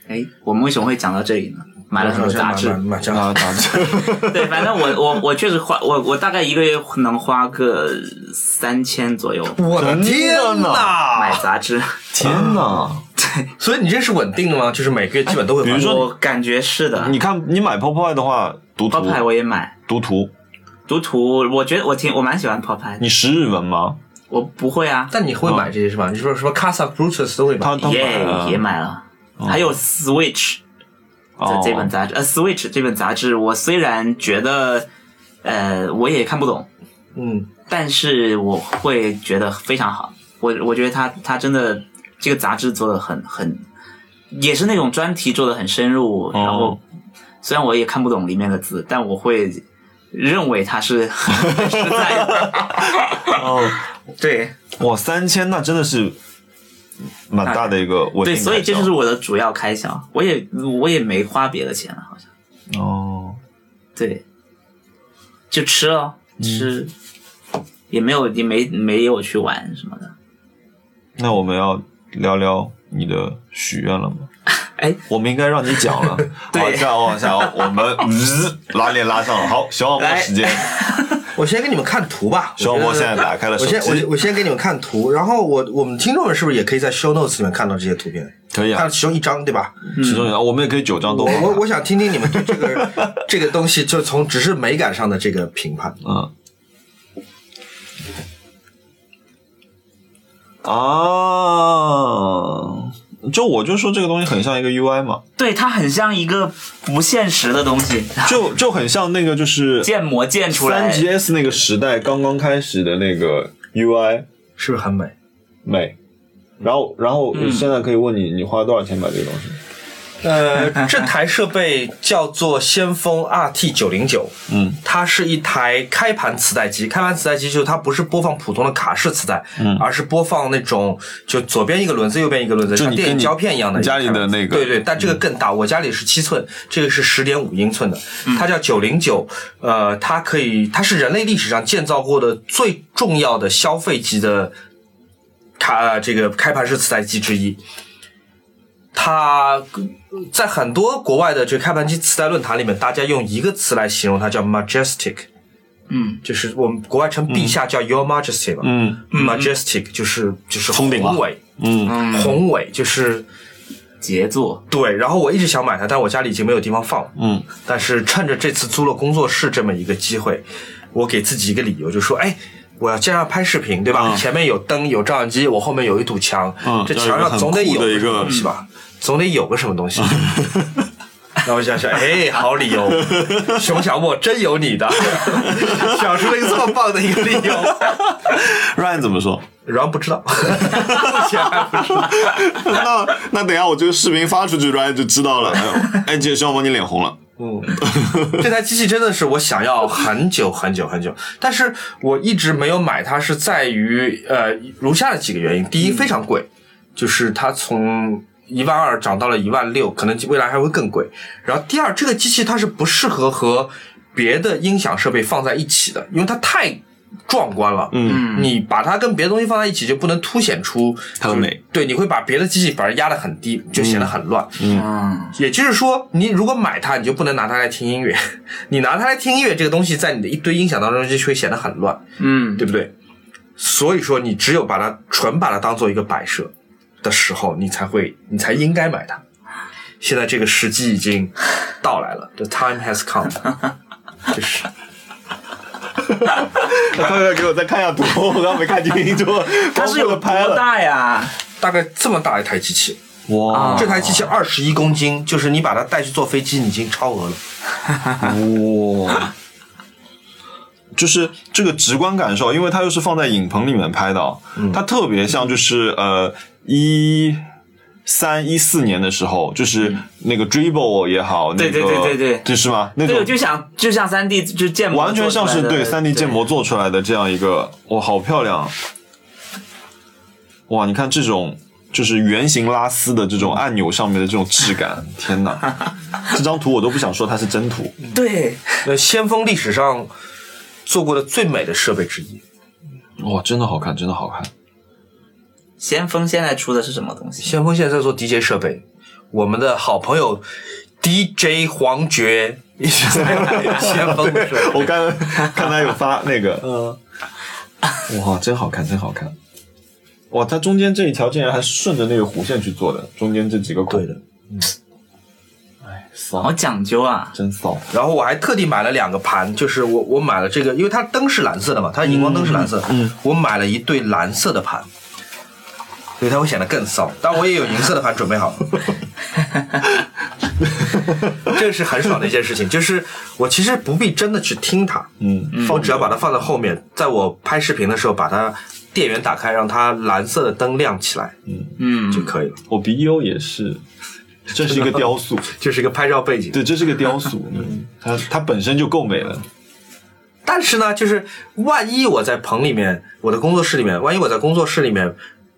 S1: 哎，我们为什么会讲到这里呢？买了很多杂志
S4: 买，买买杂
S2: 啊，杂志，
S1: 对，反正我我我确实花我我大概一个月能花个三千左右
S4: 我的天
S2: 真的
S1: 买
S4: 呐！
S1: 杂志，
S2: 天哪！
S4: 所以你这是稳定的吗？就是每个月基本都
S6: 哎
S4: 会还。
S2: 比如说
S1: 我感觉是的。
S2: 你看，你买 Popeye 的话，读
S1: p o
S2: 图
S1: p，e 我也买，
S2: 读图，
S1: 读图我觉得我挺我蛮喜欢 p o p e
S2: 你识日文吗？
S1: 我不会啊，
S4: 但你会买这些是吧？你说什么 Casa Brutus 都会买
S2: 他他买
S1: 耶
S2: 了
S1: 也买了，还有 Switch
S2: 哦
S1: 的这本杂志，呃，Switch 这本杂志，我虽然觉得呃我也看不懂，
S4: 嗯，
S1: 但是我会觉得非常好。我我觉得他他真的这个杂志做的很很，也是那种专题做的很深入。然后虽然我也看不懂里面的字，但我会认为它是 很实在的。
S2: 哦，
S1: 对
S2: 哇，三千那真的是蛮大的一个稳定
S1: 对，
S2: 开销
S1: 所以这就是我的主要开销。我也我也没花别的钱了，好像
S2: 哦，
S1: 对，就吃了吃，也没有也没没有去玩什么的。
S2: 那我们要聊聊你的许愿了吗？
S1: 哎，
S2: 我们应该让你 讲了。
S1: 对
S2: 嗯往下往下，我们拉链拉上了。好，小网络时间，
S7: 我先给你们看图吧。
S6: 小
S7: 我觉
S6: 莫
S7: 得
S6: 现在打开了手
S7: 我
S6: 机
S7: 先我先我先给你们看图，然后我我们听众们是不是也可以在 show notes 里面看到这些图片？
S2: 可以
S7: 看
S2: 啊
S7: 到，其中一张对吧？
S2: 其中有啊，我们也可以九张
S7: 嗯
S2: 都
S7: 我
S2: 放
S7: 我
S2: 啊。
S7: 我想听听你们对这个 这个东西，就从只是美感上的这个评判。
S2: 嗯。啊，就我就说这个东西很像一个 UI 嘛，
S1: 对，它很像一个不现实的东西，
S2: 就就很像那个就是
S1: 建模建出
S2: 三
S1: 来。
S2: GS 那个时代刚刚开始的那个 UI
S7: 是不是很美？
S2: 美。然后，然后现在可以问你，你花多少钱买这个东西？
S7: 呃，
S4: 这台设备叫做先锋 RT 九零九，
S2: 嗯，
S4: 它是一台开盘磁带机。开盘磁带机就是它不是播放普通的卡式磁带，嗯，而是播放那种就左边一个轮子，右边一个轮子，
S2: 就
S4: 像
S2: 你跟
S4: 电影
S2: 你
S4: 胶片一样的一
S2: 家
S4: 个开盘
S2: 里
S4: 磁带。
S2: 的那个嗯
S4: 对对，但这个更大，我家里是七寸，这个是十点五英寸的，
S2: 嗯
S4: 它叫九零九，呃，它可以，它是人类历史上建造过的最重要的消费级的卡、呃这个开盘式磁带机之一。它在很多国外的这个开盘机磁带论坛里面，大家用一个词来形容它，叫 majestic。
S1: 嗯，
S4: 就是我们国外称陛下叫 Your Majesty 嘛。
S2: 嗯
S4: m a j e s t i c 就是就是
S2: 封顶了
S4: 宏伟，
S2: 嗯，
S4: 宏伟就是
S1: 杰作，
S4: 对。然后我一直想买它，但我家里已经没有地方放了。
S2: 嗯，
S4: 但是趁着这次租了工作室这么一个机会，我给自己一个理由，就说哎。我要这样拍视频，对吧？
S2: 嗯
S4: 前面有灯，有照相机，我后面有一堵墙，
S2: 嗯
S4: 这墙上总得有个什么东西吧， 总得有个什么东西。那我想想，哎，好理由，熊小莫真有你的， 想出了一个这么棒的一个理由。
S2: Ryan 怎么说？
S4: 然后不知道， 目前还不知道。
S2: 那那等一下我这个视频发出去，Ryan 就知道了。哎呦，哎，姐，小毛你脸红了。嗯
S4: 这台机器真的是我想要很久很久很久，但是我一直没有买它，是在于呃如下的几个原因：
S2: 嗯
S4: 第一，非常贵，就是它从一万二涨到了一万六，可能未来还会更贵。然后第二，这个机器它是不适合和别的音响设备放在一起的，因为它太壮观了。嗯，你把它跟别的东西放在一起，就不能凸显出
S2: 它的美。
S4: 对，你会把别的机器反而压得很低，就显得很乱。
S1: 嗯，
S4: 也就是说，你如果买它，你就不能拿它来听音乐。 你拿它来听音乐，这个东西在你的一堆音响当中就会显得很乱，
S1: 嗯，
S4: 对不对？所以说，你只有把它纯把它当做一个摆设的时候，你才会，你才应该买它。现在这个时机已经到来了，the time has come，就是
S2: 快快给我再看一下图，我刚没看清楚，
S1: 它是有
S2: 光顾着拍
S1: 多啊
S2: 了。
S1: 大呀？
S4: 大概这么大一台机器，
S2: 哇
S4: 这台机器二十一公斤，就是你把它带去坐飞机，你已经超额了。
S2: 哇！就是这个直观感受，因为它又是放在影棚里面拍的哦，
S1: 嗯
S2: 它特别像就是呃一三一四年的时候，就是那个 Dribble 也好，
S1: 嗯对
S2: 那个
S1: 对对对对
S2: 这是吗？那
S1: 对，我
S2: 种
S1: 就想就像三 D 就建模
S2: 完全像是
S1: 做出来
S2: 对
S1: 的
S2: 三 D 建模做出来的这样一个，哇，好漂亮！啊哇，你看这种就是圆形拉丝的这种按钮上面的这种质感，天哪！这张图我都不想说它是真图，
S1: 对，
S4: 那先锋历史上做过的最美的设备之一。
S2: 哇，真的好看，真的好看。
S1: 先锋现在出的是什么东西？
S4: 先锋现在在做 DJ 设备，我们的好朋友 DJ 黄觉一直在买先锋的设备。
S2: 我刚刚才有发那个，嗯，哇，真好看，真好看。哇，它中间这一条竟然还是顺着那个弧线去做的，中间这几个孔。
S4: 对的，
S2: 哎，
S1: 好
S2: 骚，
S1: 讲究啊！
S2: 真骚。
S4: 然后我还特地买了两个盘，就是我我买了这个，因为它灯是蓝色的嘛，它荧光灯是蓝色的，嗯，我买了一对蓝色的盘，所以它会显得更骚。但我也有银色的盘准备好了， 这是很爽的一件事情，就是我其实不必真的去听它，
S2: 嗯，
S4: 我只要把它放在后面，在我拍视频的时候把它电源打开，让它蓝色的灯亮起来，
S1: 嗯，
S4: 就可以了。
S2: 我鼻优也是，这是一个雕塑，
S4: 这是一个拍照背 景。
S2: 对，这是个雕 塑，嗯，它它本身就够美了。
S4: 但是呢，就是万一我在棚里面，我的工作室里面，万一我在工作室里面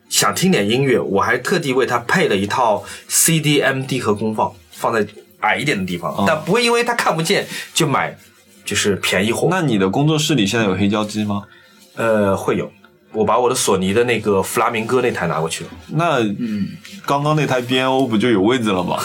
S4: 想听点音乐，我还特地为它配了一套 CD、MD 和功放，放在矮一点的地方，但不会因为它看不见就买就是便宜货。
S2: 那你的工作室里现在有黑胶机吗？
S4: 呃，会有。我把我的索尼的那个弗拉明戈那台拿过去了，
S2: 嗯那刚刚那台 B N O 不就有位置了吗？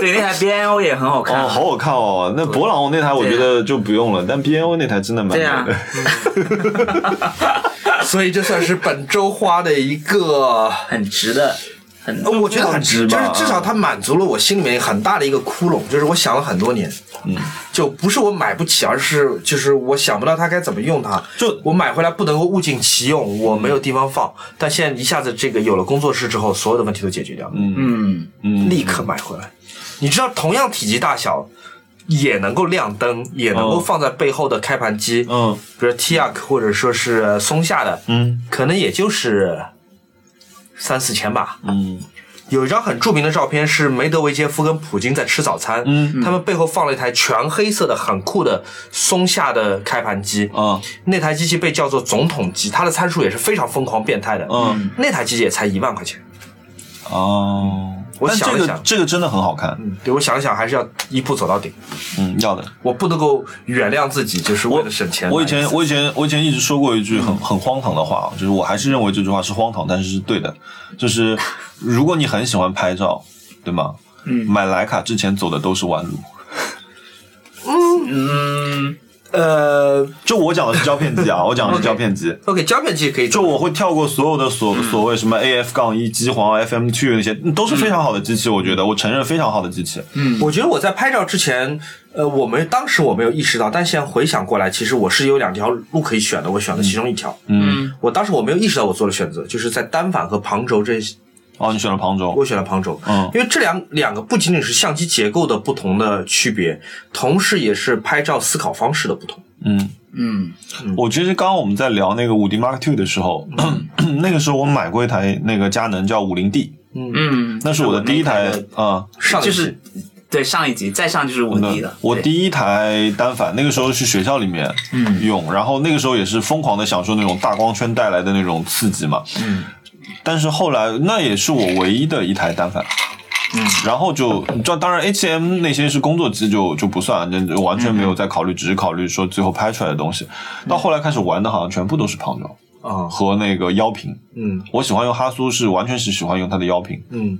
S1: 对，那台 BNO 也很好看。
S2: 哦，好好看哦！那博朗那台我觉得就不用了，但 B N O 那台真的蛮
S1: 对啊
S2: 美的。
S4: 所以这算是本周花的一个，
S1: 很直的，很
S4: 呃我觉得很值，
S2: 值
S4: 就是
S2: 吧嗯
S4: 至少它满足了我心里面很大的一个窟窿，就是我想了很多年，嗯，就不是我买不起，而是就是我想不到它该怎么用它，
S2: 就嗯
S4: 我买回来不能够物尽其用，我没有地方放，但现在一下子这个有了工作室之后，所有的问题都解决掉了，
S1: 嗯，
S2: 嗯，
S4: 立刻买回来。你知道，同样体积大小，也能够亮灯，也能够
S2: 嗯
S4: 放在背后的开盘 机，
S2: 嗯
S4: 比如 Tiac 或者说是松下的，
S2: 嗯
S4: 可能也就是三四千吧。
S2: 嗯
S4: 有一张很著名的照片是梅德韦杰夫跟普京在吃早餐，
S2: 嗯
S4: 他们背后放了一台全黑色的很酷的松下的开盘机，
S2: 啊
S4: 那台机器被叫做总统机，它的参数也是非常疯狂变态的，
S2: 嗯
S4: 那台机器也才一万块钱。
S2: 哦。
S4: 我
S2: 但
S4: 想
S2: 这
S4: 了
S2: 个
S4: 想
S2: 这个真的很好看，
S4: 嗯对我想了想，还是要一步走到顶，
S2: 嗯，要的。
S4: 我不能够原谅自己，就是为了省钱买一次。
S2: 我以前我以前我以前一直说过一句很很荒唐的话，啊就是我还是认为这句话是荒唐，但是是对的。就是如果你很喜欢拍照，对吗？嗯，买徕卡之前走的都是弯路。
S4: 呃
S2: 就我讲的是胶片机啊，我 讲的是胶片机。
S4: ，OK，胶嗯片机可以
S2: 就我会跳过所有的所、所谓什么 AF 杠一机皇、FM two 那些，都是非常好的机器，我觉得我承认非常好的机器。
S4: 我觉得我在拍照之前，呃，我们当时我没有意识到，但现在回想过来，其实我是有两条路可以选的，我选了其中一条。
S2: 嗯，
S4: 我当时我没有意识到我做了选择，就是在单反和旁轴这，
S2: 哦，你选了旁轴
S4: 我，选了旁轴，
S2: 嗯
S4: 因为这两两个不仅仅是相机结构的不同的区别，同时也是拍照思考方式的不同。
S2: 嗯，
S1: 嗯
S2: 我其实刚刚我们在聊那个五 D Mark two 的时候， 那个时候我买过一台那个佳能叫五零 D，
S1: 嗯，
S2: 那是我的第一台
S1: 那我那
S2: 啊。
S4: 上一
S1: 就
S4: 期
S1: 是对上一集，再上就是五 D 了。
S2: 我
S1: 对嗯
S2: 第一台单反，那个时候去学校里面用，然后那个时候也是疯狂的享受那种大光圈带来的那种刺激嘛。嗯。但是后来，那也是我唯一的一台单反。嗯，然后就这当然 H M 那些是工作机就就不算，就就完全
S1: 嗯
S2: 没有在考虑，只是考虑说最后拍出来的东西。到后来开始玩的，好像全部都是旁轴
S4: 啊，
S2: 和那个腰屏。
S4: 嗯
S2: 我喜欢用哈苏，是完全是喜欢用它的腰屏，
S4: 嗯，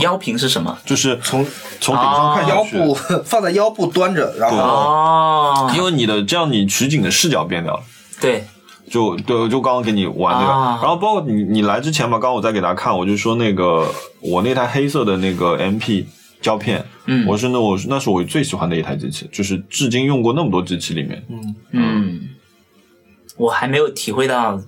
S1: 腰屏是什么？
S2: 就是啊从从顶
S1: 哦
S2: 上看下
S8: 腰
S2: 去，
S8: 部 放在腰部端着，然后
S1: 哦，
S2: 因为你的这样你取景的视角变掉了。
S1: 对，
S2: 就对，就刚刚给你玩那个，
S1: 啊
S2: 然后包括你你来之前吧，刚刚我在给大家看，我就说那个我那台黑色的那个 MP 胶片，嗯，我是那我是那是我最喜欢的一台机器，就是至今用过那么多机器里面，
S1: 嗯，我还没有体会到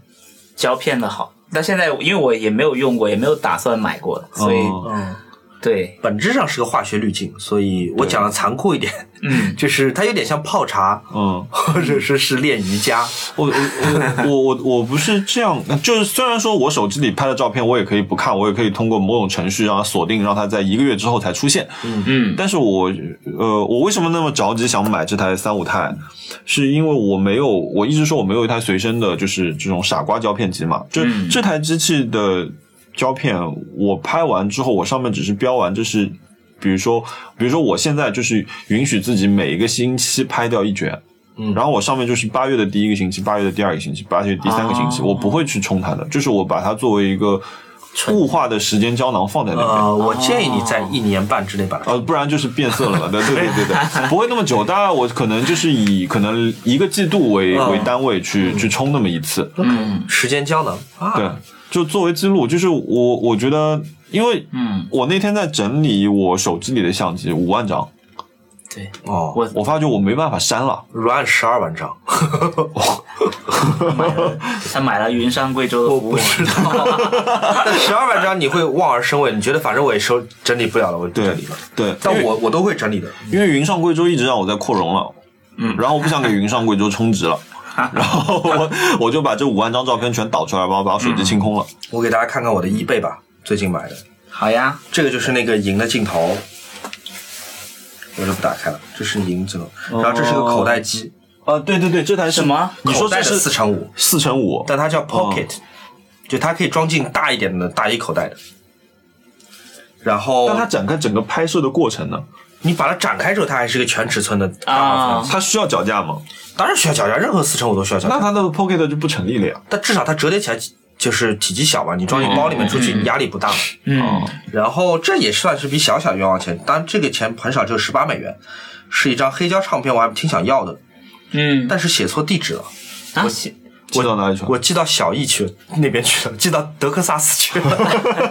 S1: 胶片的好，但现在因为我也没有用过，也没有打算买过，所以、
S2: 嗯
S1: 对，
S4: 本质上是个化学滤镜，所以我讲的残酷一点，
S1: 嗯，
S4: 就是它有点像泡茶，
S2: 嗯，
S4: 或者说是练瑜伽。
S2: 我我我我 我我不是这样，就是虽然说我手机里拍的照片我也可以不看，我也可以通过某种程序让它锁定，让它在一个月之后才出现。嗯
S1: 嗯，
S2: 但是我呃，我为什么那么着急想买这台三五钛，是因为我没有，我一直说我没有一台随身的，就是这种傻瓜胶片机嘛。就、这台机器的胶片，我拍完之后，我上面只是标完这是。比如说，比如说，我现在就是允许自己每一个星期拍掉一卷，然后我上面就是八月的第一个星期，八月的第二个星期，八月的第三个星期，
S1: 哦
S2: 我不会去冲它的，就是我把它作为一个固化的时间胶囊放在那边。
S4: 呃，我建议你在
S2: 哦
S4: 一年半之内把它
S2: 呃，不然就是变色了嘛，对对对对 对，不会那么久。当然，我可能就是以可能一个季度为、
S4: 嗯
S2: 为单位去、去冲那么一次。
S1: 嗯
S4: 时间胶囊啊，
S2: 对，就作为记录，就是我我觉得，因为
S1: 嗯
S2: 我那天在整理我手机里的相机五万张，
S1: 对，
S4: 哦，
S2: 我发觉我没办法删了。
S4: 软十二万张，
S1: 买了，他买了云山贵州的服务，
S4: 但十二万张你会望而生畏，你觉得反正我也收整理不了了，我就
S2: 对
S4: 整理了。
S2: 对，
S4: 但我我都会整理的，
S2: 因为云上贵州一直让我在扩容了，嗯，然后我不想给云上贵州充值了，然后 我我就把这五万张照片全导出来，然后把我手机清空了。
S4: 我给大家看看我的 eBay 吧，最近买的
S1: 好呀，
S4: 这个就是那个银的镜头，我就不打开了，这是银镜头，然后这是个口袋机，
S2: 啊，对对对，这台是
S1: 什么
S2: 哦你说
S4: 嗯口袋
S2: 这
S4: 的
S2: 是
S4: 四乘五，
S2: 四乘五？
S4: 但它叫 pocket，就它可以装进大一点的大衣口袋的。然后
S2: 但它展开整个拍摄的过程呢？
S4: 你把它展开之后，它还是个全尺寸的大码
S1: 啊
S4: 分，
S2: 它需要脚架吗？
S4: 当然需要脚架，任何四乘五都需要脚架
S2: 那。它那个 Pocket 就不成立了呀。
S4: 但至少它折叠起来
S9: 就是体积小嘛，你装进包里面出去压力不大。
S1: 嗯
S9: 然后这也算是笔小小冤枉钱，当然这个钱很少，只有十八美元，是一张黑胶唱片，我还挺想要的，
S1: 嗯，
S9: 但是写错地址了，
S1: 啊，
S2: 寄到哪里去了？
S9: 我寄到小易去那边去了，寄到德克萨斯去了。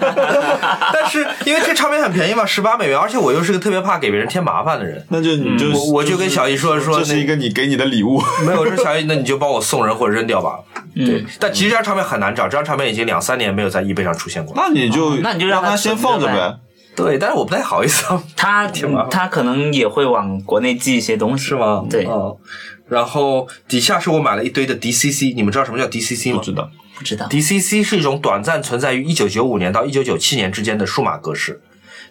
S9: 但是因为这唱片很便宜嘛，十八美元，而且我又是个特别怕给别人添麻烦的人，
S2: 那就你嗯就
S9: 我我就跟小易说说
S2: 这
S9: 那
S2: 是一个你给你的礼物，
S9: 没有，我说小易，那你就帮我送人或者扔掉吧。
S2: 嗯
S9: 对，但其实这张唱片很难找，这张唱片已经两三年没有在 eBay 上出现过了。
S2: 那你就
S1: 哦那你就让
S2: 让
S1: 他
S2: 先
S1: 存着
S2: 放着
S1: 呗
S2: 呗。
S9: 对，但是我不太好意思啊，
S1: 他
S9: 麻烦
S1: 他可能也会往国内寄一些东西，
S9: 是吗？
S1: 对，
S9: 嗯。然后底下是我买了一堆的 DCC，你们知道什么叫 DCC
S2: 不
S9: 吗
S2: 知道，
S1: 不知道。
S9: ？DCC 是一种短暂存在于1995年到1997年之间的数码格式，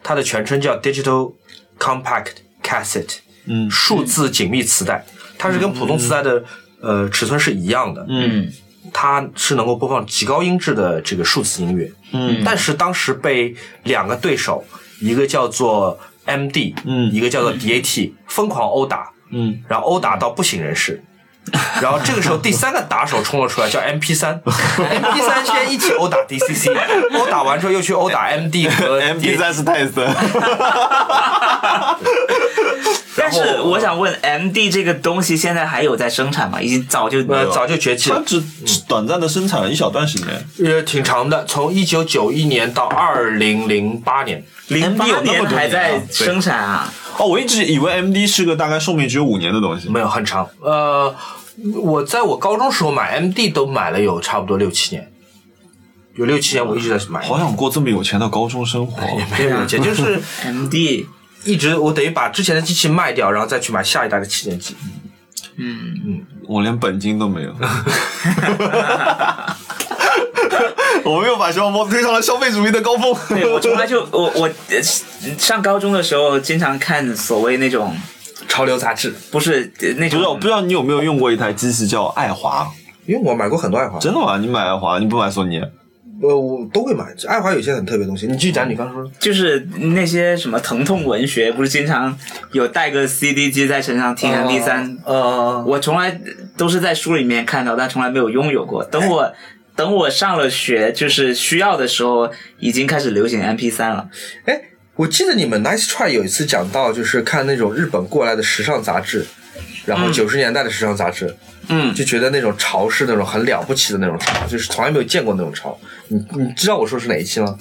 S9: 它的全称叫 Digital Compact Cassette，嗯，数字紧密磁带，它是跟普通磁带的呃尺寸是一样的，嗯。
S1: 嗯
S9: 它是能够播放极高音质的这个数字音乐，嗯，但是当时被两个对手，一个叫做 MD，嗯，一个叫做 DAT，疯狂殴打，嗯，然后殴打到不省人事。然后这个时候，第三个打手冲了出来，叫 MP 三，MP 三先一起殴打 DCC，殴打完之后又去殴打 MD 和
S2: 呃 M P 三是泰 森，
S1: 但是我想问，M D 这个东西现在还有在生产吗？已经早就
S9: 呃，早就绝迹
S2: 它
S9: 了，
S2: 只只短暂的生产了一小段时
S1: 嗯
S2: 间，
S9: 呃，挺长的，从一九九一年到二零零八年，
S1: 零八
S2: 有那
S1: 年
S2: 么多
S1: 还
S2: 年
S1: 在
S2: 啊对
S1: 生产啊？
S2: 哦，我一直以为 M D 是个大概寿命只有五年的东西。
S9: 没有很长。呃，我在我高中时候买 MD 都买了有差不多六七年，有六七年我一直在买，
S2: 好想过这么有钱的高中生
S1: 哎
S2: 活，
S9: 没啊有
S4: 啊
S9: 钱，就是
S1: M D，
S9: 一直我等于把之前的机器卖掉，然后再去买下一代的旗舰机。
S2: 我连本金都没有。
S1: 啊
S2: 我们又把熊猫猫推上了消费主义的高峰。
S1: 对我从来就我我呃上高中的时候经常看所谓那种
S9: 潮流杂志，
S1: 不是呃那
S2: 不
S1: 种
S2: 是，我不知道你有没有用过一台机器叫爱华？
S4: 因为我买过很多爱华，
S2: 真的吗？你买爱华，你不买索尼？啊
S4: 呃，我都会买。爱华有些很特别的东西，你继续讲你刚说的。
S1: 就是那些什么疼痛文学，不是经常有带个 CD 机在身上听
S4: 哦
S1: MP 三、
S4: 呃，
S1: 我从来都是在书里面看到，但从来没有拥有过。等我。等我上了学，就是需要的时候，已经开始流行 MP 三了。
S4: 哎，我记得你们 Nice Try 有一次讲到，就是看那种日本过来的时尚杂志，然
S9: 嗯
S4: 后九十年代的时尚杂志，
S1: 嗯
S4: 就觉得那种潮是那种很了不起的那种潮，就是从来没有见过那种潮。你你知道我说是哪一期吗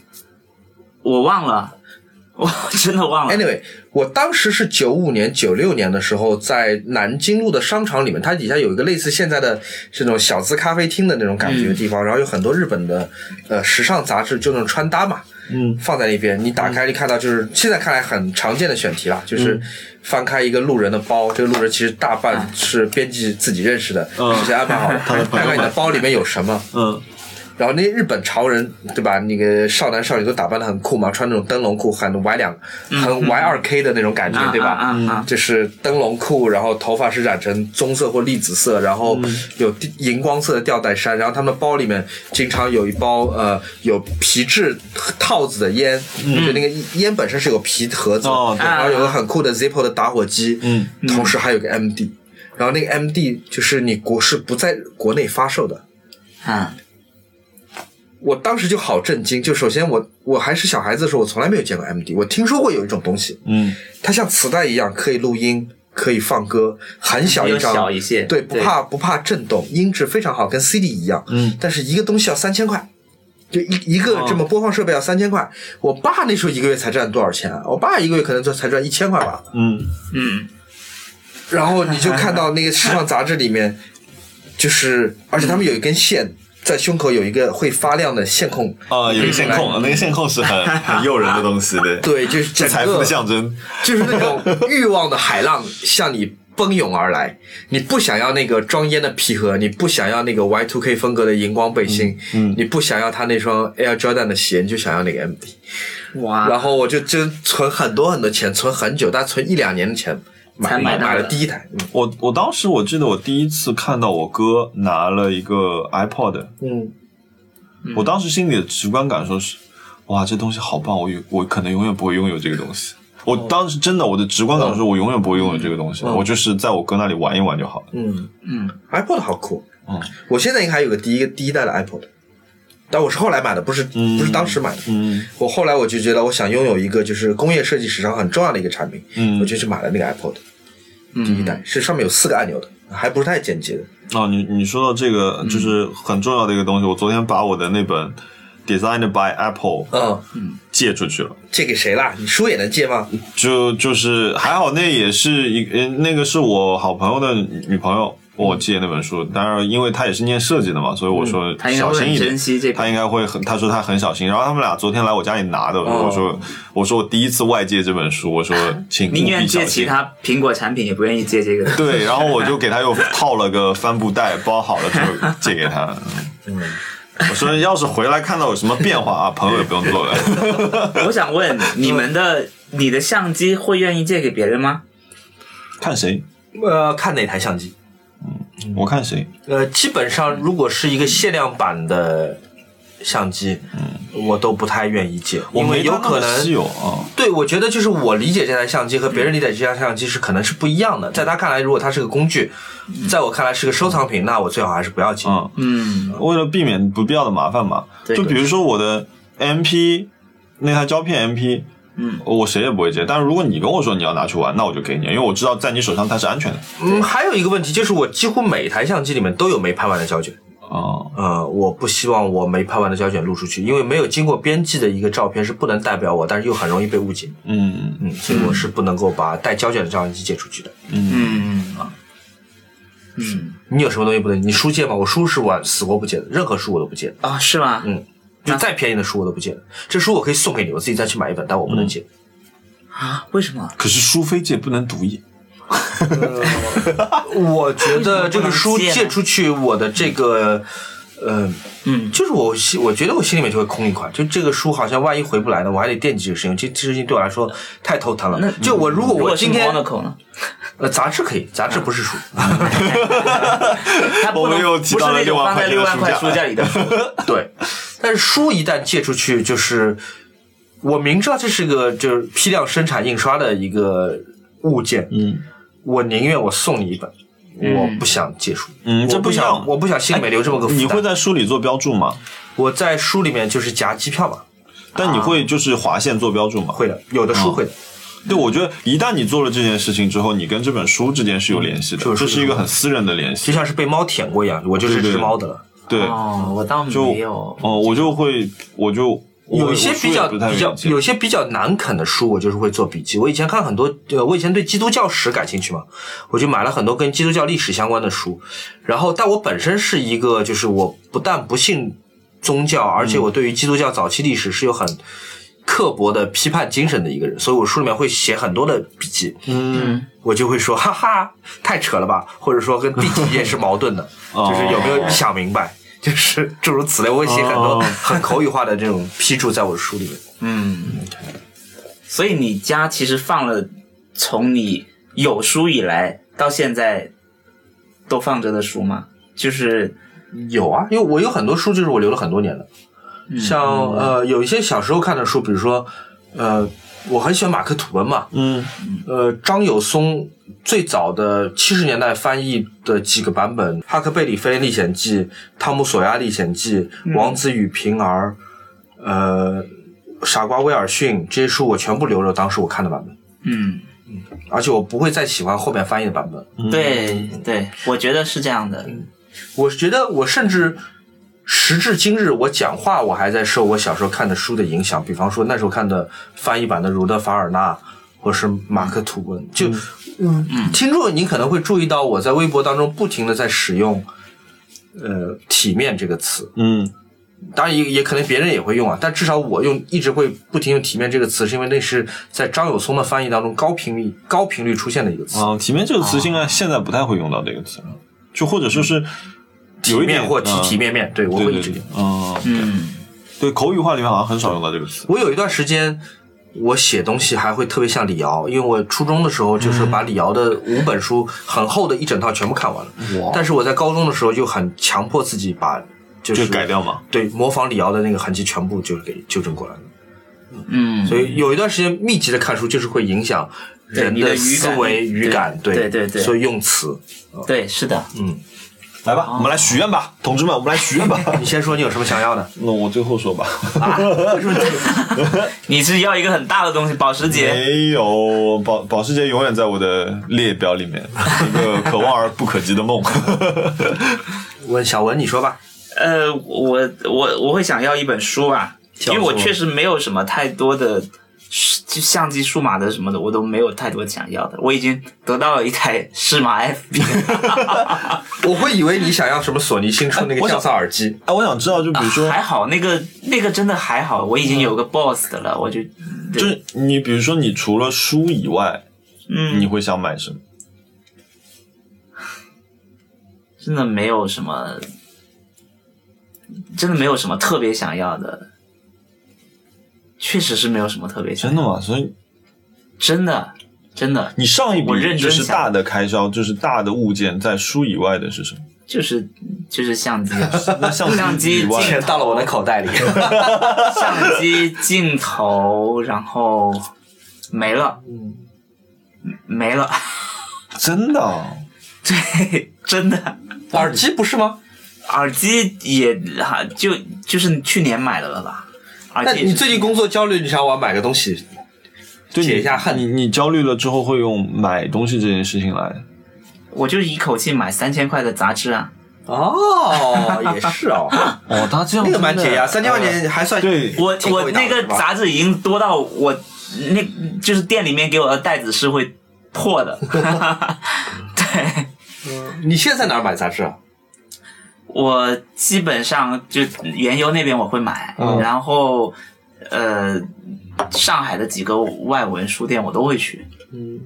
S1: 我忘了， 我真的忘了。
S4: ？Anyway，我当时是九五年、九六年的时候，在南京路的商场里面，它底下有一个类似现在的这种小资咖啡厅的那种感觉的地方，然后有很多日本的呃时尚杂志，就那种穿搭嘛，嗯，放在那边，你打开就看到，就是现在看来很常见的选题啦，就是翻开一个路人的包，这个路人其实大半是编辑自己认识的，提前安排好的，看看你的包里面有什么，
S2: 嗯，
S4: 然后那些日本潮人，对吧？那个少男少女都打扮的很酷嘛，穿那种灯笼裤，很 Y 两，很 Y 二 K 的那种感觉，
S1: 啊
S4: 对吧？
S1: 嗯啊啊啊
S4: 就是灯笼裤，然后头发是染成棕色或栗紫色，然后有地荧光色的吊带衫，然后他们的包里面经常有一包呃有皮质套子的烟，
S1: 嗯
S4: 就那个烟本身是有皮盒子，
S2: 哦对
S4: 然后有个很酷的 Zippo 的打火机，嗯，同时还有个 MD，然后那个 MD 就是你国是不在国内发售的。
S1: 啊，
S4: 我当时就好震惊，就首先我我还是小孩子的时候，我从来没有见过 MD，我听说过有一种东西，
S2: 嗯，
S4: 它像磁带一样可以录音，可以放歌，很小一
S1: 又
S4: 张，
S1: 小一些
S4: 对，不
S1: 对
S4: 怕不怕震动，音质非常好，跟 CD 一样，嗯，但是一个东西要三千块。就一一个这么播放设备要三千块，我爸那时候一个月才赚多少钱啊？我爸一个月可能就才赚一千块吧。
S2: 嗯，
S1: 嗯，
S4: 然后你就看到那个时尚杂志里面，就是而且他们有一根线在胸口有一个会发亮的线控，
S2: 啊，有个线控，那个线控是 很很诱人的东西，对，
S4: 对，就是整
S2: 是
S4: 个
S2: 财富的象征。
S4: 就是那种欲望的海浪向你奔涌而来。你不想要那个装烟的皮盒，你不想要那个 Y2K 风格的荧光背心，
S2: 嗯
S4: 你不想要他那双 Air Jordan 的鞋，你就想要那个 MD。然
S1: 哇，
S4: 后我就就存很多很多钱，存很久，但存一两年的钱买
S1: 才买到
S4: 买了
S1: 的
S4: 第一台。
S2: 我我当时我记得我第一次看到我哥拿了一个 iPod，
S4: 嗯，
S2: 我当时心里的直观感受是，哇，这东西好棒，我有我可能永远不会拥有这个东西。我当时真的我的直观感受是，我永远不会拥有这个东西，我就是在我哥那里玩一玩就好了。哦
S4: 嗯嗯，iPod 好酷。嗯，我现在应该还有个第一个第一代的 iPod。
S10: 但我是后来买的，不是不是当时买的。
S2: 嗯
S10: 我后来我就觉得，我想拥有一个就是工业设计史上很重要的一个产品，
S2: 嗯
S10: 我就去买了那个 iPod
S4: 嗯
S10: 第一代，是上面有四个按钮的，还不是太简洁的。
S2: 哦，你你说到这个
S1: 嗯
S2: 就是很重要的一个东西，我昨天把我的那本 Designed by Apple
S10: 嗯，
S2: 借出去了。
S10: 借给谁啦？你书也能借吗？
S2: 就就是还好，那也是一呃那个是我好朋友的女朋
S1: 嗯
S2: 友，我借那本书。当然，因为她也是念设计的嘛，所以我说
S1: 嗯她应该
S2: 小
S1: 会
S2: 心
S1: 很
S2: 一点
S1: 珍。惜这
S2: 她
S1: 本。
S2: 应该会很，她说她很小心。然后他们俩昨天来我家里拿的，
S1: 哦
S2: 我说我说我第一次外借这本书，我 说请务
S1: 宁愿
S2: 必小
S1: 借其
S2: 心。
S1: 他苹果产品，也不愿意借这 个。
S2: 对，然后我就给她又套了个帆布袋，包好了之后借给她。 嗯，我说要是回来看到有什么变化啊，朋友也不用做了。
S1: 我想问你们的，你的相机会愿意借给别人吗？
S2: 看谁？
S4: 呃，看哪台相机？
S2: 我看谁？
S4: 呃，基本上如果是一个限量版的相机，
S10: 嗯
S4: 我都不太愿意借，
S2: 我
S4: 因为
S2: 没
S4: 有
S2: 她那
S4: 可
S2: 么稀
S4: 能。
S2: 有啊。
S4: 对，我觉得就是我理解这台相机和别人理解这台相机是可能是不一样
S10: 嗯
S4: 的。在他看来，如果它是个工具，在我看来是个收藏品，那我最好还是不要借。
S2: 嗯，
S1: 嗯，
S2: 为了避免不必要的麻烦嘛。
S1: 对
S2: 就比如说我的 MP 那台胶片 MP，
S1: 嗯，
S2: 我谁也不会借。但是如果你跟我说你要拿去玩，那我就给你，因为我知道在你手上它是安全的。
S4: 嗯，还有一个问题就是，我几乎每台相机里面都有没拍完的胶卷。
S2: 啊、
S4: 呃，我不希望我没拍完的胶卷录出去，因为没有经过编辑的一个照片是不能代表我，但是又很容易被误解。
S2: 嗯，
S4: 嗯，所以我是不能够把带胶卷的照相机借出去的。
S1: 嗯嗯
S4: 你有什么东西不能？你书借吗？我书是我死活不借的，任何书我都不借的。
S1: 啊、是吗？
S4: 嗯，就再便宜的书我都不借的。这书我可以送给你，我自己再去买一本，但我不能借。
S1: 啊，为什么？
S2: 可是书非借不能独译。
S4: 我觉得这个书借出去，我的这个，呃，
S1: 嗯，
S4: 就是我心，我觉得我心里面就会空一块，就这个书好像万一回不来呢，我还得惦记这个事情，这这事情对我来说太头疼了。就
S2: 嗯
S4: 我如果
S1: 如
S4: 我
S1: 果是
S4: 今天
S1: Monaco 呢？
S4: 呃杂志可以，杂志不是书，
S2: 啊
S1: 它不
S2: 我们
S1: 能
S2: 又
S1: 不
S2: 提
S1: 是
S2: 到了
S1: 那种
S2: 6万
S1: 放在
S2: 块
S1: 六万
S2: 钱的
S1: 块
S2: 书
S1: 书
S4: 哎
S1: 架里的书。
S4: 啊 对，但是书一旦借出去，就是我明知道这是个就是批量生产印刷的一个物件，
S2: 嗯，
S4: 我宁愿我送你一本，我不想借书，
S2: 嗯
S4: 我
S2: 这不
S4: 不
S2: 一样哎
S4: 想，我不想心里面留这么个负担。
S2: 你会在书里做标注
S4: 啊
S2: 吗？
S4: 我在书里面就是夹机票嘛，
S2: 但你会就是划线做标注吗？
S4: 会的，有的书会的，
S2: 哦对，我觉得一旦你做了这件事情之后，你跟这本书之间是有联系的，
S4: 这本书
S2: 这是一个很私人的联
S4: 就
S2: 系。
S4: 像是啊被猫舔过一样，我就是
S2: 哦对对
S4: 只
S2: 对
S4: 猫的了。
S2: 对，
S1: 哦，我倒
S2: 就
S1: 没有。
S2: 哦，我就会，我就我
S4: 有一些
S2: 我书
S4: 比
S2: 也
S4: 较
S2: 不太
S4: 比较
S2: 愿意借
S4: 有些比较难啃的书，我就是会做笔记。我以前看很多，呃，我以前对基督教史感兴趣嘛，我就买了很多跟基督教历史相关的书。然后，但我本身是一个，就是我不但不信宗教，而且我对于基督教早期历史是有很刻薄的批判精神的一个人，所以我书里面会写很多的笔记。嗯，我就会说，哈哈，太扯了吧，或者说跟第几页是矛盾 的，就是有没有想明白。就是诸如此类，我会写很多
S2: 哦
S4: 很口语化的这种批注在我的书里面。
S1: 嗯，所以你家其实放了从你有书以来到现在都放着的书吗？就是
S4: 有啊，因为我有很多书，就是我留了很多年的，像呃有一些小时候看的书，比如说呃我很喜欢马克吐温嘛，
S2: 嗯，
S4: 呃张友松最早的七十年代翻译的几个版本，《哈克贝里飞人历险记》《汤姆索亚历险记》《王子与平儿》呃《傻瓜威尔逊》这些书我全部留着，当时我看的版本，
S1: 嗯，
S4: 而且我不会再喜欢后面翻译的版本。
S1: 对对，我觉得是这样的。
S4: 我觉得我甚至时至今日，我讲话我还在受我小时候看的书的影响，比方说那时候看的翻译版的《儒的凡尔纳》，或是马克吐温。就，嗯，听众你可能会注意到我在微博当中不停的在使用。呃，体面这个词，
S2: 嗯
S4: 当然也也可能别人也会用啊，但至少我用一直会不停用“体面”这个词，是因为那是在张友松的翻译当中高频率高频率出现的一个词，
S2: 啊，体面这个词现在现在不太会用到这个词，就或者说是有一
S4: 嗯体面
S2: 点
S4: 或体
S2: 嗯
S4: 体面面，对我
S2: 对
S4: 会一
S2: 对
S4: 直
S2: 对
S4: 用。，
S2: 嗯，
S1: 嗯，
S2: 对，口语化里面好像很少用到这个词。
S4: 我有一段时间，我写东西还会特别像李敖，因为我初中的时候就是把李敖的五本书很厚的一整套全部看完了。但是我在高中的时候就很强迫自己把就是
S2: 就改掉嘛，
S4: 对，模仿李敖的那个痕迹全部就是给纠正过来了。
S1: 嗯，
S4: 所以有一段时间密集的看书，就是会影响
S1: 对
S4: 人
S1: 你的语
S4: 思
S1: 感
S4: 维、
S1: 对
S4: 语感，
S1: 对对对
S4: 所以用词，
S1: 对，是的，
S4: 嗯，
S2: 来吧，我们来许愿吧，同志们，我们来许愿吧。 啊
S4: 你先说你有什么想要的？
S2: 那我最后说吧，
S1: 你是要一个很大的东西，保时捷？
S2: 没有保保时捷永远在我的列表里 面，一个可望而不可及的 梦。
S4: 问小文，你说吧。
S1: 呃，我我我会想要一本书吧，因为我确实没有什么太多的就相机、数码的什么的，我都没有太多想要的。我已经得到了一台适马 FB，
S4: 我会以为你想要什么索尼新出那个降噪耳机，
S2: 哎，我想知道，就比如说，
S1: 还好那个那个真的还好，我已经有个 Boss 的了，我就对
S2: 就是你比如说，你除了书以外，
S1: 嗯，
S2: 你会想买什么？
S1: 真的没有什么，真的没有什么特别想要的，确实是没有什么特别想
S2: 真
S1: 要
S2: 的吗？所以
S1: 真的真的
S2: 你上一笔
S1: 我认真
S2: 就是
S1: 想
S2: 大的开销，就是大的物件，在书以外的是什么？
S1: 就是就是相机，
S2: 那相机
S1: 相机
S2: 以
S1: 镜
S2: 外
S1: 头
S4: 钱到了我的口袋里。
S1: 相机镜头，然后没了，
S4: 嗯
S1: 嗯没了，
S2: 真的啊
S1: 对，真的。
S4: 耳机不是吗？
S1: 耳机也哈，就就是去年买的了吧？耳
S4: 那
S1: 机也
S4: 你
S1: 是
S4: 最近工作焦虑，你想我要买个东西
S2: 对你
S4: 解一下恨
S2: 你你焦虑了之后会用买东西这件事情来，
S1: 我就是一口气买三千块的杂志啊，
S4: 哦，也是哦，
S2: 哦，他这样
S4: 那个蛮
S2: 真的
S4: 解压，三千块钱还算
S2: 对
S1: 我
S4: 挺
S1: 我
S4: 贵的
S1: 那个
S4: 是吧
S1: 杂志已经多到我那就是店里面给我的袋子是会破 的，对。
S4: 你现在在哪儿买杂志啊？
S1: 我基本上就原油那边我会买，然后呃，上海的几个外文书店我都会去。嗯，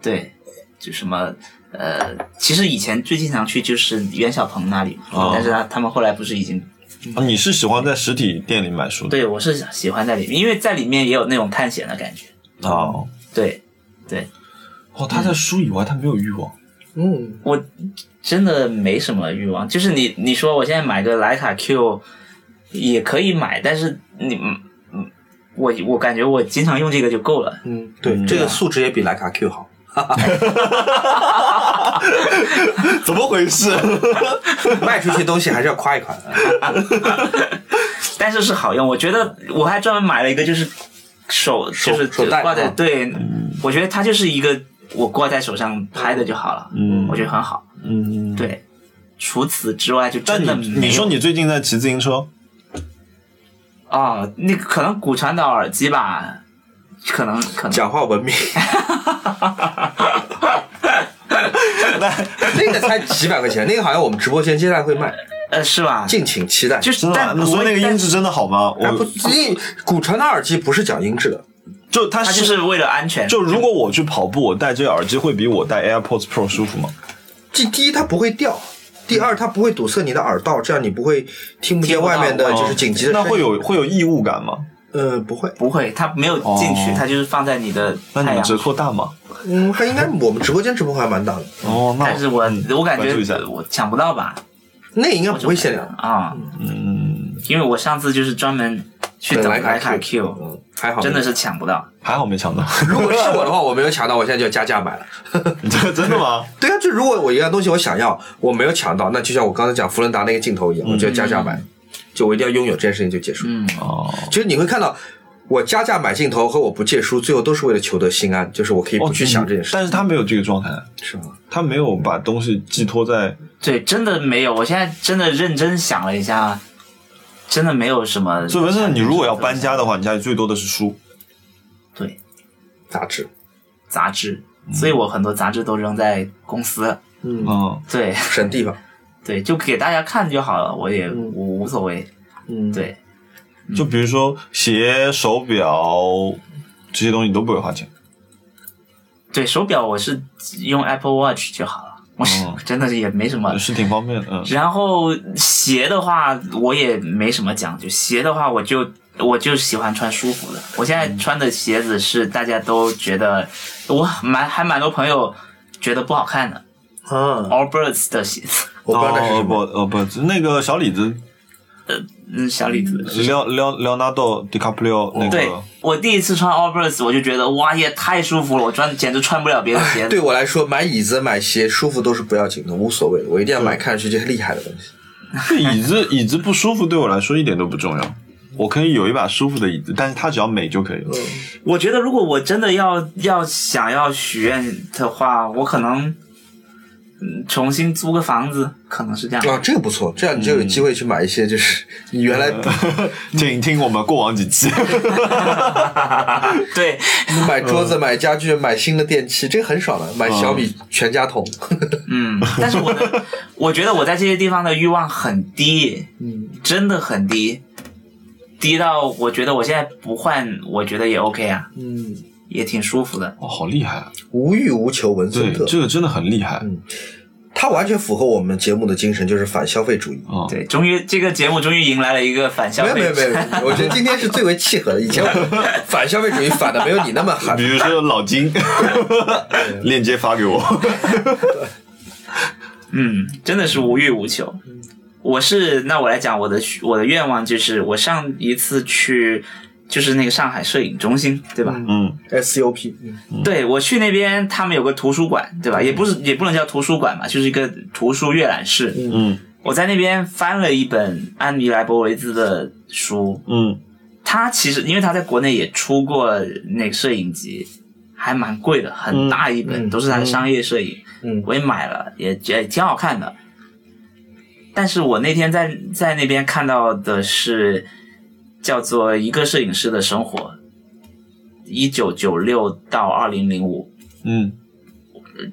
S1: 对，就什么呃，其实以前最经常去就是袁小鹏那里，
S2: 哦
S1: 但是他他们后来不是已经
S2: 啊你是喜欢在实体店里买书的
S1: 对我是喜欢在里面，因为在里面也有那种探险的感觉。
S2: 啊？
S1: 对
S2: 哦，他在书以外他没有欲望，
S11: 嗯，
S1: 我真的没什么欲望，就是你你说我现在买个徕卡 Q 也可以买，但是你嗯嗯，我我感觉我经常用这个就够了。
S11: 嗯，
S4: 对，这个素质也比徕卡 Q 好。
S2: 怎么回事？
S4: 卖出去东西还是要夸一夸的。
S1: 但是是好用，我觉得我还专门买了一个，就是手就是
S4: 手袋
S1: 挂在
S4: 啊
S2: 嗯
S1: 对，我觉得它就是一个我挂在手上拍的就好了，
S2: 嗯
S1: 我觉得很好。
S2: 嗯，
S1: 对，除此之外就
S2: 但
S1: 真的
S2: 你
S1: 没
S2: 你说
S1: 有
S2: 你最近在骑自 行车，
S1: 啊、那个可能骨传导耳机吧，可能可能
S4: 讲话 文明，那个才几百块钱，那个好像我们直播间接下来会卖，
S1: 呃是吧？
S4: 敬请期待。
S1: 就是
S2: 真的吗？
S1: 但
S2: 那所以
S1: 我
S2: 那个音质真的好吗？
S4: 哎不
S2: 我，
S4: 因骨传导耳机不是讲音质的，
S2: 就它
S1: 它就是是为了安全。
S2: 就如果我去跑步，我戴这个耳机会比我戴 AirPods Pro 舒服吗？
S11: 第第一它不会掉，第二它不会堵塞你的耳道，这样你不会听不见外面的就是紧急的声
S2: 哦
S11: 音。
S2: 那会有会有异物感吗？
S11: 呃不会，
S1: 不会，它没有进去，
S2: 哦
S1: 它就是放在你的
S2: 那你
S1: 太
S2: 们
S1: 阳。
S2: 折扣大吗？
S11: 嗯，它应该我们直播间直播还蛮大的，
S2: 哦，那
S1: 但是我
S2: 嗯
S1: 我感
S2: 关注一下
S1: 觉我抢不到吧
S11: 那应该不会限量。
S1: 啊，
S2: 嗯，
S1: 因为我上次就是专门去嗯等
S4: 莱
S1: 徕卡 Q，
S4: Q，还嗯好
S1: 真的。是抢不到。
S2: 还好没抢到，
S4: 如果是我的话，我没有抢到，我现在就加价买了。
S2: 真真的吗？
S4: 对啊，就如果我一样东西我想要，我没有抢到，那就像我刚才讲福伦达那个镜头一样，我就要加价买，就我一定要拥有这件事情就结束。
S1: 嗯，
S2: 哦，
S4: 其实你会看到，我加价买镜头和我不借书，最后都是为了求得心安，就是我可以
S1: 哦
S4: 不去想这件
S2: 哦
S4: 事，
S2: 嗯但是他没有这个状态，
S4: 是吗？
S2: 他没有把东西寄托在
S1: 对，真的没有。我现在真的认真想了一下，真的没有什么。
S2: 所以文森特，你如果要搬家的话，你家里最多的是书。
S1: 对
S4: 杂志
S1: 杂志，所以我很多杂志都扔在公司。
S2: 嗯，
S1: 对
S4: 省地方。
S1: 对，就给大家看就好了，我也无无所谓。
S11: 嗯，
S1: 对，
S2: 嗯就比如说鞋、手表这些东西，你都不会花钱。
S1: 对，手表我是用 Apple Watch 就好了，我是
S2: 哦
S1: 真的是也没什么。
S2: 是挺方便的，嗯，
S1: 然后鞋的话，我也没什么讲究。鞋的话，我就我就喜欢穿舒服的。我现在穿的鞋子是大家都觉得，我蛮还蛮多朋友觉得不好看的
S11: 啊，
S4: 嗯
S1: Allbirds 的鞋子。
S11: 我不知道那是什
S2: 哦
S11: 么。
S2: 不呃不，那个小李子
S1: 呃嗯小李子。
S2: 廖廖廖纳多·迪卡普里奥那
S1: 对
S2: 个，
S1: 我第一次穿 Allbirds，我就觉得哇也太舒服了，我穿简直穿不了别的鞋。
S12: 对我来说，买椅子、买鞋舒服都是不要紧的，无所谓的。我一定要买看上去就是厉害的东西。
S2: 这 椅子椅子不舒服对我来说一点都不重要，我可以有一把舒服的椅子，但是它只要美就可以了。
S1: 我觉得如果我真的要要想要许愿的话，我可能嗯重新租个房子，可能是这样。
S12: 啊，这个不错，这样你就有机会去买一些，就是
S1: 嗯
S12: 你原来
S2: 请 听我们过往几期，
S1: 对，
S12: 你 买桌子、买家具、买新的电器，这个很爽的。买小米全家桶，
S1: 嗯，但是我的我觉得我在这些地方的欲望很低，嗯，真的很低，低到我觉得我现在不换，我觉得也 OK 啊，嗯，也挺舒服的。
S2: 哇，好厉害啊！
S12: 无欲无求，文森
S2: 对，
S12: 特，
S2: 这个真的很厉害。
S12: 它完全符合我们节目的精神，就是反消费主义。
S2: 嗯，
S1: 对，终于这个节目终于迎来了一个反消
S12: 没
S1: 费
S12: 有没有没有，我觉得今天是最为契合的。以前我反消费主义反的没有你那么狠
S2: 比。如说老金，链接发给我。
S1: 嗯，真的是无欲无求。
S12: 嗯
S1: 我是那我来讲我的许我的愿望就是我上一次去就是那个上海摄影中心，对吧？
S2: 嗯，
S12: SUP，嗯
S1: 对我去那边，他们有个图书馆，对吧？也不是也不能叫图书馆嘛，就是一个图书阅览室。
S2: 嗯，
S1: 我在那边翻了一本安妮莱博维兹的书，
S2: 嗯，
S1: 他其实因为他在国内也出过那个摄影集，还蛮贵的，很大一本，都是他的商业摄影。
S12: 嗯
S1: 我也买了，也也挺好看的。但是我那天在在那边看到的是叫做《一个摄影师的生活》，一九九六到二零零五，
S2: 嗯，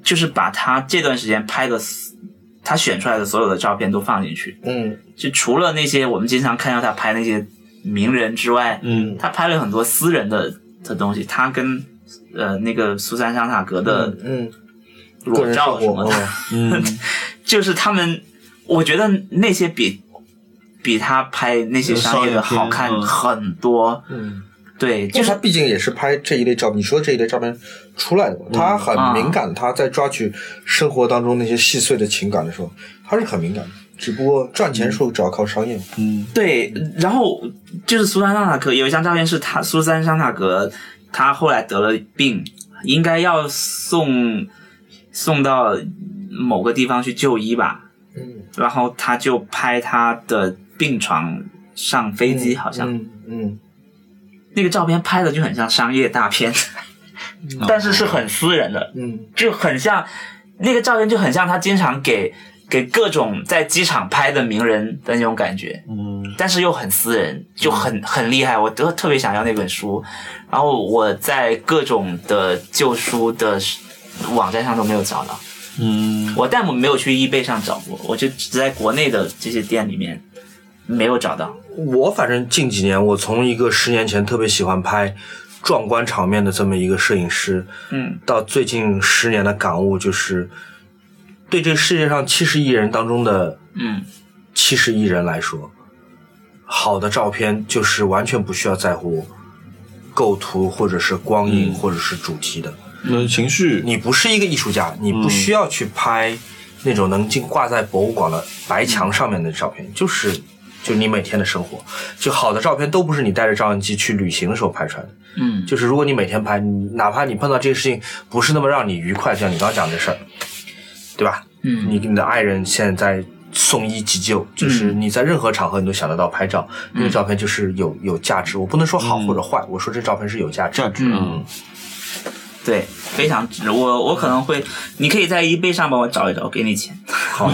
S1: 就是把他这段时间拍的所，他选出来的所有的照片都放进去。
S12: 嗯
S1: 就除了那些我们经常看到他拍那些名人之外，
S2: 嗯，
S1: 他拍了很多私人的的东西，他跟呃那个苏珊·桑塔格的
S12: 嗯，个
S1: 裸
S12: 人
S1: 照
S12: 生
S1: 什么
S12: 活嗯
S1: 的，，就是他们，我觉得那些比比他拍那些商业的好看
S2: 商业片嗯
S1: 很多。
S12: 嗯，
S1: 对，
S12: 就
S1: 就是
S12: 他
S1: 是
S12: 毕竟也是拍这一类照，你说这一类照片出来的嘛，
S1: 嗯
S12: 他很
S1: 啊
S12: 敏感，他在抓取生活当中那些细碎的情感的时候，他是很敏感的。只不过赚钱的时
S1: 嗯
S12: 候主要靠商业嘛，
S1: 对，然后就是苏珊·桑塔格有一张照片是他苏珊·桑塔格，他后来得了病，应该要送送到某个地方去就医吧。
S12: 嗯，
S1: 然后他就拍他的病床上飞机，好像、
S12: 嗯嗯，
S1: 那个照片拍的就很像商业大片， 但是是很私人的，
S12: 嗯，
S1: 就很像那个照片就很像他经常给给各种在机场拍的名人的那种感觉，嗯，但是又很私人，就很
S12: 嗯
S1: 很厉害，我特特别想要那本书，然后我在各种的旧书的网站上都没有找到，嗯，我但我没有去 eBay 上找过，我就只在国内的这些店里面没有找到，
S4: 我反正近几年，我从一个十年前特别喜欢拍壮观场面的这么一个摄影师，
S1: 嗯，
S4: 到最近十年的感悟就是，对这世界上七十亿人当中的
S1: 嗯
S4: 七十亿人来说，好的照片就是完全不需要在乎构图或者是光影或者是主题的。
S2: 那情绪，
S4: 你不是一个艺术家，你不需要去拍那种能进挂在博物馆的白墙上面的照片，就是就你每天的生活，就好的照片都不是你带着照相机去旅行的时候拍出来的。
S1: 嗯
S4: 就是如果你每天拍，你哪怕你碰到这个事情不是那么让你愉快，就像你刚刚讲的事儿，对吧？
S1: 嗯
S4: 你你的爱人现在送医急救，就是你在任何场合你都想得到拍照，那个照片就是有有价值。我不能说好或者坏，我说这照片是有价值的。
S2: 价值，嗯，
S1: 对，非常值。我我可能会，你可以在 eBay 上帮我找一找，我给你钱。好，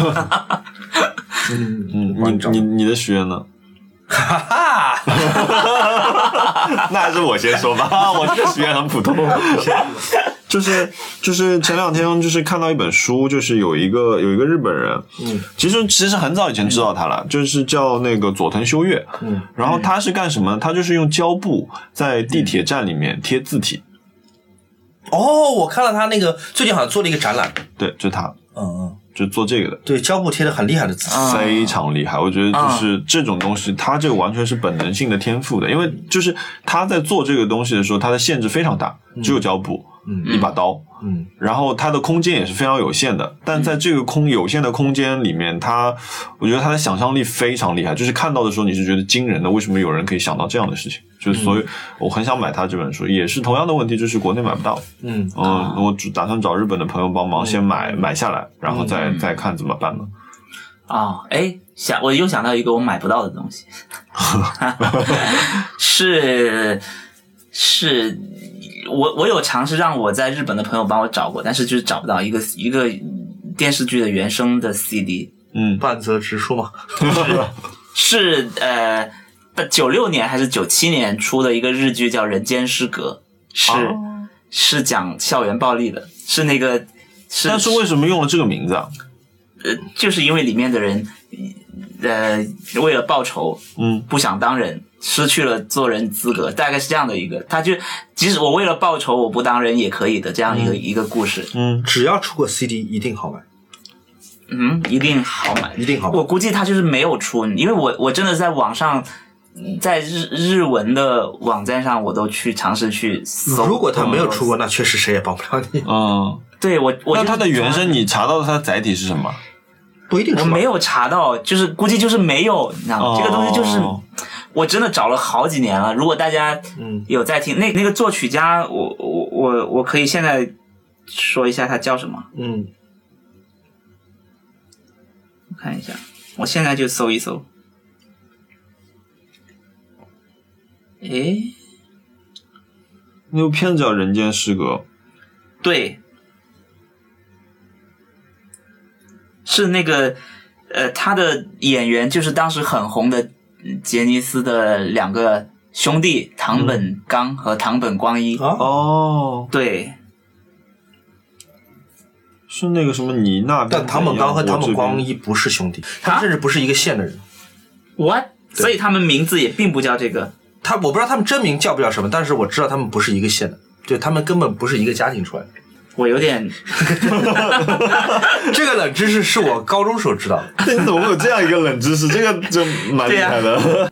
S2: 嗯，你你你的许愿呢？哈哈，那还是我先说吧，我这个许愿很普通。就是就是前两天就是看到一本书，就是有一个有一个日本人，嗯，其实其实很早以前知道他了，就是叫那个佐藤修月，嗯，然后他是干什么？他就是用胶布在地铁站里面贴字体，
S4: 哦，我看了他那个最近好像做了一个展览，
S2: 对，就他
S4: 嗯嗯，
S2: 就做这个的。
S4: 对，胶布贴的很厉害的字，
S2: 非常厉害，我觉得就是这种东西，他这个完全是本能性的天赋的，因为就是他在做这个东西的时候，他的限制非常大，只有胶布，嗯，一把刀，
S4: 嗯，
S2: 然后它的空间也是非常有限的，但在这个空有限的空间里面，它，我觉得它的想象力非常厉害，就是看到的时候你是觉得惊人的，为什么有人可以想到这样的事情？就是所以我很想买它这本书，也是同样的问题，就是国内买不到，
S13: 嗯
S2: 嗯，我只打算找日本的朋友帮忙先买买下来，然后再再看怎么办呢？
S1: 啊，哎，想我又想到一个我买不到的 东西，是是，我我有尝试让我在日本的朋友帮我找过，但是就是找不到一个一个电视剧的原声的 CD，
S2: 嗯，
S13: 半泽直树嘛，
S1: 是呃，九六年还是九七年出的一个日剧叫《人间失格》，是、是讲校园暴力的，是那个是呃
S2: 但是为什么用了这个名字啊？
S1: 就是因为里面的人，呃，为了报仇，
S2: 嗯，
S1: 不想当人，失去了做人资格，大概是这样的一个。他就即使我为了报仇，我不当人也可以的这样一个、一个故事。
S2: 嗯，
S4: 只要出过 CD，一定好买，
S1: 嗯，一定好买，
S4: 一定好买
S1: 我。估计他就是没有出，因为我我真的在网上，在日日文的网站上，我都去尝试去搜。
S4: 如果他没有出过，那确实谁也帮不了你，
S2: 嗯，
S1: 对我，我
S2: 那
S1: 就是
S2: 它的原声你查到它的载体是什么？
S4: 不一定
S1: 我
S4: 出吧。
S1: 没有查到，就是估计就是没有，你知道吗？
S2: 哦
S1: 这个东西就是我真的找了好几年了。如果大家
S4: 嗯
S1: 有在听，那那个作曲家，我我我我可以现在说一下他叫什么？
S4: 嗯，
S1: 我看一下，我现在就搜一搜。诶，
S2: 那部片子叫《人间失格
S1: 对，是那个呃，他的演员就是当时很红的嗯杰尼斯的两个兄弟唐本刚和唐本光一。
S4: 啊》
S2: 哦，
S1: 对，
S2: 是那个什么妮娜，
S4: 但唐本刚和唐本光
S2: 一
S4: 一不是兄弟，他们甚至不是一个县的人。
S1: what？所以他们名字也并不叫这个。
S4: 他我不知道他们真名叫不叫什么，但是我知道他们不是一个县的，就他们根本不是一个家庭出来的。
S1: 我有点，
S4: 这个冷知识是我高中时候知道的。
S2: 这 你怎么会有这样一个冷知识？这个真蛮厉害的。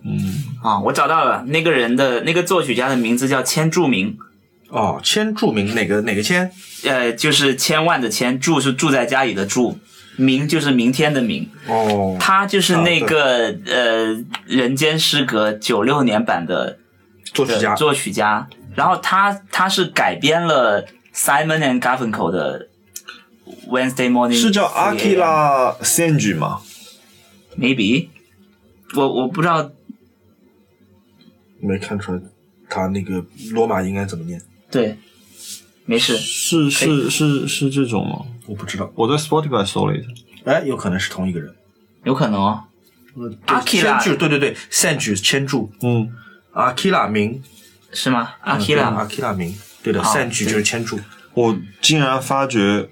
S1: 啊，我找到了那个人的那个作曲家的名字叫千住明，
S4: 哦，签注明哪个哪个签？
S1: 呃，就是千万的千，住是住在家里的住，明就是明天的明。
S4: 哦，
S1: 他就是那个、呃《人间失格》九六年版的
S4: 作曲家
S1: 的作曲家，然后他他是改编了 Simon and Garfunkel 的 Wednesday Morning，
S2: 是叫阿 k i r a s a n j i 吗？
S1: maybe，我我不知道，
S4: 没看出来他那个罗马应该怎么念，
S1: 对，没事，
S2: 是是是是这种吗？
S4: 我不知道。
S2: 我在 Spotify 搜了一下，
S4: 哎，有可能是同一个人。
S1: 有可能哦。阿基
S4: 千
S1: 拉
S4: 住，对对对，善举千住，
S2: 嗯，
S4: 阿基拉明，
S1: 是吗？阿
S4: 阿
S1: 基
S4: 阿
S1: 拉，
S4: 基拉明，嗯对的，
S1: 好
S4: 善举就是千住。
S2: 我竟然发觉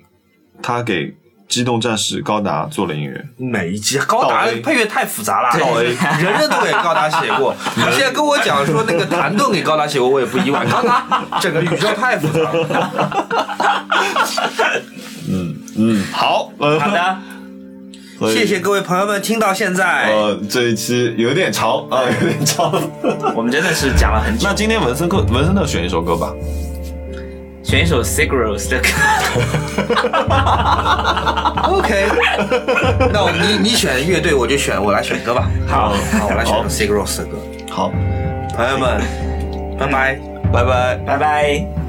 S2: 他给《机动战士高达》做了音乐，
S4: 每一集高达
S2: 到 A
S4: 配乐太复杂了，
S1: 对
S4: 人人都给高达写过。你现在跟我讲说那个谭盾给高达写过，我也不意外。高达整个宇宙太复杂了。
S2: 嗯，好，呃，
S1: 好的，
S2: 所以
S4: 谢谢。各位朋友们，听到现在，
S2: 呃，这一期有点长啊，有点长。
S1: 我们真的是讲了很久
S2: 那。今天文森克文森特选一首歌吧，
S1: 选一首 Sigros 的歌，
S4: OK，那我你你选乐队，我就选我来选歌吧。好，好，我来选 Sig Rose 的歌。
S2: 好。
S4: 朋友们，拜拜。
S1: 拜拜。